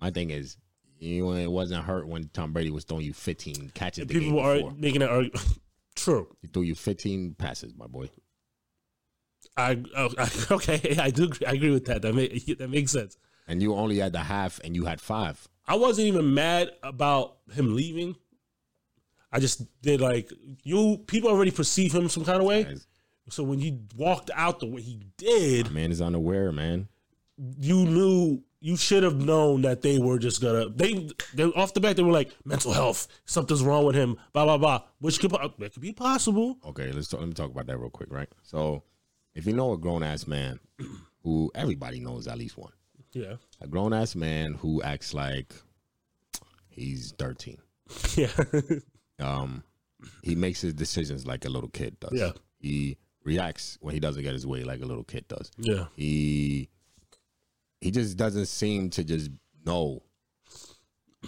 Speaker 2: my thing is, you it wasn't hurt when Tom Brady was throwing you 15 catches. The game
Speaker 3: People are
Speaker 2: before.
Speaker 3: making that argument. True.
Speaker 2: He threw you 15 passes, my boy.
Speaker 3: I oh, I- okay. I do. agree- I agree with that. That make, that makes sense.
Speaker 2: And you only had the half and you had five.
Speaker 3: I wasn't even mad about him leaving. I just did like you. People already perceive him some kind of way.
Speaker 2: Guys,
Speaker 3: So when he walked out the way he did,
Speaker 2: Man is unaware, man.
Speaker 3: you knew you should have known that they were just gonna they they off the bat they were like mental health something's wrong with him blah blah blah which could po- that could be possible
Speaker 2: okay, let's talk, let me talk about that real quick, right? So, if you know a grown ass man who everybody knows at least one,
Speaker 3: yeah
Speaker 2: a grown ass man who acts like he's 13.
Speaker 3: yeah
Speaker 2: Um, he makes his decisions like a little kid does.
Speaker 3: Yeah.
Speaker 2: He reacts when he doesn't get his way like a little kid does.
Speaker 3: yeah
Speaker 2: He he just doesn't seem to just know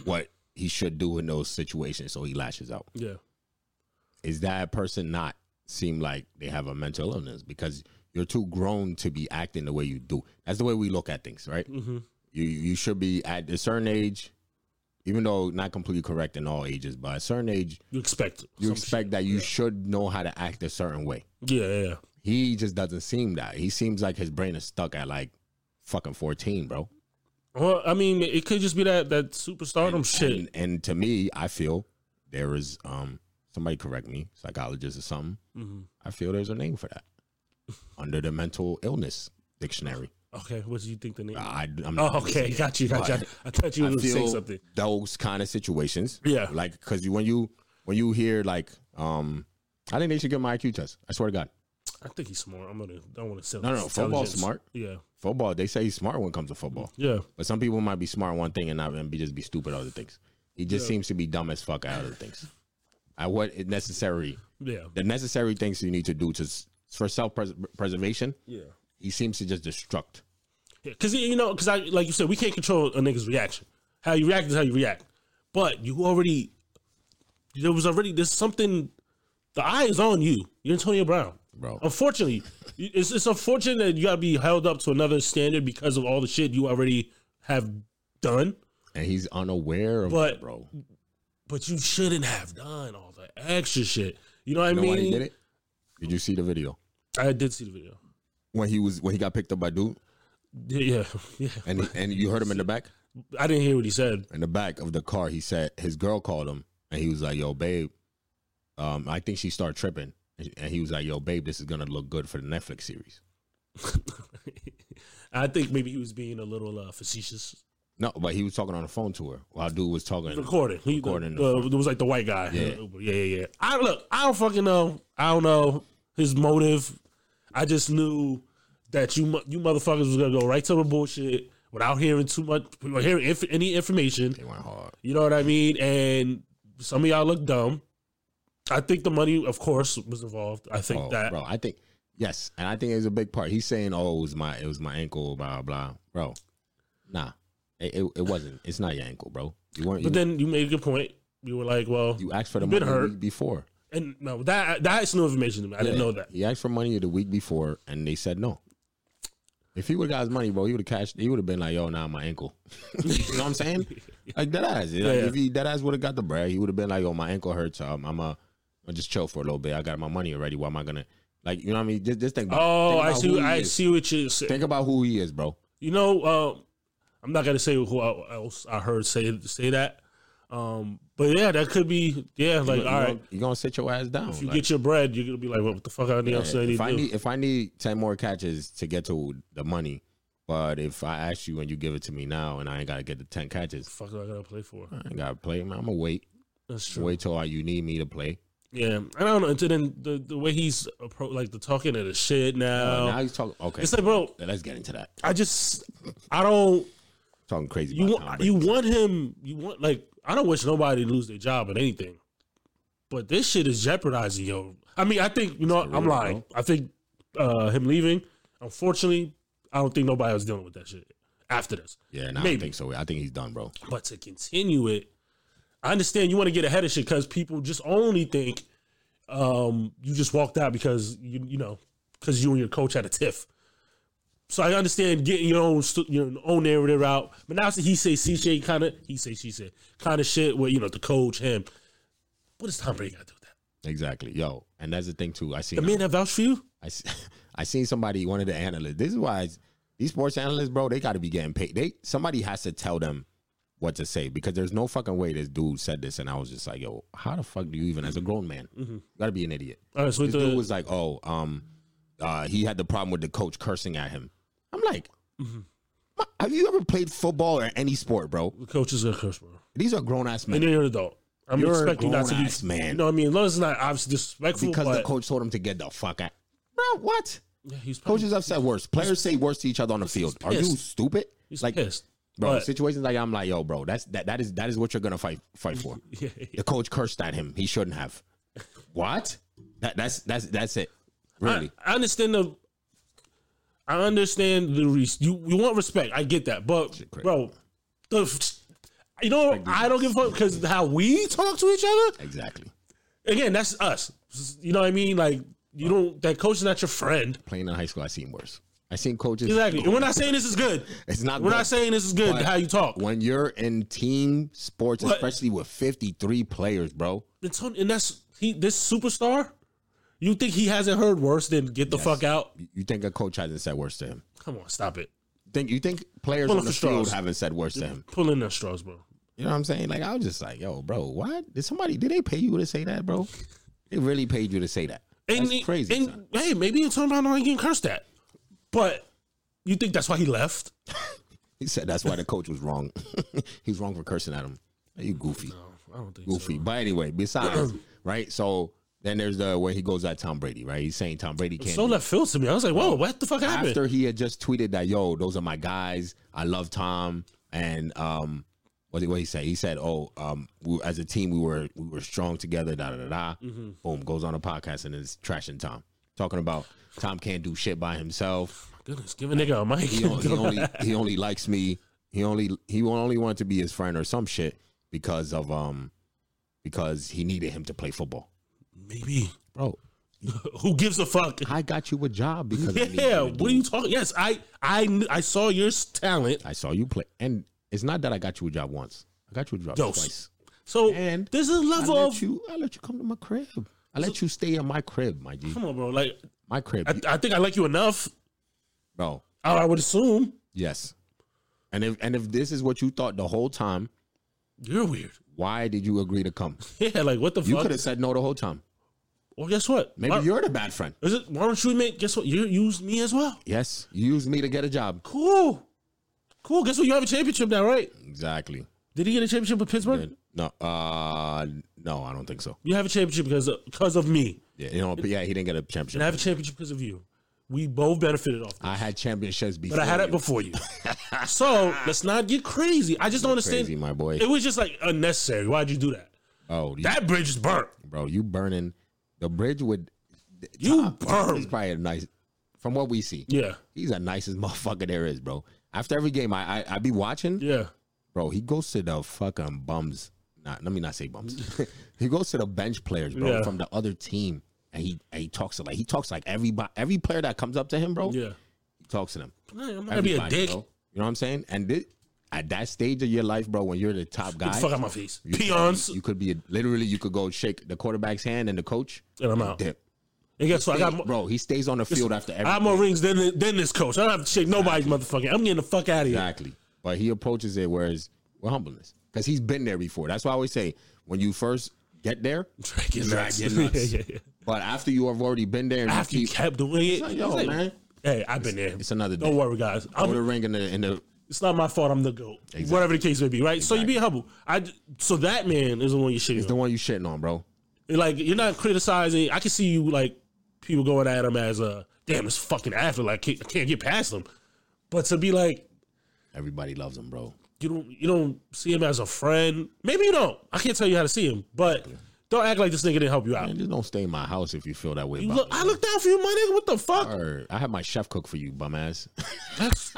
Speaker 2: what he should do in those situations, so he lashes out.
Speaker 3: yeah
Speaker 2: is that person not seem like they have a mental illness because you're too grown to be acting the way you do. That's the way we look at things, right?
Speaker 3: mm-hmm.
Speaker 2: You you should be at a certain age, even though not completely correct in all ages, but a certain age
Speaker 3: you expect it.
Speaker 2: you
Speaker 3: Some
Speaker 2: expect that you should know how to act a certain way.
Speaker 3: shit. yeah yeah yeah.
Speaker 2: He just doesn't seem that. He seems like his brain is stuck at like fucking 14, bro.
Speaker 3: well I mean it could just be that that superstardom shit
Speaker 2: And, and to me, I feel there is um somebody correct me, psychologist or something.
Speaker 3: Mhm.
Speaker 2: I feel there's a name for that under the mental illness dictionary.
Speaker 3: okay what do you think the name
Speaker 2: I, am
Speaker 3: oh okay got you got you I, I thought you were
Speaker 2: I
Speaker 3: gonna say
Speaker 2: feel
Speaker 3: something
Speaker 2: those kind of situations.
Speaker 3: Yeah.
Speaker 2: like because you, when you when you hear like um, I think they should get my IQ test. I swear to God,
Speaker 3: I think he's smart I'm gonna I want to sell
Speaker 2: No, no, football's smart.
Speaker 3: yeah
Speaker 2: football. They say he's smart when it comes to football,
Speaker 3: yeah
Speaker 2: but some people might be smart one thing and not and be just be stupid other things. He just seems to be dumb as fuck at other things. At what is necessary
Speaker 3: yeah
Speaker 2: the necessary things you need to do to s- for self pres- preservation.
Speaker 3: yeah
Speaker 2: He seems to just destruct.
Speaker 3: Because you know, because I like you said, we can't control a nigga's reaction. How you react is how you react. But you already there was already there's something. The eye is on you. You're Antonio Brown,
Speaker 2: Bro.
Speaker 3: Oh. Unfortunately, you- it's it's unfortunate that you gotta be held up to another standard because of all the shit you already have done.
Speaker 2: and he's unaware of
Speaker 3: But-
Speaker 2: it, bro. You
Speaker 3: But you shouldn't have done all the extra shit. You know what
Speaker 2: know
Speaker 3: I mean?
Speaker 2: why he did it? Did you see the video
Speaker 3: I did see the video.
Speaker 2: when he was when he got picked up by dude,
Speaker 3: Yeah, yeah. yeah.
Speaker 2: and and you heard him in the back
Speaker 3: I didn't hear what he said.
Speaker 2: in the back of the car. He said his girl called him, and he was like, "Yo, babe, um, I think she started tripping." And she- And he was like, "Yo, babe, this is gonna look good for the Netflix series."
Speaker 3: I think maybe he was being a little uh, facetious.
Speaker 2: No, but he was talking on the phone to her while dude was talking.
Speaker 3: Recording. He,
Speaker 2: Recording.
Speaker 3: uh, it was like the white guy.
Speaker 2: Yeah.
Speaker 3: yeah, yeah, yeah. I look. I don't fucking know. I don't know his motive. I just knew that you mo- you motherfuckers was gonna go right to the bullshit without hearing too much, without hearing inf- any information.
Speaker 2: They went hard.
Speaker 3: You know what I mean? And some of y'all look dumb. I think the money, of course, was involved. I think
Speaker 2: Oh,
Speaker 3: that
Speaker 2: bro. I think yes, and I think it's a big part. He's saying, "Oh, it was my it was my ankle, blah blah." Bro, nah, it, it, it wasn't. It's not your ankle, bro. You weren't. you,
Speaker 3: But then you made a good point. You were like, well,
Speaker 2: you asked for the
Speaker 3: you've been
Speaker 2: money the
Speaker 3: hurt.
Speaker 2: week before.
Speaker 3: and no, that that's new information to me. I didn't know that.
Speaker 2: He asked for money the week before, and they said no. If he would have got his money, bro, he would have cashed. He would have been like, "Yo, nah, my ankle." you know what I'm saying? Like that ass. Like,
Speaker 3: yeah.
Speaker 2: If he that ass would have got the bread, he would have been like, "Yo, my ankle hurts. Um, I'm a, I'm just chill for a little bit. I got my money already. Why am I gonna like? You know what I mean? Just, just think. About,
Speaker 3: Oh,
Speaker 2: think
Speaker 3: I
Speaker 2: about
Speaker 3: see.
Speaker 2: who he
Speaker 3: I
Speaker 2: is.
Speaker 3: see what you're saying.
Speaker 2: Think about who he is, bro.
Speaker 3: You know, um, I'm not gonna say who I- else I heard say say that, um, but yeah, that could be yeah. Like,
Speaker 2: you,
Speaker 3: all right,
Speaker 2: gonna, you gonna sit your ass down.
Speaker 3: if you
Speaker 2: like, eh,
Speaker 3: get your bread, you're gonna be like, what the fuck? I need else I
Speaker 2: if
Speaker 3: need
Speaker 2: I
Speaker 3: to do.
Speaker 2: need if I need ten more catches to get to the money, But if I ask you and you give it to me now, and I ain't gotta get the ten catches,
Speaker 3: fuck do I gotta play for?
Speaker 2: I ain't gotta play. man. I'm gonna wait.
Speaker 3: That's true.
Speaker 2: Wait till you need me to play.
Speaker 3: Yeah, and I don't know. Until then, the, the way he's appro- like the talking of the shit now.
Speaker 2: Oh, now he's talking. Okay,
Speaker 3: Oh. it's like, bro,
Speaker 2: let's get into that.
Speaker 3: I just, I don't.
Speaker 2: Talking crazy.
Speaker 3: You
Speaker 2: about Tom
Speaker 3: want,
Speaker 2: Brady.
Speaker 3: you want him. You want like, I don't wish nobody to lose their job or anything, but this shit is jeopardizing yo. I mean, I think you know.
Speaker 2: For
Speaker 3: I'm
Speaker 2: real,
Speaker 3: lying. I think uh him leaving. Unfortunately, I don't think nobody was dealing with that shit after this.
Speaker 2: Yeah, nah, I
Speaker 3: Maybe.
Speaker 2: don't think so. I think he's done, bro.
Speaker 3: But to continue it, I understand you want to get ahead of shit because people just only think um, you just walked out because you you know because you and your coach had a tiff. So I understand getting your own stu- your own narrative out, but now it's the he say she say kind of he say she say kind of shit where you know the coach him. What does Tom Brady got to do with that?
Speaker 2: Exactly, yo. And that's the thing too. I
Speaker 3: The
Speaker 2: seen,
Speaker 3: man that vouched for you,
Speaker 2: I, s- I seen somebody, one of the analysts. This is why it's- these sports analysts, bro, they got to be getting paid. They somebody has to tell them what to say because there's no fucking way this dude said this, and I was just like, yo, how the fuck do you even, as a grown man, you got to be an idiot.
Speaker 3: all right, so
Speaker 2: This
Speaker 3: Mm-hmm. the,
Speaker 2: dude was like, oh, um, uh, he had the problem with the coach cursing at him. I'm like,
Speaker 3: Mm-hmm.
Speaker 2: "Ma- have you ever played football or any sport, bro?
Speaker 3: the coach is a curse bro,
Speaker 2: These are grown ass
Speaker 3: and
Speaker 2: men.
Speaker 3: then you're an adult. I'm
Speaker 2: You're a
Speaker 3: expecting not to be
Speaker 2: grown-ass man.
Speaker 3: You know what I mean? As long as it's not obviously disrespectful,
Speaker 2: Because
Speaker 3: but,
Speaker 2: the coach told him to get the fuck out. Bro, what?
Speaker 3: yeah, he's probably,
Speaker 2: Coaches have said worse. Players say worse to each other on the field. Are you
Speaker 3: pissed.
Speaker 2: stupid?
Speaker 3: he's
Speaker 2: like,
Speaker 3: pissed,
Speaker 2: bro,
Speaker 3: but-
Speaker 2: situations like I'm like, yo, bro, that's that that is that is what you're gonna fight fight for.
Speaker 3: yeah.
Speaker 2: The coach cursed at him. He shouldn't have. What? That that's that's that's it. Really?
Speaker 3: I, I understand the. I understand the re- you you want respect. I get that, but
Speaker 2: crazy.
Speaker 3: bro, the f- you know I don't give a fuck because how we talk to each other.
Speaker 2: exactly.
Speaker 3: Again, that's us. You know what I mean? Like you don't that coach is not your friend.
Speaker 2: Playing in high school, I seen worse. I seen coaches.
Speaker 3: Exactly. And we're not saying this is good.
Speaker 2: It's not.
Speaker 3: We're
Speaker 2: good.
Speaker 3: not saying this is good.
Speaker 2: But-
Speaker 3: how you talk.
Speaker 2: when you're in team sports,
Speaker 3: But-
Speaker 2: especially with 53 players, bro.
Speaker 3: It's on- and that's he. This superstar. You think he hasn't heard worse than get the fuck out?
Speaker 2: You- You think a coach hasn't said worse to him?
Speaker 3: Come on, stop it.
Speaker 2: Think you think players
Speaker 3: Pull
Speaker 2: on
Speaker 3: up
Speaker 2: the
Speaker 3: the
Speaker 2: field
Speaker 3: straws.
Speaker 2: haven't said worse to him?
Speaker 3: Pull in their straws, bro.
Speaker 2: You know what I'm saying? Like I was just like, yo, bro, what? Did somebody did they pay you to say that, bro? They really paid you to say that.
Speaker 3: And
Speaker 2: That's
Speaker 3: he-
Speaker 2: crazy.
Speaker 3: and-
Speaker 2: son.
Speaker 3: hey, maybe in turn around I ain't getting cursed at. But you think that's why he left?
Speaker 2: He said that's why the coach was wrong. He's wrong for cursing at him. Are you goofy?
Speaker 3: No, I don't think
Speaker 2: Goofy. But anyway, besides, right? So then there's the when he goes at Tom Brady, right? He's saying Tom Brady
Speaker 3: so.
Speaker 2: can't
Speaker 3: So left field to me. I was like, whoa, what the fuck happened?
Speaker 2: after he had just tweeted that, yo, those are my guys. I love Tom. And um, what did what he say? He said, oh, um, we, as a team, we were we were strong together. Da da da da. Boom goes on a podcast and is trashing Tom, talking about Tom can't do shit by himself.
Speaker 3: Goodness, give a nigga a mic.
Speaker 2: He, on- he only he only likes me. He only he will only want to be his friend or some shit because of um because he needed him to play football,
Speaker 3: Maybe.
Speaker 2: bro.
Speaker 3: Who gives a fuck?
Speaker 2: I got you a job because I needed you
Speaker 3: Yeah,
Speaker 2: to
Speaker 3: what are you talking? Yes, I, I, kn- I saw your s- talent.
Speaker 2: I saw you play, and it's not that I got you a job once. I got you a job
Speaker 3: Dose.
Speaker 2: twice.
Speaker 3: So
Speaker 2: And
Speaker 3: there's a
Speaker 2: I
Speaker 3: level
Speaker 2: let
Speaker 3: of
Speaker 2: you. I let you come to my crib. I let you stay in my crib, my G.
Speaker 3: come on, bro. Like
Speaker 2: My crib,
Speaker 3: I, I think I like you enough.
Speaker 2: bro.
Speaker 3: I, I would assume
Speaker 2: Yes. And if and if this is what you thought the whole time,
Speaker 3: you're weird.
Speaker 2: why did you agree to come?
Speaker 3: Yeah, like what the
Speaker 2: You could
Speaker 3: fuck?
Speaker 2: have said no the whole time.
Speaker 3: Well, guess what?
Speaker 2: Maybe
Speaker 3: why,
Speaker 2: you're the bad friend.
Speaker 3: is it, why don't you make? Guess what? You use me as well.
Speaker 2: Yes, you used me to get a job.
Speaker 3: Cool. Cool. Guess what? You have a championship now, right?
Speaker 2: Exactly.
Speaker 3: Did he get a championship with Pittsburgh?
Speaker 2: Then- No, uh, no, I don't think so.
Speaker 3: You have a championship because of, because of me.
Speaker 2: Yeah, you know, but yeah, he didn't get a
Speaker 3: And I
Speaker 2: championship.
Speaker 3: have a championship because of you. We both benefited off.
Speaker 2: I had championships before.
Speaker 3: But I had it
Speaker 2: you.
Speaker 3: before you. so let's not get crazy. I just don't understand.
Speaker 2: Crazy, my boy.
Speaker 3: It was just like unnecessary. Why'd you do that?
Speaker 2: Oh, you
Speaker 3: That bridge is burnt.
Speaker 2: bro. You burning the bridge with
Speaker 3: You
Speaker 2: Ah, He's
Speaker 3: burned.
Speaker 2: probably a nice, from what we see,
Speaker 3: Yeah.
Speaker 2: he's a nicest motherfucker there is, bro. After every game, I I, I be watching,
Speaker 3: Yeah.
Speaker 2: bro. He goes to the fucking bums. Not let me not say bums. he goes to the bench players, bro,
Speaker 3: Yeah.
Speaker 2: from the other team, and he and he talks to like he talks like everybody, every player that comes up to him, bro.
Speaker 3: Yeah.
Speaker 2: he talks to them.
Speaker 3: Man, I'm not gonna be a
Speaker 2: Everybody,
Speaker 3: dick.
Speaker 2: bro. You know what I'm saying? And thi- at that stage of your life, bro, when you're the top
Speaker 3: Get
Speaker 2: guy,
Speaker 3: the fuck out my face.
Speaker 2: you-
Speaker 3: Peons.
Speaker 2: you could be a, literally you could go shake the quarterback's hand and the coach
Speaker 3: and I'm out.
Speaker 2: dip.
Speaker 3: And guess what? I got
Speaker 2: Hey,
Speaker 3: more,
Speaker 2: bro, he stays on the field after every
Speaker 3: I have more rings than than this coach. I don't have to shake nobody's motherfucking. I'm getting the fuck out of here.
Speaker 2: Exactly. But he approaches it whereas with humbleness. Because he's been there before. That's why I always say when you first get there,
Speaker 3: Drag your
Speaker 2: drag
Speaker 3: nuts.
Speaker 2: your nuts.
Speaker 3: yeah, yeah, yeah.
Speaker 2: but after you have already been there and
Speaker 3: After you
Speaker 2: you keep
Speaker 3: kept doing it,
Speaker 2: yo,
Speaker 3: it's like,
Speaker 2: man.
Speaker 3: Hey, I've been there.
Speaker 2: It's another
Speaker 3: Don't
Speaker 2: day.
Speaker 3: worry, guys.
Speaker 2: Throw
Speaker 3: I'm,
Speaker 2: the ring in the in the
Speaker 3: it's not my fault. I'm the goat. Whatever the case may be, right? So you be humble. I j- so that man is the one you shitting.
Speaker 2: it's the one you shitting on, bro.
Speaker 3: on. Like you're not criticizing. I can see you like people going at him as a damn. It's fucking athlete. Like I can't- I can't get past him. But to be like
Speaker 2: Everybody loves him, bro.
Speaker 3: you don't you don't see him as a friend. Maybe you don't. I can't tell you how to see him, but don't act like this nigga didn't help you out.
Speaker 2: Man, just don't stay in my house if you feel that way.
Speaker 3: You
Speaker 2: about
Speaker 3: look,
Speaker 2: me.
Speaker 3: I looked out for you, my nigga. What the fuck?
Speaker 2: Or, I have my chef cook for you, bum ass.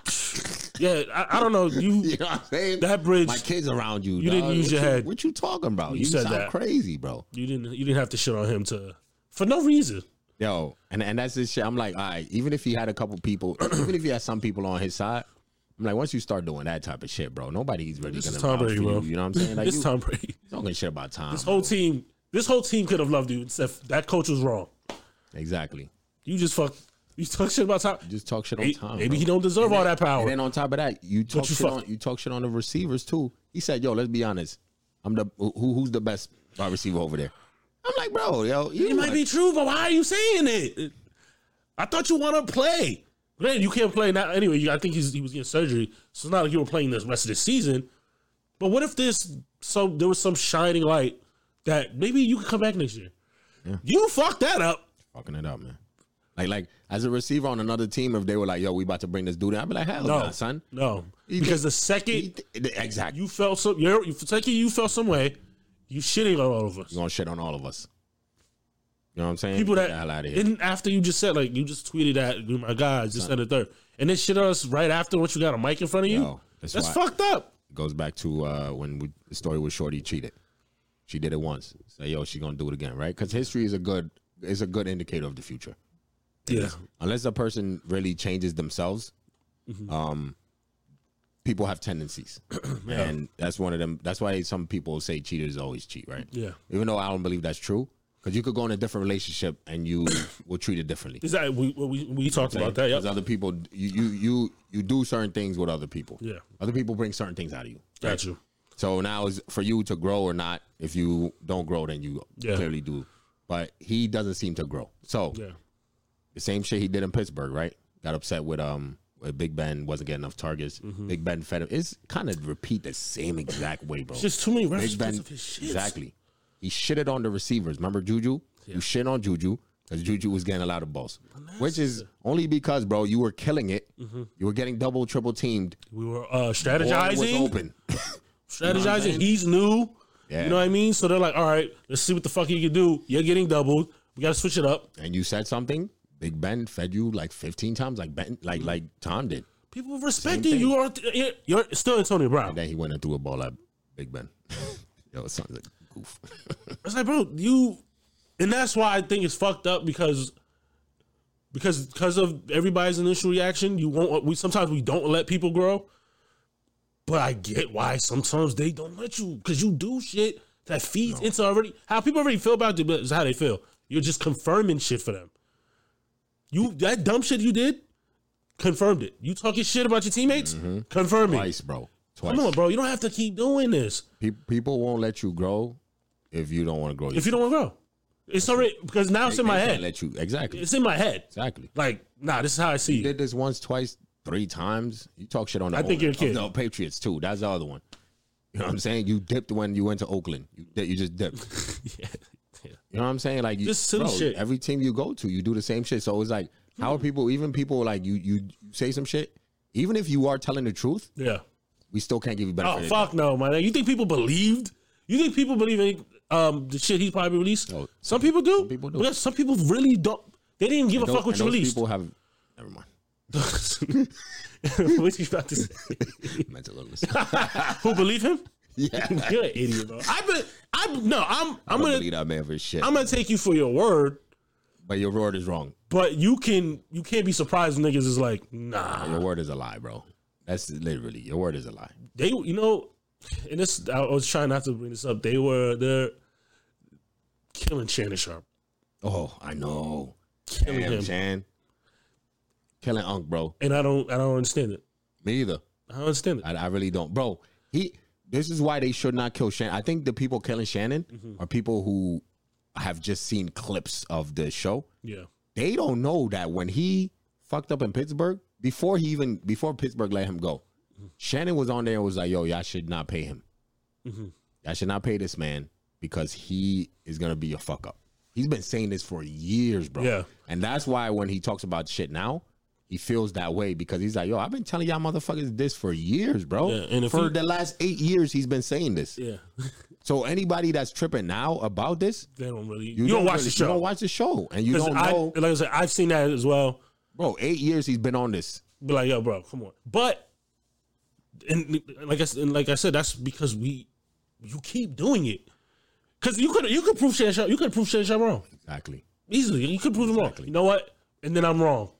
Speaker 3: Yeah, I, I don't know. You
Speaker 2: you know what I'm saying?
Speaker 3: That bridge-
Speaker 2: My kids around you.
Speaker 3: You didn't
Speaker 2: dog.
Speaker 3: use
Speaker 2: What
Speaker 3: your
Speaker 2: you-
Speaker 3: head.
Speaker 2: What you talking about? You,
Speaker 3: said
Speaker 2: sound
Speaker 3: that.
Speaker 2: crazy, bro.
Speaker 3: you didn't you didn't have to shit on him to for no reason.
Speaker 2: Yo, and and that's his shit. I'm like, all right. Even if he had a couple people, even if he had some people on his side, I'm like, once you start doing that type of shit, bro, nobody's really
Speaker 3: This
Speaker 2: gonna
Speaker 3: is Tom
Speaker 2: vouch
Speaker 3: Brady,
Speaker 2: for
Speaker 3: bro.
Speaker 2: You, you know what I'm saying? Like,
Speaker 3: It's
Speaker 2: you
Speaker 3: Tom Brady.
Speaker 2: talking shit about time.
Speaker 3: This whole team, this whole team could have loved you. Except that coach was wrong.
Speaker 2: exactly.
Speaker 3: You just fuck. You talk shit about time.
Speaker 2: Just talk shit on
Speaker 3: Maybe,
Speaker 2: time.
Speaker 3: maybe
Speaker 2: bro.
Speaker 3: he don't deserve all that power.
Speaker 2: And then on top of that, you talk
Speaker 3: you
Speaker 2: shit
Speaker 3: fuck-
Speaker 2: on you talk shit on the receivers too. He said, "Yo, let's be honest. I'm the who who's the best wide receiver over there." I'm like, bro, yo, you
Speaker 3: It might be true, but why are you saying it? I thought you want to play. Granted, you can't play now. Anyway, you- I think he's, he was getting surgery, so it's not like you were playing the rest of the season. But what if this some there was some shining light that maybe you could come back next year? You fucked that up.
Speaker 2: fucking it up, man. Like, like as a receiver on another team, if they were like, "Yo, we about to bring this dude," in, I'd be like, "Hell no,
Speaker 3: No,
Speaker 2: son."
Speaker 3: No,
Speaker 2: He
Speaker 3: because
Speaker 2: did-
Speaker 3: the second
Speaker 2: He- th- exactly.
Speaker 3: you felt some, you're, the second you felt some way, you shitting on all of us.
Speaker 2: You're gonna shit on all of us. You know what I'm saying?
Speaker 3: People
Speaker 2: Get
Speaker 3: that
Speaker 2: the hell out of here.
Speaker 3: didn't after you just said like you just tweeted that my guys just said a third, and then shit on us right after once you got a mic in front of you.
Speaker 2: Yo, that's
Speaker 3: that's
Speaker 2: why-
Speaker 3: fucked up.
Speaker 2: Goes back to uh, when we, the story with Shorty cheated. She did it once. Say, "Yo, she gonna do it again," right? Because history is a good is a good indicator of the future.
Speaker 3: Yeah,
Speaker 2: unless a person really changes themselves,
Speaker 3: Mm-hmm.
Speaker 2: um, people have tendencies, and that's one of them. That's why some people say cheaters always cheat, right?
Speaker 3: yeah.
Speaker 2: Even though I don't believe that's true, because you could go in a different relationship and you will treat it differently.
Speaker 3: Is that we we, we talked about that?
Speaker 2: Because
Speaker 3: Yep.
Speaker 2: other people, you, you you you do certain things with other people.
Speaker 3: Yeah.
Speaker 2: other people bring certain things out of you.
Speaker 3: Got you.
Speaker 2: So now it's for you to grow or not. If you don't grow, then you
Speaker 3: Yeah.
Speaker 2: clearly do. But he doesn't seem to grow. So
Speaker 3: Yeah.
Speaker 2: the same shit he did in Pittsburgh, right? Got upset with um with Big Ben wasn't getting enough targets.
Speaker 3: Mm-hmm.
Speaker 2: Big Ben fed him. It's kind of repeat the same exact way, bro.
Speaker 3: It's just too many
Speaker 2: Big Ben
Speaker 3: references of his shit.
Speaker 2: exactly. He shitted on the receivers. Remember Juju? You shit on Juju because Juju was getting a lot of balls, which is only because, bro, you were killing it.
Speaker 3: Mm-hmm.
Speaker 2: You were getting double, triple teamed.
Speaker 3: We were uh,
Speaker 2: Ball was
Speaker 3: strategizing,
Speaker 2: open.
Speaker 3: strategizing. He's new.
Speaker 2: Yeah.
Speaker 3: You know what I mean? So they're like, all right, let's see what the fuck you can do. You're getting doubled. We gotta switch it up.
Speaker 2: and you said something. Big Ben fed you like 15 times, like Ben, like like Tom did.
Speaker 3: People respecting you. Are you're, you're still Antonio Brown.
Speaker 2: Then he went and threw a ball at Big Ben. Yo, it sounds like a goof.
Speaker 3: It's like, bro, you, and that's why I think it's fucked up because, because because of everybody's initial reaction. You won't. We sometimes we don't let people grow, but I get why sometimes they don't let you because you do shit that feeds into already how people already feel about you. But it's how they feel. You're just confirming shit for them. You that dumb shit you did, confirmed it. You talking shit about your teammates, confirm it.
Speaker 2: Twice, bro. Twice.
Speaker 3: Come on, bro. You don't have to keep doing this.
Speaker 2: Pe- people won't let you grow if you don't want to grow.
Speaker 3: if you don't want to grow. It's already because now it's in my head.
Speaker 2: Let you exactly,
Speaker 3: It's in my head.
Speaker 2: exactly.
Speaker 3: Like, nah, this is how I see
Speaker 2: You
Speaker 3: it.
Speaker 2: did this once, twice, three times. You talk shit on the.
Speaker 3: I think you're a
Speaker 2: owner of
Speaker 3: kid.
Speaker 2: the Patriots too. That's the other one. You know what I'm saying? You dipped when you went to Oakland. You di- you just dipped.
Speaker 3: yeah.
Speaker 2: You know what I'm saying? Like you,
Speaker 3: Just silly
Speaker 2: bro,
Speaker 3: shit.
Speaker 2: Every team you go to, you do the same shit. So it's like, how are people? Even people like you, you say some shit. Even if you are telling the truth,
Speaker 3: Yeah.
Speaker 2: we still can't give you better.
Speaker 3: Oh fuck no, man. You think people believed? You think people believe in um the shit he's probably released?
Speaker 2: No.
Speaker 3: some people do. Some
Speaker 2: Oh, people do.
Speaker 3: some people really don't. They didn't give a fuck what you released.
Speaker 2: People have. Never mind.
Speaker 3: what you about to say?
Speaker 2: Mental illness.
Speaker 3: Who believe him?
Speaker 2: yeah.
Speaker 3: You're an idiot, bro. I be, I no. I'm
Speaker 2: I'm
Speaker 3: I'm
Speaker 2: gonna
Speaker 3: gonna
Speaker 2: believe that man for shit.
Speaker 3: I'm gonna take you for your word,
Speaker 2: but your word is wrong.
Speaker 3: but you can you can't be surprised. when Niggas is like, nah.
Speaker 2: Your word is a lie, bro. That's literally your word is a lie.
Speaker 3: they you know and this I was trying not to bring this up. They were they're killing Shannon Sharp.
Speaker 2: Oh, I know.
Speaker 3: Killing
Speaker 2: Damn,
Speaker 3: him.
Speaker 2: Chan. Killing Unc, bro.
Speaker 3: And I don't I don't understand it.
Speaker 2: Me either.
Speaker 3: I don't understand it.
Speaker 2: I, I really don't, bro. He. This is why they should not kill Shannon. I think the people killing Shannon are people who have just seen clips of the show.
Speaker 3: yeah.
Speaker 2: They don't know that when he fucked up in Pittsburgh before he even before Pittsburgh let him go. Shannon was on there and was like, "Yo, y'all should not pay him.
Speaker 3: Mm-hmm.
Speaker 2: Y'all should not pay this man because he is gonna be a fuck up." He's been saying this for years, bro.
Speaker 3: Yeah.
Speaker 2: and that's why when he talks about shit now. He feels that way because he's like, yo, I've been telling y'all motherfuckers this for years, bro.
Speaker 3: Yeah, and if
Speaker 2: for
Speaker 3: he-
Speaker 2: the last eight years, he's been saying this.
Speaker 3: Yeah,
Speaker 2: So anybody that's tripping now about this,
Speaker 3: they don't really. You, don't, watch
Speaker 2: really-
Speaker 3: the show.
Speaker 2: You don't watch the show, and you
Speaker 3: 'Cause
Speaker 2: don't
Speaker 3: I-
Speaker 2: know,
Speaker 3: like I said, I've seen that as well.
Speaker 2: bro. Eight years he's been on this.
Speaker 3: Be like, yo, bro, come on. But and like I s- and like I said, that's because we you keep doing it. Because you could you could prove Shannon Sharp you could prove Shannon Sharp wrong
Speaker 2: Exactly.
Speaker 3: easily. You could prove him wrong.
Speaker 2: Exactly.
Speaker 3: You know what? And then I'm wrong.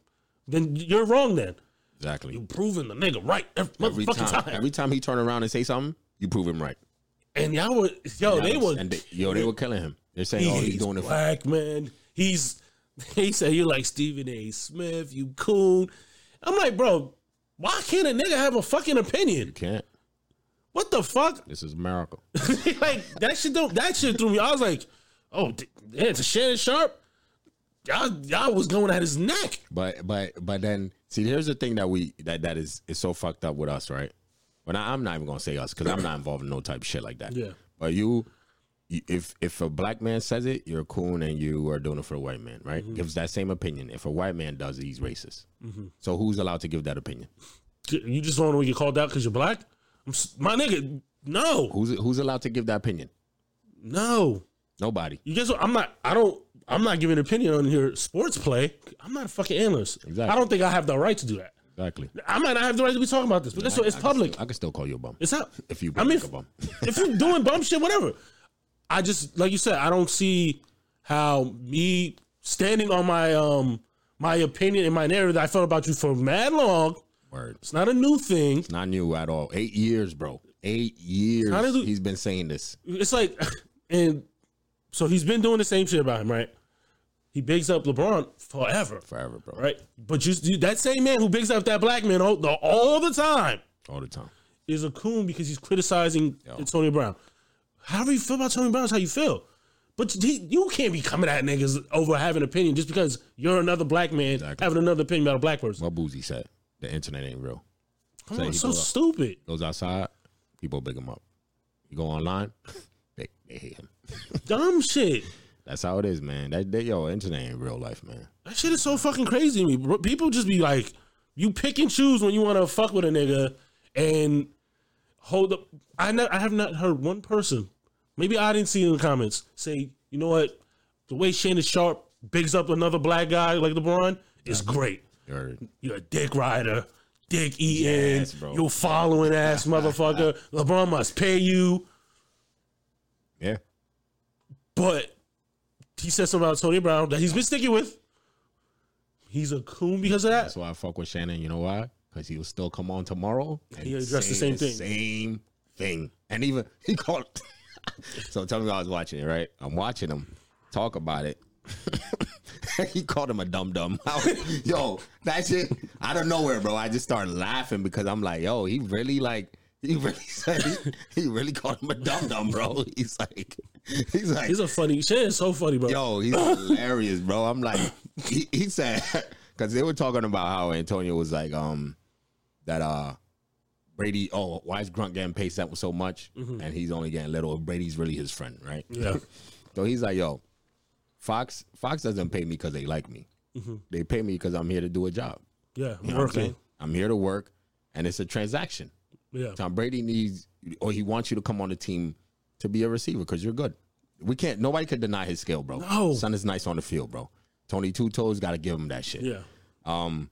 Speaker 3: Then you're wrong. Then
Speaker 2: Exactly.
Speaker 3: proving the nigga right every,
Speaker 2: Every
Speaker 3: motherfucking
Speaker 2: time,
Speaker 3: time.
Speaker 2: every time he turn around and say something, you prove him right.
Speaker 3: And y'all were yo, they
Speaker 2: Yes,
Speaker 3: were
Speaker 2: and they, yo, they were killing him. They're saying,
Speaker 3: he's
Speaker 2: oh, he's doing it. For,
Speaker 3: black man. He's he said you like Stephen A. Smith, you coon. I'm like, bro, why can't a nigga have a fucking opinion?
Speaker 2: you can't.
Speaker 3: What the fuck?
Speaker 2: This is America.
Speaker 3: like that shit don't that shit threw me. I was like, oh d- yeah, it's a Shannon Sharp. Y'all, y'all was going at his neck.
Speaker 2: But but but then see, here's the thing that we that that is is so fucked up with us, right? But I, I'm not even gonna say us because I'm not involved in no type of shit like that.
Speaker 3: Yeah.
Speaker 2: But you, you- if if a black man says it, you're a coon and you are doing it for a white man, right?
Speaker 3: Mm-hmm.
Speaker 2: Gives that same opinion. If a white man does it, he's racist. So who's allowed to give that opinion?
Speaker 3: You just don't want to get called out because you're black. I'm, s- my nigga, no,
Speaker 2: Who's who's allowed to give that opinion?
Speaker 3: no.
Speaker 2: Nobody.
Speaker 3: You guess what? I'm not. I don't. I'm not giving an opinion on your sports play. I'm not a fucking analyst.
Speaker 2: Exactly.
Speaker 3: I don't think I have the right to do that.
Speaker 2: Exactly.
Speaker 3: I might not have the right to be talking about this, but guess what? It's public.
Speaker 2: I can still call you a bum
Speaker 3: It's not.
Speaker 2: if you.
Speaker 3: I mean,
Speaker 2: a bum.
Speaker 3: if you're doing bum shit, whatever. I just like you said. I don't see how me standing on my um my opinion and my narrative that I felt about you for mad long.
Speaker 2: Word.
Speaker 3: It's not a new thing.
Speaker 2: Not new at all. Eight years, bro. Eight years.
Speaker 3: How did you-
Speaker 2: he's been saying this.
Speaker 3: It's like, and so he's been doing the same shit about him, right? He bigs up LeBron forever.
Speaker 2: forever, bro.
Speaker 3: right? But you, you that same man who bigs up that black man all the, all the time
Speaker 2: All the time.
Speaker 3: is a coon because he's criticizing Antonio Brown. However you feel about Tony Brown is how you feel. But he, you can't be coming at niggas over having an opinion just because you're another black man
Speaker 2: Exactly.
Speaker 3: having another opinion about a black person.
Speaker 2: What Boozy said. The internet ain't real.
Speaker 3: Come
Speaker 2: say
Speaker 3: on,
Speaker 2: he
Speaker 3: so
Speaker 2: go up.
Speaker 3: stupid.
Speaker 2: Goes outside, people big him up. You go online, they, they hate him.
Speaker 3: Dumb shit.
Speaker 2: That's how it is, man. That they, yo, internet ain't real life, man.
Speaker 3: That shit is so fucking crazy to me. bro. People just be like, you pick and choose when you want to fuck with a nigga and hold up. I ne- I have not heard one person, maybe I didn't see it in the comments, say, you know what, the way Shannon Sharp bigs up another black guy like LeBron is
Speaker 2: Uh-huh.
Speaker 3: great.
Speaker 2: You're-
Speaker 3: You're a dick rider, dick eating,
Speaker 2: Yes, bro.
Speaker 3: you following ass motherfucker. LeBron must pay you,
Speaker 2: yeah.
Speaker 3: but he said something about Tony Brown that he's been sticking with. He's a coon because of that.
Speaker 2: That's why I fuck with Shannon. You know why? Because he will still come on tomorrow and
Speaker 3: He addressed the
Speaker 2: say
Speaker 3: same thing.
Speaker 2: Same thing. And even he called. so tell me I was watching it, right? I'm watching him talk about it. he called him a dum dum. Yo, that shit out of nowhere, bro. I just started laughing because I'm like, yo, he really like. He really said he, he really called him a dum dum, bro. He's like, he's like,
Speaker 3: He's a funny. Shit is so funny, bro.
Speaker 2: Yo, he's hilarious, bro. I'm like, he, he said, because they were talking about how Antonio was like, um, that uh, Brady. Oh, why is Grunt getting paid that so much, and he's only getting little? Brady's really his friend, right?
Speaker 3: yeah.
Speaker 2: So he's like, yo, Fox, Fox doesn't pay me because they like me. They pay me because I'm here to do a job.
Speaker 3: Yeah.
Speaker 2: You know what I'm
Speaker 3: working.
Speaker 2: saying? I'm here to work, and it's a transaction.
Speaker 3: Yeah.
Speaker 2: Tom Brady needs, or he wants you to come on the team to be a receiver because you're good. We can't. Nobody could deny his skill, bro.
Speaker 3: No.
Speaker 2: son is nice on the field, bro. Tony Two Toes got to give him that shit.
Speaker 3: Yeah.
Speaker 2: Um,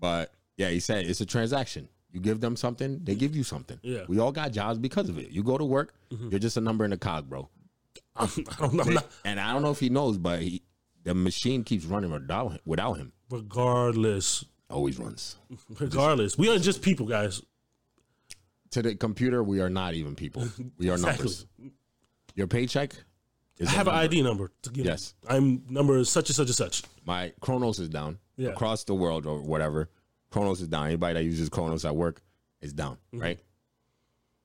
Speaker 2: but yeah, he said it's a transaction. You give them something, they give you something.
Speaker 3: Yeah. Mm-hmm.
Speaker 2: we all got jobs because of it. You go to work, you're just a number in the cog, bro.
Speaker 3: I'm, I don't know. I'm not-
Speaker 2: And I don't know if he knows, but he, the machine keeps running without him, without him.
Speaker 3: Regardless.
Speaker 2: Always runs.
Speaker 3: Regardless. We are just people, guys.
Speaker 2: To the computer, we are not even people. We are
Speaker 3: Exactly.
Speaker 2: numbers. Your paycheck. Is
Speaker 3: I
Speaker 2: a
Speaker 3: have an
Speaker 2: number.
Speaker 3: ID number. To give
Speaker 2: Yes.
Speaker 3: I'm number such and such and such.
Speaker 2: my Chronos is down
Speaker 3: Yeah.
Speaker 2: across the world or whatever. Chronos is down. Anybody that uses Chronos at work is down,
Speaker 3: Mm-hmm.
Speaker 2: right?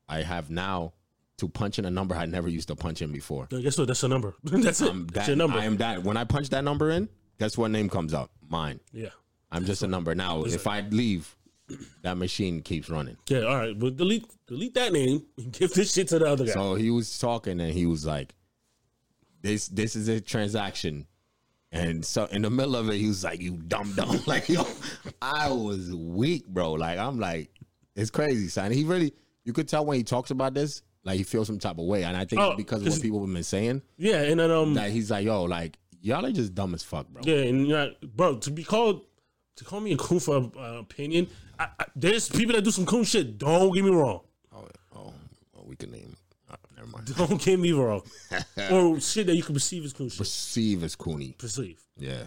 Speaker 2: I have now to punch in a number I never used to punch in before.
Speaker 3: Now, guess what? That's a number. That's it.
Speaker 2: I'm
Speaker 3: That's
Speaker 2: that,
Speaker 3: your number.
Speaker 2: I am that. When I punch that number in, guess what name comes up? Mine.
Speaker 3: yeah.
Speaker 2: I'm just a number. Now, if I leave, that machine keeps running.
Speaker 3: Yeah, all right. But delete delete that name and give this shit to the other guy.
Speaker 2: So he was talking and he was like, "This this is a transaction." And so in the middle of it, he was like, "You dumb dumb." Like yo, I was weak, bro. Like I'm like, it's crazy, son. He really, you could tell when he talks about this, like he feels some type of way, and I think
Speaker 3: Oh,
Speaker 2: it's because of what
Speaker 3: it's-
Speaker 2: people have been saying
Speaker 3: yeah, and then um
Speaker 2: that he's like, "Yo, like y'all are just dumb as fuck, bro."
Speaker 3: yeah, and you're not, bro, to be called to call me a coon for uh, opinion, I, I, there's people that do some coon shit. Don't get me wrong.
Speaker 2: Oh, oh, well, we can name. Uh, never mind.
Speaker 3: Don't get me wrong. or shit that you can perceive as coon shit.
Speaker 2: Perceive as Cooney.
Speaker 3: Perceive.
Speaker 2: Yeah.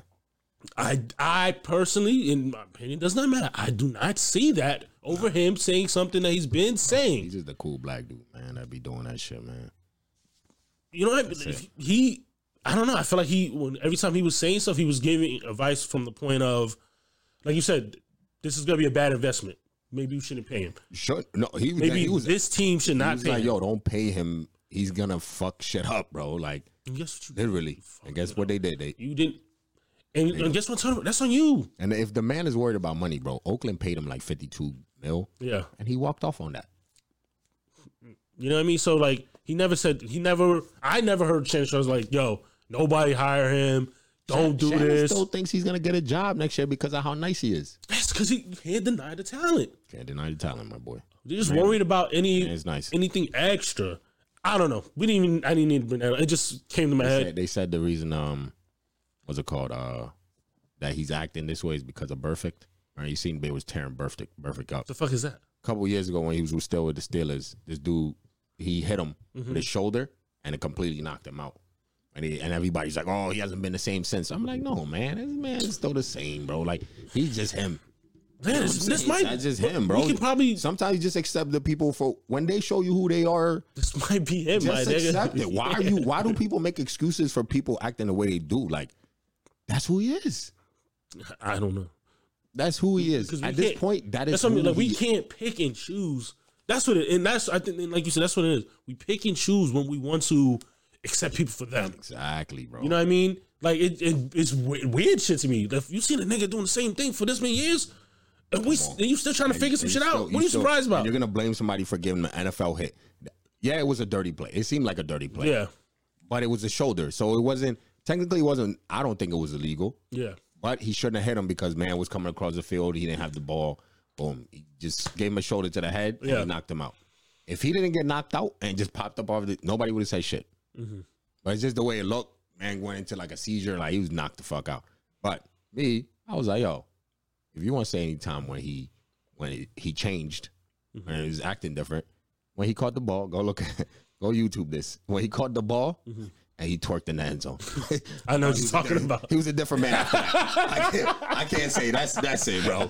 Speaker 3: I I personally, in my opinion, does not matter. I do not see that over him saying something that he's been saying.
Speaker 2: He's just a cool black dude, man. That be doing that shit, man.
Speaker 3: You know what? I mean? If He, I don't know. I feel like he, when every time he was saying stuff, he was giving advice from the point of, like you said, this is gonna be a bad investment. Maybe you shouldn't pay him.
Speaker 2: Sure. No, he was.
Speaker 3: Maybe
Speaker 2: he was.
Speaker 3: this team should
Speaker 2: he
Speaker 3: not
Speaker 2: was
Speaker 3: pay
Speaker 2: like,
Speaker 3: him.
Speaker 2: yo, don't pay him. He's gonna fuck shit up, bro. Like
Speaker 3: And guess what you, did?
Speaker 2: literally. And guess what they did? They
Speaker 3: you didn't. And, and guess what? Tony? That's on you.
Speaker 2: and if the man is worried about money, bro, Oakland paid him like fifty two mil,
Speaker 3: Yeah.
Speaker 2: and he walked off on that.
Speaker 3: You know what I mean? So like he never said he never I never heard Shannon Sharp was like, yo, nobody hire him. Don't do
Speaker 2: Shannon
Speaker 3: this.
Speaker 2: Still thinks he's gonna get a job next year because of how nice he is.
Speaker 3: That's because he can't deny the talent.
Speaker 2: Can't deny the talent, my boy.
Speaker 3: They're just worried about any
Speaker 2: Man, it's nice.
Speaker 3: anything extra. I don't know. We didn't even I didn't need to bring that up. It just came to my
Speaker 2: They
Speaker 3: head.
Speaker 2: said, they said the reason um, what's it called uh, that he's acting this way is because of Perfect. Right? You seen they was tearing Perfect Perfect up.
Speaker 3: The fuck is that?
Speaker 2: couple years ago when he was still with the Steelers, this dude he hit him
Speaker 3: Mm-hmm.
Speaker 2: with his shoulder and it completely knocked him out. And he, and everybody's like, "Oh, he hasn't been the same since." I'm like, "No, man, this man is still the same, bro. Like he's just him.
Speaker 3: Man, this, this might
Speaker 2: That's just him, bro.
Speaker 3: We can probably
Speaker 2: Sometimes you just accept the people for when they show you who they are.
Speaker 3: this might be him, my
Speaker 2: Just accept it.
Speaker 3: nigga.
Speaker 2: Why are you? Why do people make excuses for people acting the way they do? Like that's who he is.
Speaker 3: I don't know.
Speaker 2: That's who he is.
Speaker 3: 'Cause we
Speaker 2: At this
Speaker 3: can't-
Speaker 2: point, that is
Speaker 3: That's what I mean.
Speaker 2: who
Speaker 3: Like we
Speaker 2: he
Speaker 3: can't pick and choose. That's what it and that's I think and like you said, that's what it is. We pick and choose when we want to accept people for them.
Speaker 2: Exactly, bro.
Speaker 3: You know what I mean? Like it, it it's we- weird shit to me. If you seen a nigga doing the same thing for this many years, and we and you still trying to figure some
Speaker 2: And
Speaker 3: shit
Speaker 2: you still-
Speaker 3: out. What are you
Speaker 2: still-
Speaker 3: surprised
Speaker 2: and
Speaker 3: about?
Speaker 2: You're gonna blame somebody for giving him an NFL hit. Yeah, it was a dirty play. It seemed like a dirty play,
Speaker 3: Yeah,
Speaker 2: but it was a shoulder, so it wasn't technically it wasn't. I don't think it was illegal,
Speaker 3: yeah.
Speaker 2: but he shouldn't have hit him because man was coming across the field. He didn't have the ball. Boom! He just gave him a shoulder to the head and
Speaker 3: Yeah.
Speaker 2: he knocked him out. If he didn't get knocked out and just popped up off the, nobody would have said shit. But it's just the way it looked. Man went into like a seizure, like he was knocked the fuck out. But me, I was like, yo, if you want to say any time when he when he, he changed and he was acting different, when he caught the ball, go look at go YouTube this. When he caught the ball and he twerked in the end zone.
Speaker 3: I know what you're talking about.
Speaker 2: he was a different man after that. I can't, I can't say that's that's it, bro.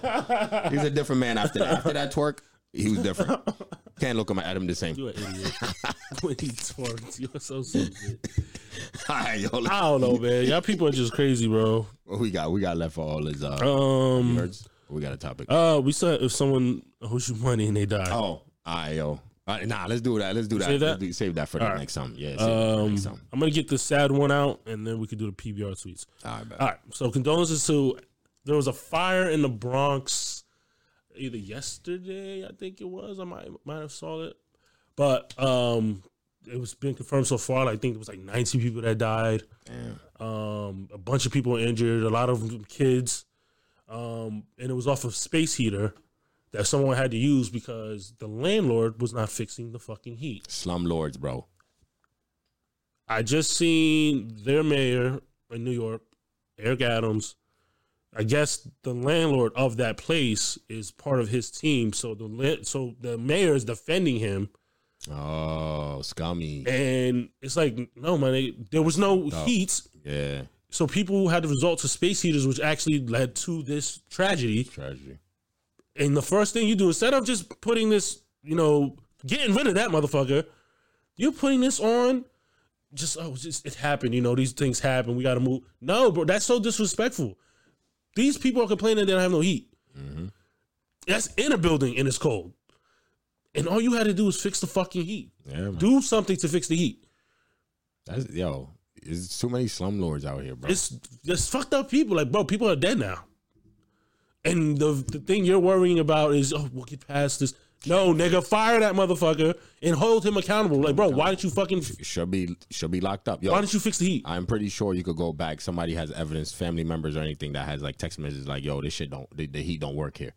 Speaker 2: He was a different man after that. After that twerk, he was different. Can't look at my at him the same.
Speaker 3: You're an idiot. when he twerks, you're so stupid.
Speaker 2: All right, yo,
Speaker 3: I don't know, man. Y'all people are just crazy, bro.
Speaker 2: what we got we got left for all his uh,
Speaker 3: Um,
Speaker 2: words. We got a topic.
Speaker 3: uh, we said if someone owes you money and they die.
Speaker 2: Oh, all right, yo. All right, nah, let's do that. Let's do that.
Speaker 3: Save that?
Speaker 2: Let's do- save that for the
Speaker 3: right.
Speaker 2: next time. Yeah, save that for the
Speaker 3: Um,
Speaker 2: next time.
Speaker 3: I'm gonna get the sad one out, and then we could do the PBR tweets.
Speaker 2: All right, bet.
Speaker 3: All right. So condolences to there was a fire in the Bronx either yesterday, I think it was. I might might have saw it. But um it was been confirmed so far. I think there was like 90 people that died.
Speaker 2: Damn.
Speaker 3: Um a bunch of people were injured, a lot of them kids. Um and it was off of space heater that someone had to use because the landlord was not fixing the fucking heat.
Speaker 2: Slum lords, bro.
Speaker 3: I just seen their mayor in New York, Eric Adams. I guess the landlord of that place is part of his team, so the la- so the mayor is defending him,
Speaker 2: Oh, scummy.
Speaker 3: and it's like no man, there was no heat,
Speaker 2: Yeah,
Speaker 3: so people had the results of space heaters, which actually led to this tragedy.
Speaker 2: tragedy.
Speaker 3: And the first thing you do instead of just putting this, you know, getting rid of that motherfucker, you're putting this on. Just oh, it's just it happened. You know, these things happen. We got to move. No, bro, that's so disrespectful. These people are complaining they don't have no heat. That's in a building and it's cold, and all you had to do is fix the fucking heat.
Speaker 2: Yeah, man.
Speaker 3: Do something to fix the heat.
Speaker 2: That's yo. There's too many slum lords out here, bro.
Speaker 3: It's just fucked up people. Like, bro, people are dead now. And the the thing you're worrying about is, oh, we'll get past this. No, nigga, fire that motherfucker and hold him accountable. Like, bro, why didn't you fucking?
Speaker 2: Should be should be locked up. Yo,
Speaker 3: Why didn't you fix the heat?
Speaker 2: I'm pretty sure you could go back. Somebody has evidence, family members or anything that has like text messages like, "Yo, this shit don't, the, the heat don't work here,"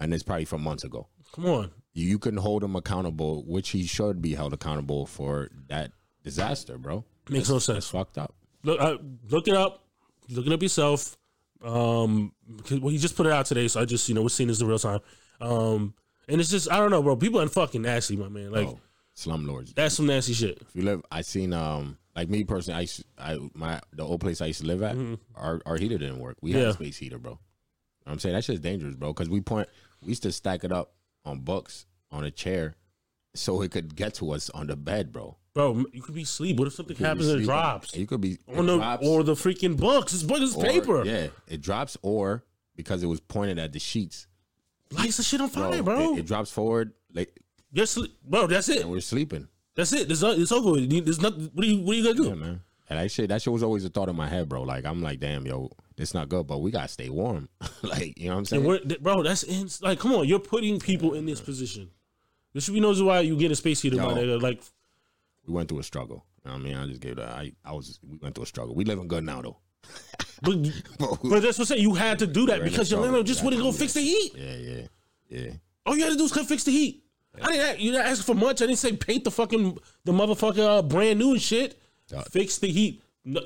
Speaker 2: and it's probably from months ago.
Speaker 3: Come on.
Speaker 2: You, you can hold him accountable, which he should be held accountable for that disaster, bro.
Speaker 3: Makes no
Speaker 2: It's
Speaker 3: sense.
Speaker 2: fucked up.
Speaker 3: Look, uh, look it up. Look it up yourself. Um, 'cause- well, he just put it out today, so I just you know we're seeing this in real time. Um, and it's just I don't know, bro. People are fucking nasty, my man. Like
Speaker 2: Oh, slumlords.
Speaker 3: that's some nasty shit.
Speaker 2: If you live, I seen um like me personally, I used, I my the old place I used to live at, our our heater didn't work. We had
Speaker 3: Mm-hmm. Yeah.
Speaker 2: a space heater, bro. I'm saying that shit's dangerous, bro, because we point we used to stack it up on books on a chair so it could get to us on the bed, bro.
Speaker 3: Bro, you could be asleep. What if something
Speaker 2: You could be
Speaker 3: happens and
Speaker 2: sleeping.
Speaker 3: it drops?
Speaker 2: You could be
Speaker 3: On the
Speaker 2: drops
Speaker 3: or the freaking books. This book is
Speaker 2: or-
Speaker 3: paper.
Speaker 2: Yeah, it drops or because it was pointed at the sheets.
Speaker 3: Lights the shit on
Speaker 2: Bro,
Speaker 3: fire, bro.
Speaker 2: It, it drops forward like
Speaker 3: You're sleep, bro. That's it.
Speaker 2: and we're sleeping.
Speaker 3: That's it. It's, it's over. with. You- There's nothing. What are you? What are you gonna do?
Speaker 2: Yeah, man. And that shit, that shit was always a thought in my head, bro. Like I'm like, damn, yo, it's not good, but we gotta stay warm. like, you know what I'm saying?
Speaker 3: And we're, th- bro, that's ins- like, come on, you're putting people in this position. This should be knows why you get a space heater, my
Speaker 2: Yo.
Speaker 3: nigga. Like,
Speaker 2: we went through a struggle. You know what I mean, I just gave that. I, I was. We went through a struggle. We living good now though.
Speaker 3: but, but that's what I'm saying. You had to do that because your
Speaker 2: trouble.
Speaker 3: landlord just
Speaker 2: You
Speaker 3: wouldn't
Speaker 2: had
Speaker 3: go
Speaker 2: to do
Speaker 3: fix the heat.
Speaker 2: Yeah, yeah, yeah.
Speaker 3: All you had to do is come fix the heat. I didn't. Ask, you didn't ask for much. I didn't say paint the fucking the motherfucker uh, brand new and shit.
Speaker 2: Yeah.
Speaker 3: Fix the heat. No,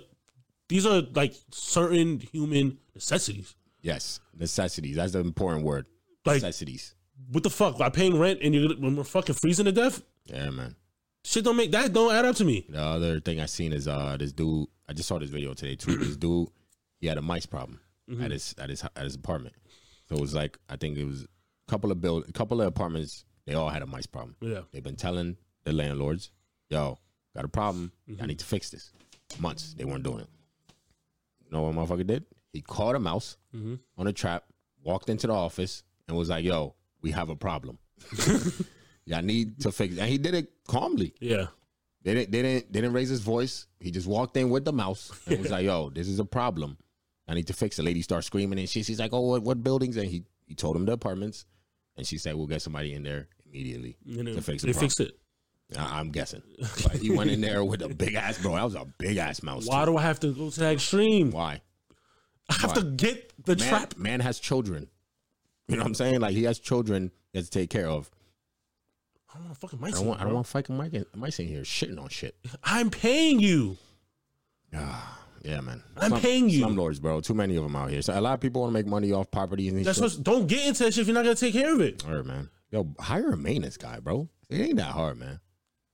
Speaker 3: these are like certain human necessities.
Speaker 2: Yes, necessities. That's the important word.
Speaker 3: Like,
Speaker 2: necessities.
Speaker 3: what the fuck? By paying rent and you're gonna- when we're fucking freezing to death,
Speaker 2: Yeah, man.
Speaker 3: shit don't make that don't add up to me.
Speaker 2: The other thing I seen is uh this dude. I just saw this video today too. this dude, he had a mice problem
Speaker 3: Mm-hmm.
Speaker 2: at his at his at his apartment. So it was like I think it was a couple of build, a couple of apartments. They all had a mice problem.
Speaker 3: Yeah.
Speaker 2: They've been telling the landlords, yo, got a problem.
Speaker 3: Mm-hmm.
Speaker 2: I need to fix this. Months. They weren't doing it. You know what motherfucker did? He caught a mouse
Speaker 3: Mm-hmm.
Speaker 2: on a trap, walked into the office, and was like, yo, we have a problem. Y'all need to fix it. And he did it calmly.
Speaker 3: Yeah.
Speaker 2: They didn't, they didn't, they didn't raise his voice. He just walked in with the mouse and was like, yo, this is a problem. I need to fix it. Lady starts screaming and shit. She's like, oh, what, what buildings? And he, he told him the apartments. And she said, we'll get somebody in there immediately
Speaker 3: You know,
Speaker 2: to fix the
Speaker 3: they
Speaker 2: problem.
Speaker 3: fixed it.
Speaker 2: I- I'm guessing. But he went in there with a big ass bro. That was a big ass mouse.
Speaker 3: Why
Speaker 2: too.
Speaker 3: do I have to go to that extreme?
Speaker 2: Why?
Speaker 3: I have to get the
Speaker 2: Man,
Speaker 3: trap.
Speaker 2: man has children. You know what I'm saying? Like he has children he has to take care of.
Speaker 3: I don't want to fucking
Speaker 2: I
Speaker 3: mice.
Speaker 2: don't want. I don't
Speaker 3: bro.
Speaker 2: want fucking Mike. in- Mike's in here shitting on shit. Ah,
Speaker 3: I'm paying you.
Speaker 2: Yeah, man.
Speaker 3: I'm paying you.
Speaker 2: Slumlords, bro. Too many of them out here. So a lot of people want to make money off property and
Speaker 3: That's
Speaker 2: shit.
Speaker 3: what. Don't get into that shit if you're not gonna take care of it.
Speaker 2: All right, man. Yo, hire a maintenance guy, bro. It ain't that hard, man.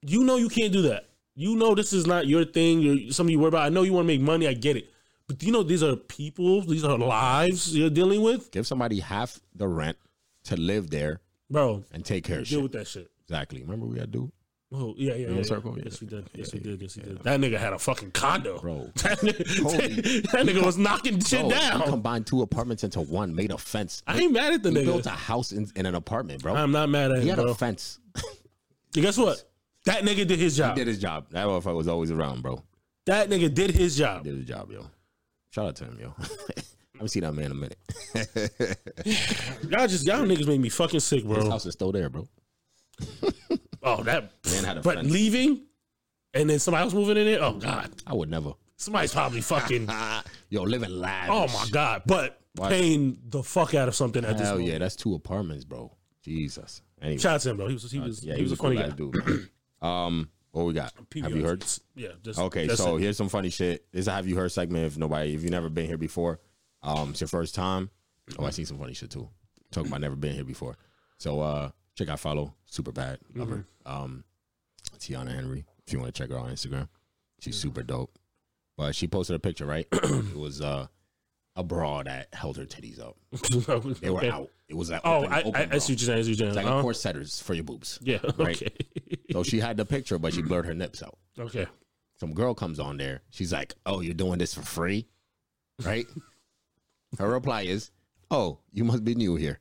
Speaker 3: You know you can't do that. You know this is not your thing. You're something you worry about. I know you want to make money. I get it. But do you know these are people. These are lives you're dealing with,
Speaker 2: Give somebody half the rent to live there
Speaker 3: bro.
Speaker 2: and take care of
Speaker 3: Deal
Speaker 2: shit.
Speaker 3: with that shit.
Speaker 2: exactly. Remember we had dude,
Speaker 3: Oh yeah, yeah, yeah, yeah.
Speaker 2: circle?
Speaker 3: Yes, we
Speaker 2: Yeah.
Speaker 3: did. Yes,
Speaker 2: Yeah,
Speaker 3: we did. Yes, we did. That nigga had a fucking condo.
Speaker 2: bro.
Speaker 3: That
Speaker 2: Holy-
Speaker 3: nigga, that nigga was knocking shit
Speaker 2: Bro,
Speaker 3: down.
Speaker 2: Oh, We combined two apartments into one, made a fence.
Speaker 3: I ain't mad at the
Speaker 2: We built a
Speaker 3: nigga.
Speaker 2: house in, in an apartment, bro.
Speaker 3: I'm not mad at
Speaker 2: he
Speaker 3: him,
Speaker 2: had
Speaker 3: bro.
Speaker 2: a fence.
Speaker 3: And guess what? That nigga did his job.
Speaker 2: Did his job. That motherfucker was always around, bro.
Speaker 3: That nigga did his job.
Speaker 2: Did his job, yo. Shout out to him, yo. I haven't seen that man in a minute.
Speaker 3: Y'all just y'all niggas make me fucking sick,
Speaker 2: His
Speaker 3: bro.
Speaker 2: house is still there, bro.
Speaker 3: Oh, that
Speaker 2: Man had a
Speaker 3: but
Speaker 2: fence.
Speaker 3: leaving and then somebody else moving in there. Oh god,
Speaker 2: I would never.
Speaker 3: somebody's probably fucking.
Speaker 2: Ah, yo, living lavish.
Speaker 3: oh my god, but paying the fuck out of something at this.
Speaker 2: Hell
Speaker 3: moment.
Speaker 2: yeah, that's two apartments, bro. Jesus. Anyway,
Speaker 3: Shout out to him, bro. He was he was,
Speaker 2: Uh, yeah,
Speaker 3: he was, a funny
Speaker 2: cool
Speaker 3: guy.
Speaker 2: ass dude. man. um, what we got? Have you heard?
Speaker 3: Yeah. Just,
Speaker 2: Okay,
Speaker 3: that's
Speaker 2: so
Speaker 3: it.
Speaker 2: here's some funny shit. This is a have you heard segment. If nobody, if you've never been here before, um, it's your first time. Oh, I seen some funny shit too. Talking about never been here before. So uh, check out follow super bad love her.
Speaker 3: Mm-hmm.
Speaker 2: Um, Tiana Henry. If you want to check her out on Instagram, she's super dope. But she posted a picture, right? it was uh, a bra that held her titties up. They were
Speaker 3: Okay.
Speaker 2: out. It was like
Speaker 3: Oh,
Speaker 2: open-
Speaker 3: I,
Speaker 2: open
Speaker 3: I, I
Speaker 2: bra.
Speaker 3: see what you're saying. I see what you're
Speaker 2: It's like
Speaker 3: saying.
Speaker 2: a
Speaker 3: Uh-huh.
Speaker 2: corsetters for your boobs.
Speaker 3: Yeah.
Speaker 2: Right.
Speaker 3: Okay.
Speaker 2: So she had the picture, but she blurred her nips out.
Speaker 3: okay.
Speaker 2: Some girl comes on there. She's like, "Oh, you're doing this for free, right?" her reply is, "Oh, you must be new here."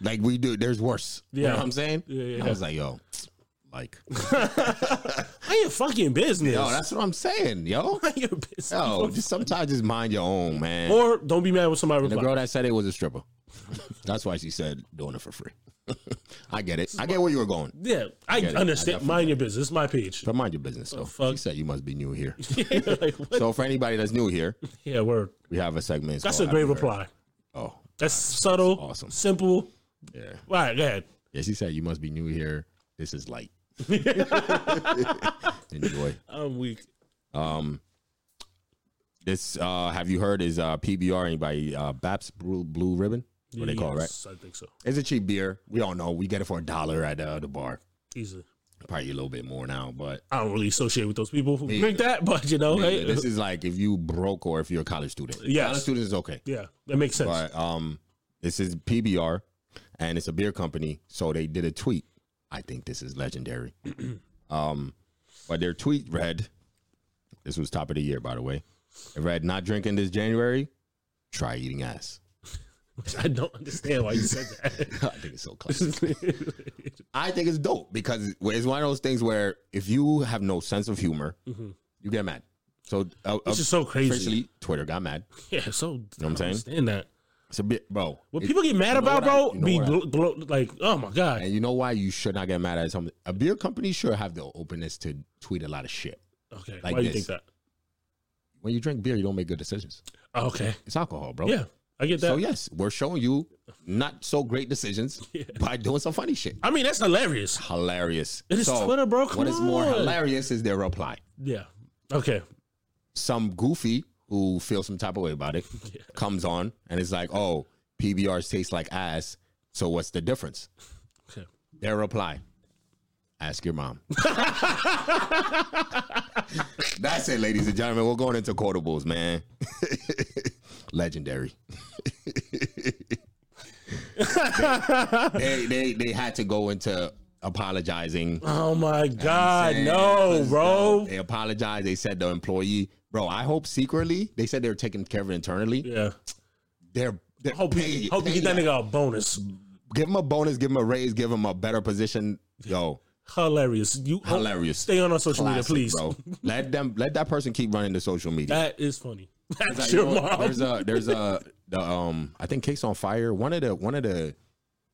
Speaker 2: like we do. There's worse. You know
Speaker 3: Yeah.
Speaker 2: what I'm saying.
Speaker 3: Yeah, yeah,
Speaker 2: I was like, "Yo,
Speaker 4: Like,
Speaker 3: I ain't fucking business.
Speaker 2: Yo, that's what I'm saying, yo.
Speaker 3: I ain't business.
Speaker 2: Yo, just sometimes just mind your own, man.
Speaker 3: Or don't be mad when somebody
Speaker 4: the
Speaker 3: replies.
Speaker 4: girl that said it was a stripper.
Speaker 2: That's why she said doing it for free. I get it. I get where you were going.
Speaker 3: yeah, I
Speaker 2: it. I
Speaker 3: understand. Mind your business. It's my page.
Speaker 2: But mind your business, though.
Speaker 3: fuck.
Speaker 2: She said you must be new here.
Speaker 3: like, what?
Speaker 2: so for anybody that's new here,
Speaker 3: Yeah, word.
Speaker 2: we have a segment. It's
Speaker 3: That's
Speaker 2: called
Speaker 3: a great
Speaker 2: Have You Heard?
Speaker 3: reply.
Speaker 2: Oh,
Speaker 3: That's subtle,
Speaker 2: awesome.
Speaker 3: simple.
Speaker 2: yeah.
Speaker 3: All right, go ahead.
Speaker 2: Yeah, she said you must be new here. This is light. Enjoy.
Speaker 3: I'm weak.
Speaker 2: This uh have you heard is uh PBR anybody uh Baps Blue, Blue Ribbon? What they call it, right?
Speaker 3: Yes, I think so.
Speaker 2: It's a cheap beer. We all know. We get it for a dollar at uh, the bar.
Speaker 3: Easily.
Speaker 2: Probably a little bit more now, but
Speaker 3: I don't really associate with those people who drink that, but you know,
Speaker 2: yeah,
Speaker 3: hey,
Speaker 2: this is like if you broke or if you're a college student.
Speaker 3: Yes.
Speaker 2: College student is okay.
Speaker 3: yeah, that makes sense.
Speaker 2: But um this is PBR and it's a beer company. So they did a tweet. I think this is legendary. um but their tweet read this was top of the year, by the way. It read, not drinking this January, try eating ass.
Speaker 3: I don't understand why you said
Speaker 2: I think it's so classic.
Speaker 3: that.
Speaker 2: I think it's dope because it's one of those things where if you have no sense of humor,
Speaker 3: Mhm.
Speaker 2: you get mad. So uh,
Speaker 3: Which is so crazy.
Speaker 2: officially, Twitter got mad.
Speaker 3: Yeah, so I
Speaker 2: I'm
Speaker 3: don't
Speaker 2: saying?
Speaker 3: understand that.
Speaker 2: It's a bit, bro.
Speaker 3: What
Speaker 2: it-
Speaker 3: people get mad
Speaker 2: know
Speaker 3: about,
Speaker 2: what I-
Speaker 3: bro,
Speaker 2: you know
Speaker 3: be
Speaker 2: what I-
Speaker 3: blo- blo- like, oh my god,
Speaker 2: And you know why you should not get mad at something? A beer company should have the openness to tweet a lot of shit.
Speaker 3: okay,
Speaker 2: like
Speaker 3: why do you
Speaker 2: this.
Speaker 3: think that?
Speaker 2: When you drink beer, you don't make good decisions.
Speaker 3: Oh, okay,
Speaker 2: It's alcohol, bro.
Speaker 3: yeah, I get that.
Speaker 2: So yes, we're showing you not so great decisions by doing some funny shit.
Speaker 3: I mean, that's hilarious.
Speaker 2: Hilarious.
Speaker 3: It is
Speaker 2: So,
Speaker 3: Twitter, bro. Come
Speaker 2: What is more
Speaker 3: on.
Speaker 2: hilarious is their reply.
Speaker 3: Yeah. Okay.
Speaker 2: Some goofy who feels some type of way about it comes on and is like, "Oh, PBRs taste like ass. So what's the difference?"
Speaker 3: Okay.
Speaker 2: Their reply. Ask your mom. That's it, ladies and gentlemen. We're going into quotables, man. Legendary. they, they they had to go into apologizing.
Speaker 3: Oh my God,
Speaker 2: saying,
Speaker 3: no, bro.
Speaker 2: They apologized. They said the employee, bro. I hope secretly they said they were taking care of it internally.
Speaker 3: Yeah.
Speaker 2: They're, they're
Speaker 3: Hope
Speaker 2: pay-
Speaker 3: you hope you
Speaker 2: pay
Speaker 3: get that
Speaker 2: them.
Speaker 3: nigga a bonus.
Speaker 2: Give him a bonus. Give him a raise. Give him a better position. Yo,
Speaker 3: Hilarious. You
Speaker 2: Hilarious.
Speaker 3: Stay on our social
Speaker 2: classic,
Speaker 3: media, please.
Speaker 2: bro. Let them let that person keep running the social media.
Speaker 3: That is funny. That's
Speaker 2: Like,
Speaker 3: your
Speaker 2: you know,
Speaker 3: mom.
Speaker 2: There's a there's a the um I think Cakes on Fire. One of the one of the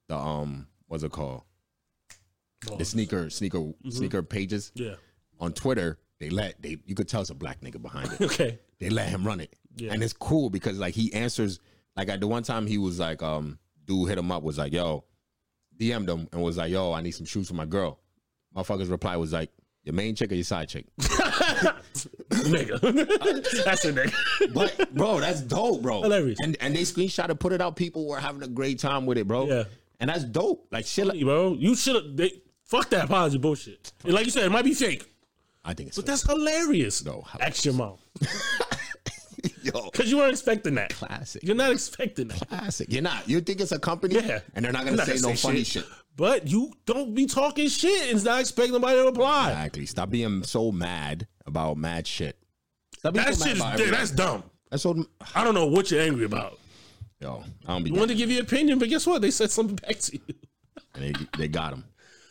Speaker 2: the um what's it called? The sneaker sneaker sneaker pages
Speaker 3: Mm-hmm. Yeah.
Speaker 2: on Twitter. They let they you could tell it's a black nigga behind it.
Speaker 3: Okay.
Speaker 2: they let him run it,
Speaker 3: Yeah.
Speaker 2: and it's cool because like he answers. Like at the one time he was like um dude hit him up was like yo DM'd him and was like yo I need some shoes for my girl. Motherfucker's reply was like your main chick or your side chick.
Speaker 3: nigga. That's a nigga.
Speaker 2: But bro, that's dope, bro.
Speaker 3: Hilarious.
Speaker 2: And and they screenshot and put it out. People were having a great time with it, bro.
Speaker 3: Yeah.
Speaker 2: And that's dope. Like shit. Like,
Speaker 3: Hey, bro, you should have. they Fuck that apology bullshit. And like you said, it might be fake,
Speaker 2: I think it's
Speaker 3: but that's hilarious.
Speaker 2: No,
Speaker 3: Ask your mom.
Speaker 2: yo
Speaker 3: Because you weren't expecting that.
Speaker 2: classic.
Speaker 3: You're not expecting that.
Speaker 2: classic. You're not. You think it's a company,
Speaker 3: Yeah.
Speaker 2: and they're not gonna
Speaker 3: Not
Speaker 2: say
Speaker 3: gonna
Speaker 2: no
Speaker 3: say
Speaker 2: funny shit.
Speaker 3: shit. But you don't be talking shit and not expect nobody to reply.
Speaker 2: Exactly. Stop being so mad about mad shit. Stop being
Speaker 3: That
Speaker 2: so mad
Speaker 3: shit is
Speaker 2: about
Speaker 3: dude,
Speaker 2: everything.
Speaker 3: that's dumb.
Speaker 2: That's so.
Speaker 3: I don't know what you're angry about.
Speaker 2: Yo, I don't be.
Speaker 3: You wanted to give your opinion, but guess what? They said something back to you.
Speaker 2: and they, they got him.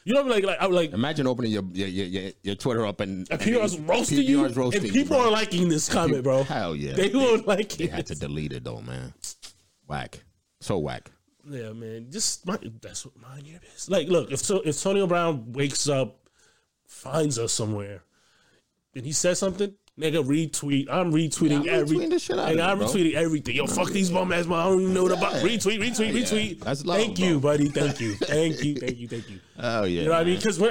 Speaker 3: You know, like, like, I'm like,
Speaker 2: Imagine opening your your, your, your, your Twitter up and, and
Speaker 3: PR's
Speaker 2: they-
Speaker 3: roasting you,
Speaker 2: PBR's roasting
Speaker 3: and people
Speaker 2: you, bro.
Speaker 3: are liking this comment, bro.
Speaker 2: Hell yeah.
Speaker 3: They will like
Speaker 2: They had
Speaker 3: it.
Speaker 2: to delete it though, man. Whack. So whack.
Speaker 3: Yeah, man. Just mind, that's what mind your business. Like, look, if so, if Tonio Brown wakes up, finds us somewhere, and he says something, nigga, retweet. I'm retweeting
Speaker 2: Yeah, I'm
Speaker 3: every.
Speaker 2: retweeting the shit out of
Speaker 3: nigga,
Speaker 2: it,
Speaker 3: I'm
Speaker 2: bro.
Speaker 3: retweeting everything. Yo, fuck these bum ass. I don't even know what about.
Speaker 2: Yeah.
Speaker 3: Retweet, retweet, retweet.
Speaker 2: That's love,
Speaker 3: Thank you, buddy. Thank you. Thank you. Thank you. Thank you.
Speaker 2: Oh yeah.
Speaker 3: You know what I mean? Because I,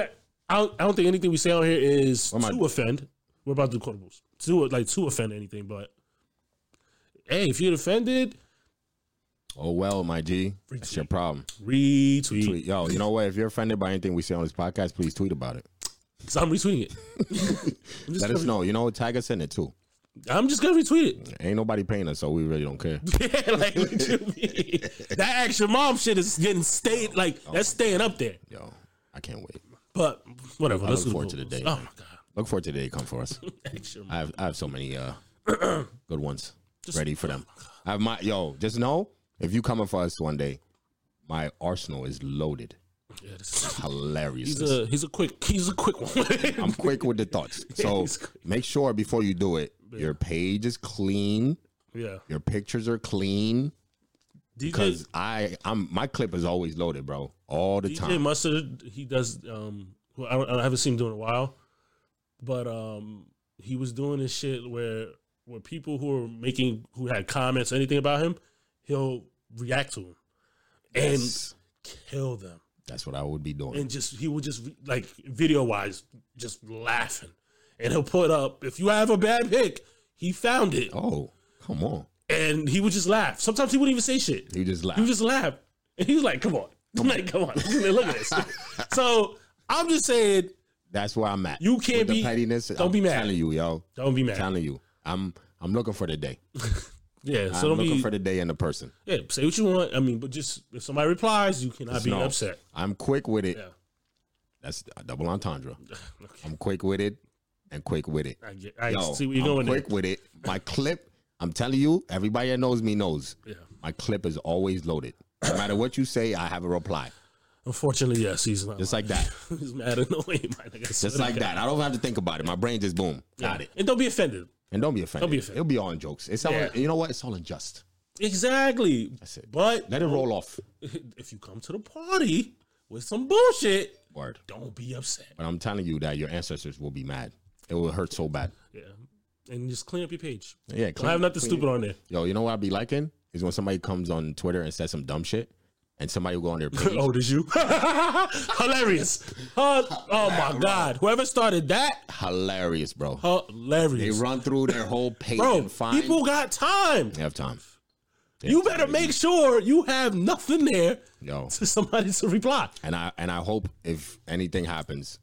Speaker 3: don't- I don't think anything we say out here is
Speaker 2: am I-
Speaker 3: to offend. We're about to do quotables. To like to offend anything, but hey, if you're offended,
Speaker 2: Oh well, my G. That's
Speaker 3: Retweet.
Speaker 2: your problem.
Speaker 3: retweet.
Speaker 2: Tweet. Yo, you know what? If you're offended by anything we say on this podcast, please tweet about it.
Speaker 3: 'Cause I'm retweeting it. I'm, just
Speaker 2: Let
Speaker 3: gonna,
Speaker 2: us know. You know, tag us in it too.
Speaker 3: I'm just gonna retweet
Speaker 2: Ain't nobody paying us, so we really don't care.
Speaker 3: it. yeah, like what you mean? that action mom shit is getting stayed. Like
Speaker 2: Oh,
Speaker 3: that's staying up there.
Speaker 2: Yo, I can't wait.
Speaker 3: But whatever. let's
Speaker 2: look
Speaker 3: do
Speaker 2: forward to the
Speaker 3: quotables.
Speaker 2: day.
Speaker 3: Oh my god,
Speaker 2: Look forward to the day come for us.
Speaker 3: action.
Speaker 2: I have I have so many uh good ones ready for them. I have my yo. Just know if you coming for us one day, my arsenal is loaded.
Speaker 3: Yeah, this-
Speaker 2: Hilarious.
Speaker 3: he's a he's a quick he's a quick one.
Speaker 2: I'm quick with the thoughts. So
Speaker 3: He's quick.
Speaker 2: make sure before you do it, your page is clean,
Speaker 3: yeah,
Speaker 2: your pictures are clean.
Speaker 3: DJ
Speaker 2: Cause I, I'm my clip is always loaded, bro, all the
Speaker 3: DJ
Speaker 2: time.
Speaker 3: Mustard, he does. Um, well, I, don't, I haven't seen him doing a while, but um, he was doing this shit where where people who were making who had comments or anything about him, he'll react to them and kill them,
Speaker 2: That's what I would be doing.
Speaker 3: and just he would just re- like video wise just laughing, and he'll put up if you have a bad pick, he found it,
Speaker 2: oh, come on!
Speaker 3: and he would just laugh. Sometimes he wouldn't even say shit.
Speaker 2: You just laugh.
Speaker 3: He just laughed. And he was like, come on. I'm like, come on. Look at this. so I'm just saying,
Speaker 2: That's where I'm at.
Speaker 3: You can't
Speaker 2: With the
Speaker 3: be-
Speaker 2: pettiness.
Speaker 3: don't
Speaker 2: I'm
Speaker 3: be mad.
Speaker 2: Telling you, yo.
Speaker 3: don't be mad.
Speaker 2: Telling you. I'm I'm looking for the day.
Speaker 3: Yeah. So
Speaker 2: I'm
Speaker 3: don't
Speaker 2: looking
Speaker 3: be,
Speaker 2: for the day and the person.
Speaker 3: yeah, say what you want. I mean, but just if somebody replies, you cannot be
Speaker 2: No.
Speaker 3: upset.
Speaker 2: I'm quick with it.
Speaker 3: Yeah.
Speaker 2: That's a double entendre.
Speaker 3: Okay.
Speaker 2: I'm quick with it and quick with it.
Speaker 3: I get, I
Speaker 2: Yo,
Speaker 3: see where you're
Speaker 2: I'm
Speaker 3: going
Speaker 2: quick with it. My clip, I'm telling you, everybody that knows me knows.
Speaker 3: there. Yeah.
Speaker 2: My clip is always loaded. No matter what you say, I have a reply.
Speaker 3: Unfortunately, yes, he's not.
Speaker 2: Just like that.
Speaker 3: he's mad annoying. My nigga. I swear
Speaker 2: Just
Speaker 3: to
Speaker 2: like
Speaker 3: God.
Speaker 2: that. I don't have to think about it. My brain just boom.
Speaker 3: Yeah.
Speaker 2: Got it.
Speaker 3: And don't be offended.
Speaker 2: And don't be offended.
Speaker 3: Don't be offended.
Speaker 2: It'll be all in jokes. It's all
Speaker 3: Yeah.
Speaker 2: you know what? It's all unjust.
Speaker 3: Exactly. That's
Speaker 2: it.
Speaker 3: But
Speaker 2: Let it roll off.
Speaker 3: if you come to the party with some bullshit,
Speaker 2: Word.
Speaker 3: don't be upset.
Speaker 2: But I'm telling you that your ancestors will be mad. It will hurt so bad.
Speaker 3: Yeah. And just clean up your page.
Speaker 2: Yeah,
Speaker 3: Don't have nothing stupid on there.
Speaker 2: Yo, you know what I be liking is when somebody comes on Twitter and says some dumb shit, and somebody will go on their page.
Speaker 3: Oh, did you? hilarious. Huh? oh my God. Whoever started that,
Speaker 2: Hilarious, bro. They
Speaker 3: hilarious.
Speaker 2: run through their whole page
Speaker 3: Bro,
Speaker 2: and find.
Speaker 3: people got time.
Speaker 2: They have time. They
Speaker 3: You
Speaker 2: have
Speaker 3: better
Speaker 2: time.
Speaker 3: make sure you have nothing there
Speaker 2: yo.
Speaker 3: to somebody to reply.
Speaker 2: And I and I hope if anything happens,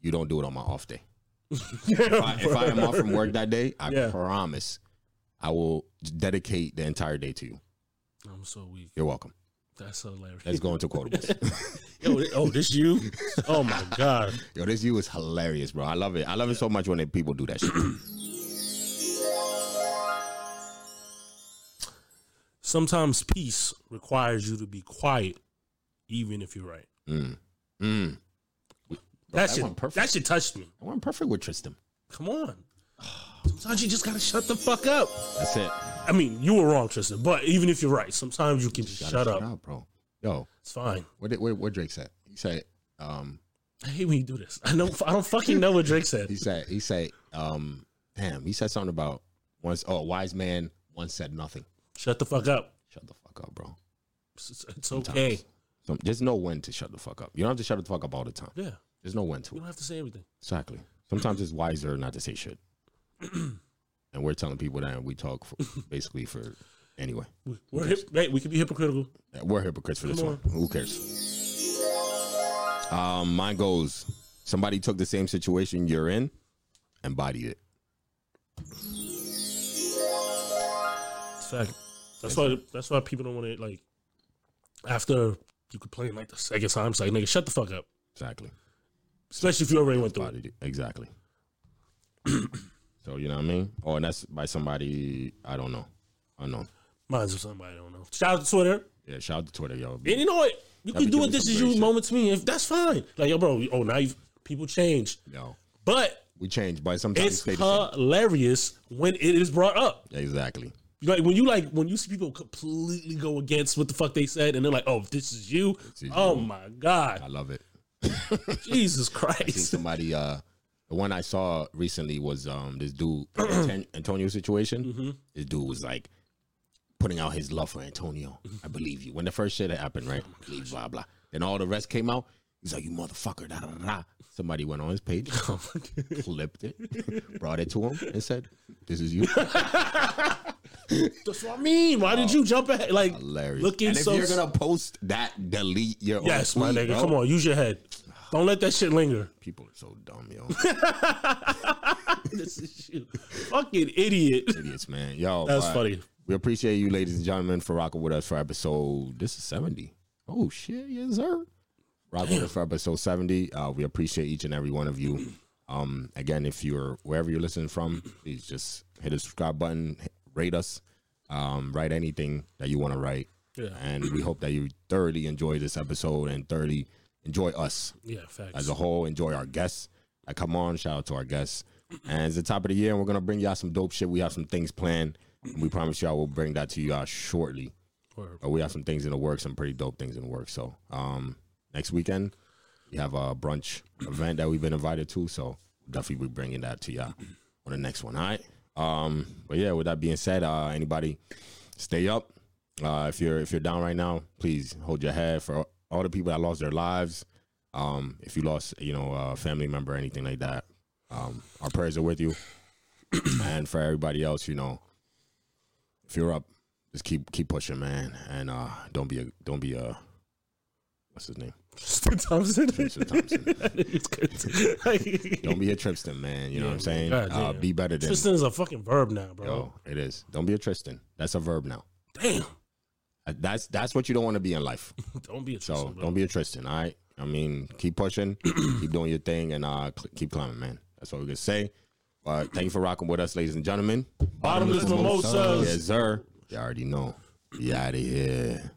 Speaker 2: you don't do it on my off day. If I, if I am off from work that day, I
Speaker 3: Yeah.
Speaker 2: promise I will dedicate the entire day to you.
Speaker 3: I'm so weak.
Speaker 2: You're welcome.
Speaker 3: That's hilarious.
Speaker 2: Let's go into quotables.
Speaker 3: Yo, th- oh, this you? Oh my God.
Speaker 2: Yo, this you is hilarious, bro. I love it. I love it so much when people do that shit.
Speaker 3: Sometimes peace requires you to be quiet, even if you're right.
Speaker 2: Mm.
Speaker 3: That
Speaker 2: that one
Speaker 3: should
Speaker 2: perfect.
Speaker 3: that should touch me.
Speaker 2: I went perfect with Tristan.
Speaker 3: Come on. Sometimes you just gotta shut the fuck up.
Speaker 2: That's it.
Speaker 3: I mean, you were wrong, Tristan. But even if you're right, sometimes you can just shut,
Speaker 2: Gotta
Speaker 3: up.
Speaker 2: bro. Yo,
Speaker 3: It's fine.
Speaker 2: what did what, what Drake said? He said, um,
Speaker 3: I hate when you do this. I know. I don't fucking know what Drake said.
Speaker 2: he said, he said, um, damn, he said something about once. Oh, a wise man once said nothing.
Speaker 3: Shut the fuck up.
Speaker 2: Shut the fuck up, bro.
Speaker 3: It's, it's- it's okay.
Speaker 2: So just know when to shut the fuck up. You don't have to shut the fuck up all the time.
Speaker 3: Yeah,
Speaker 2: There's no when
Speaker 3: you
Speaker 2: to.
Speaker 3: don't have to say everything.
Speaker 2: Exactly. Sometimes it's wiser not to say shit. and we're telling people that, and we talk for, basically for anyway.
Speaker 3: We- We're hip, right, we can be hypocritical.
Speaker 2: Yeah, We're hypocrites for this
Speaker 3: Come
Speaker 2: one. Who cares? Um, mine goes. Somebody took the same situation you're in, and bodied it.
Speaker 3: It's fact. That's why. That's why people don't want to like. After you complain like the second time, it's like nigga, shut the fuck up.
Speaker 2: Exactly.
Speaker 3: Especially if you already went through it.
Speaker 2: Bodied it. Exactly. so you know what I mean? Oh, and that's by somebody I don't know. Unknown.
Speaker 3: Mine's of somebody I don't know. Shout out to Twitter.
Speaker 2: Yeah. Shout out to Twitter, yo.
Speaker 3: And you know what? You
Speaker 2: That'd be
Speaker 3: can do
Speaker 2: giving
Speaker 3: what this
Speaker 2: some
Speaker 3: is
Speaker 2: great
Speaker 3: you
Speaker 2: shit.
Speaker 3: moment to me. If that's fine. Like yo, bro. Oh, now you people change,
Speaker 2: Yo,
Speaker 3: but
Speaker 2: we change, but sometimes
Speaker 3: it's
Speaker 2: stay the
Speaker 3: hilarious when it is brought up.
Speaker 2: same. Exactly.
Speaker 3: Like when you like when you see people completely go against what the fuck they said, and they're like, "Oh, this is you."
Speaker 2: is
Speaker 3: oh
Speaker 2: you.
Speaker 3: my
Speaker 2: I
Speaker 3: god,
Speaker 2: love it.
Speaker 3: Jesus
Speaker 2: seen
Speaker 3: Christ!
Speaker 2: somebody uh the one I saw recently was um this dude Anton- Antonio situation.
Speaker 3: Mm-hmm.
Speaker 2: This dude was like putting out his love for Antonio.
Speaker 3: Mm-hmm.
Speaker 2: I believe you. When the first shit happened, right?
Speaker 3: Oh
Speaker 2: Believe, blah blah. Then all the rest came out. He's like, you motherfucker, da da da, da. Somebody went on his page,
Speaker 3: Oh
Speaker 2: clipped it, brought it to him, and said, "This is you."
Speaker 3: That's what I mean. Why did you jump ahead? Like
Speaker 2: Oh, Hilarious.
Speaker 3: looking
Speaker 2: and if
Speaker 3: so
Speaker 2: you're gonna post that, delete your. own
Speaker 3: yes, my
Speaker 2: tweet,
Speaker 3: nigga.
Speaker 2: bro.
Speaker 3: Come on, use your head. Don't let that shit linger.
Speaker 2: People are so dumb, yo.
Speaker 3: this is you, fucking idiot.
Speaker 2: Idiots, man. Yo,
Speaker 3: That's
Speaker 2: but-
Speaker 3: funny.
Speaker 2: We appreciate you, ladies and gentlemen, for rocking with us for episode. This is seventy. Oh shit, yes sir. Rocking with us for episode seventy. Uh, we appreciate each and every one of you. Um, again, if you're wherever you're listening from, please just hit the subscribe button, h- rate us, um, write anything that you want to write.
Speaker 3: Yeah.
Speaker 2: And we hope that you thoroughly enjoy this episode and thoroughly enjoy us
Speaker 3: Yeah, facts.
Speaker 2: as a whole. Enjoy our guests that come on. Shout out to our guests. And it's the top of the year, and we're gonna bring y'all some dope shit. We have some things planned. And we promise y'all we'll bring that to y'all shortly.
Speaker 3: Word.
Speaker 2: But we have some things in the works, some pretty dope things in the works. So um next weekend we have a brunch event that we've been invited to. So definitely be bringing that to y'all on the next one. All right. Um, but yeah, with that being said, uh, anybody stay up. Uh, if you're if you're down right now, please hold your head for all the people that lost their lives. Um, if you lost, you know, a family member or anything like that, um, our prayers are with you. and for everybody else, you know, if you're up, just keep keep pushing, man, and uh, don't be a don't be a what's his name,
Speaker 3: Tristan Thompson.
Speaker 2: Tristan Thompson.
Speaker 3: It's good.
Speaker 2: don't be a Tristan, man. You know what I'm saying?
Speaker 3: God
Speaker 2: Uh,
Speaker 3: damn.
Speaker 2: be better than
Speaker 3: Tristan is a fucking verb now, bro.
Speaker 2: yo. It is. Don't be a Tristan. That's a verb now.
Speaker 3: Damn.
Speaker 2: Uh, That's that's what you don't want to be in life.
Speaker 3: Don't be a
Speaker 2: So
Speaker 3: Tristan. bro.
Speaker 2: don't be a Tristan. All right. I mean, keep pushing, keep doing your thing, and uh, cl- keep climbing, man. That's what we're gonna say. Uh, thank you for rocking with us, ladies and gentlemen.
Speaker 3: Bottomless mimosas.
Speaker 2: Yes, sir. You already know. Be out of here.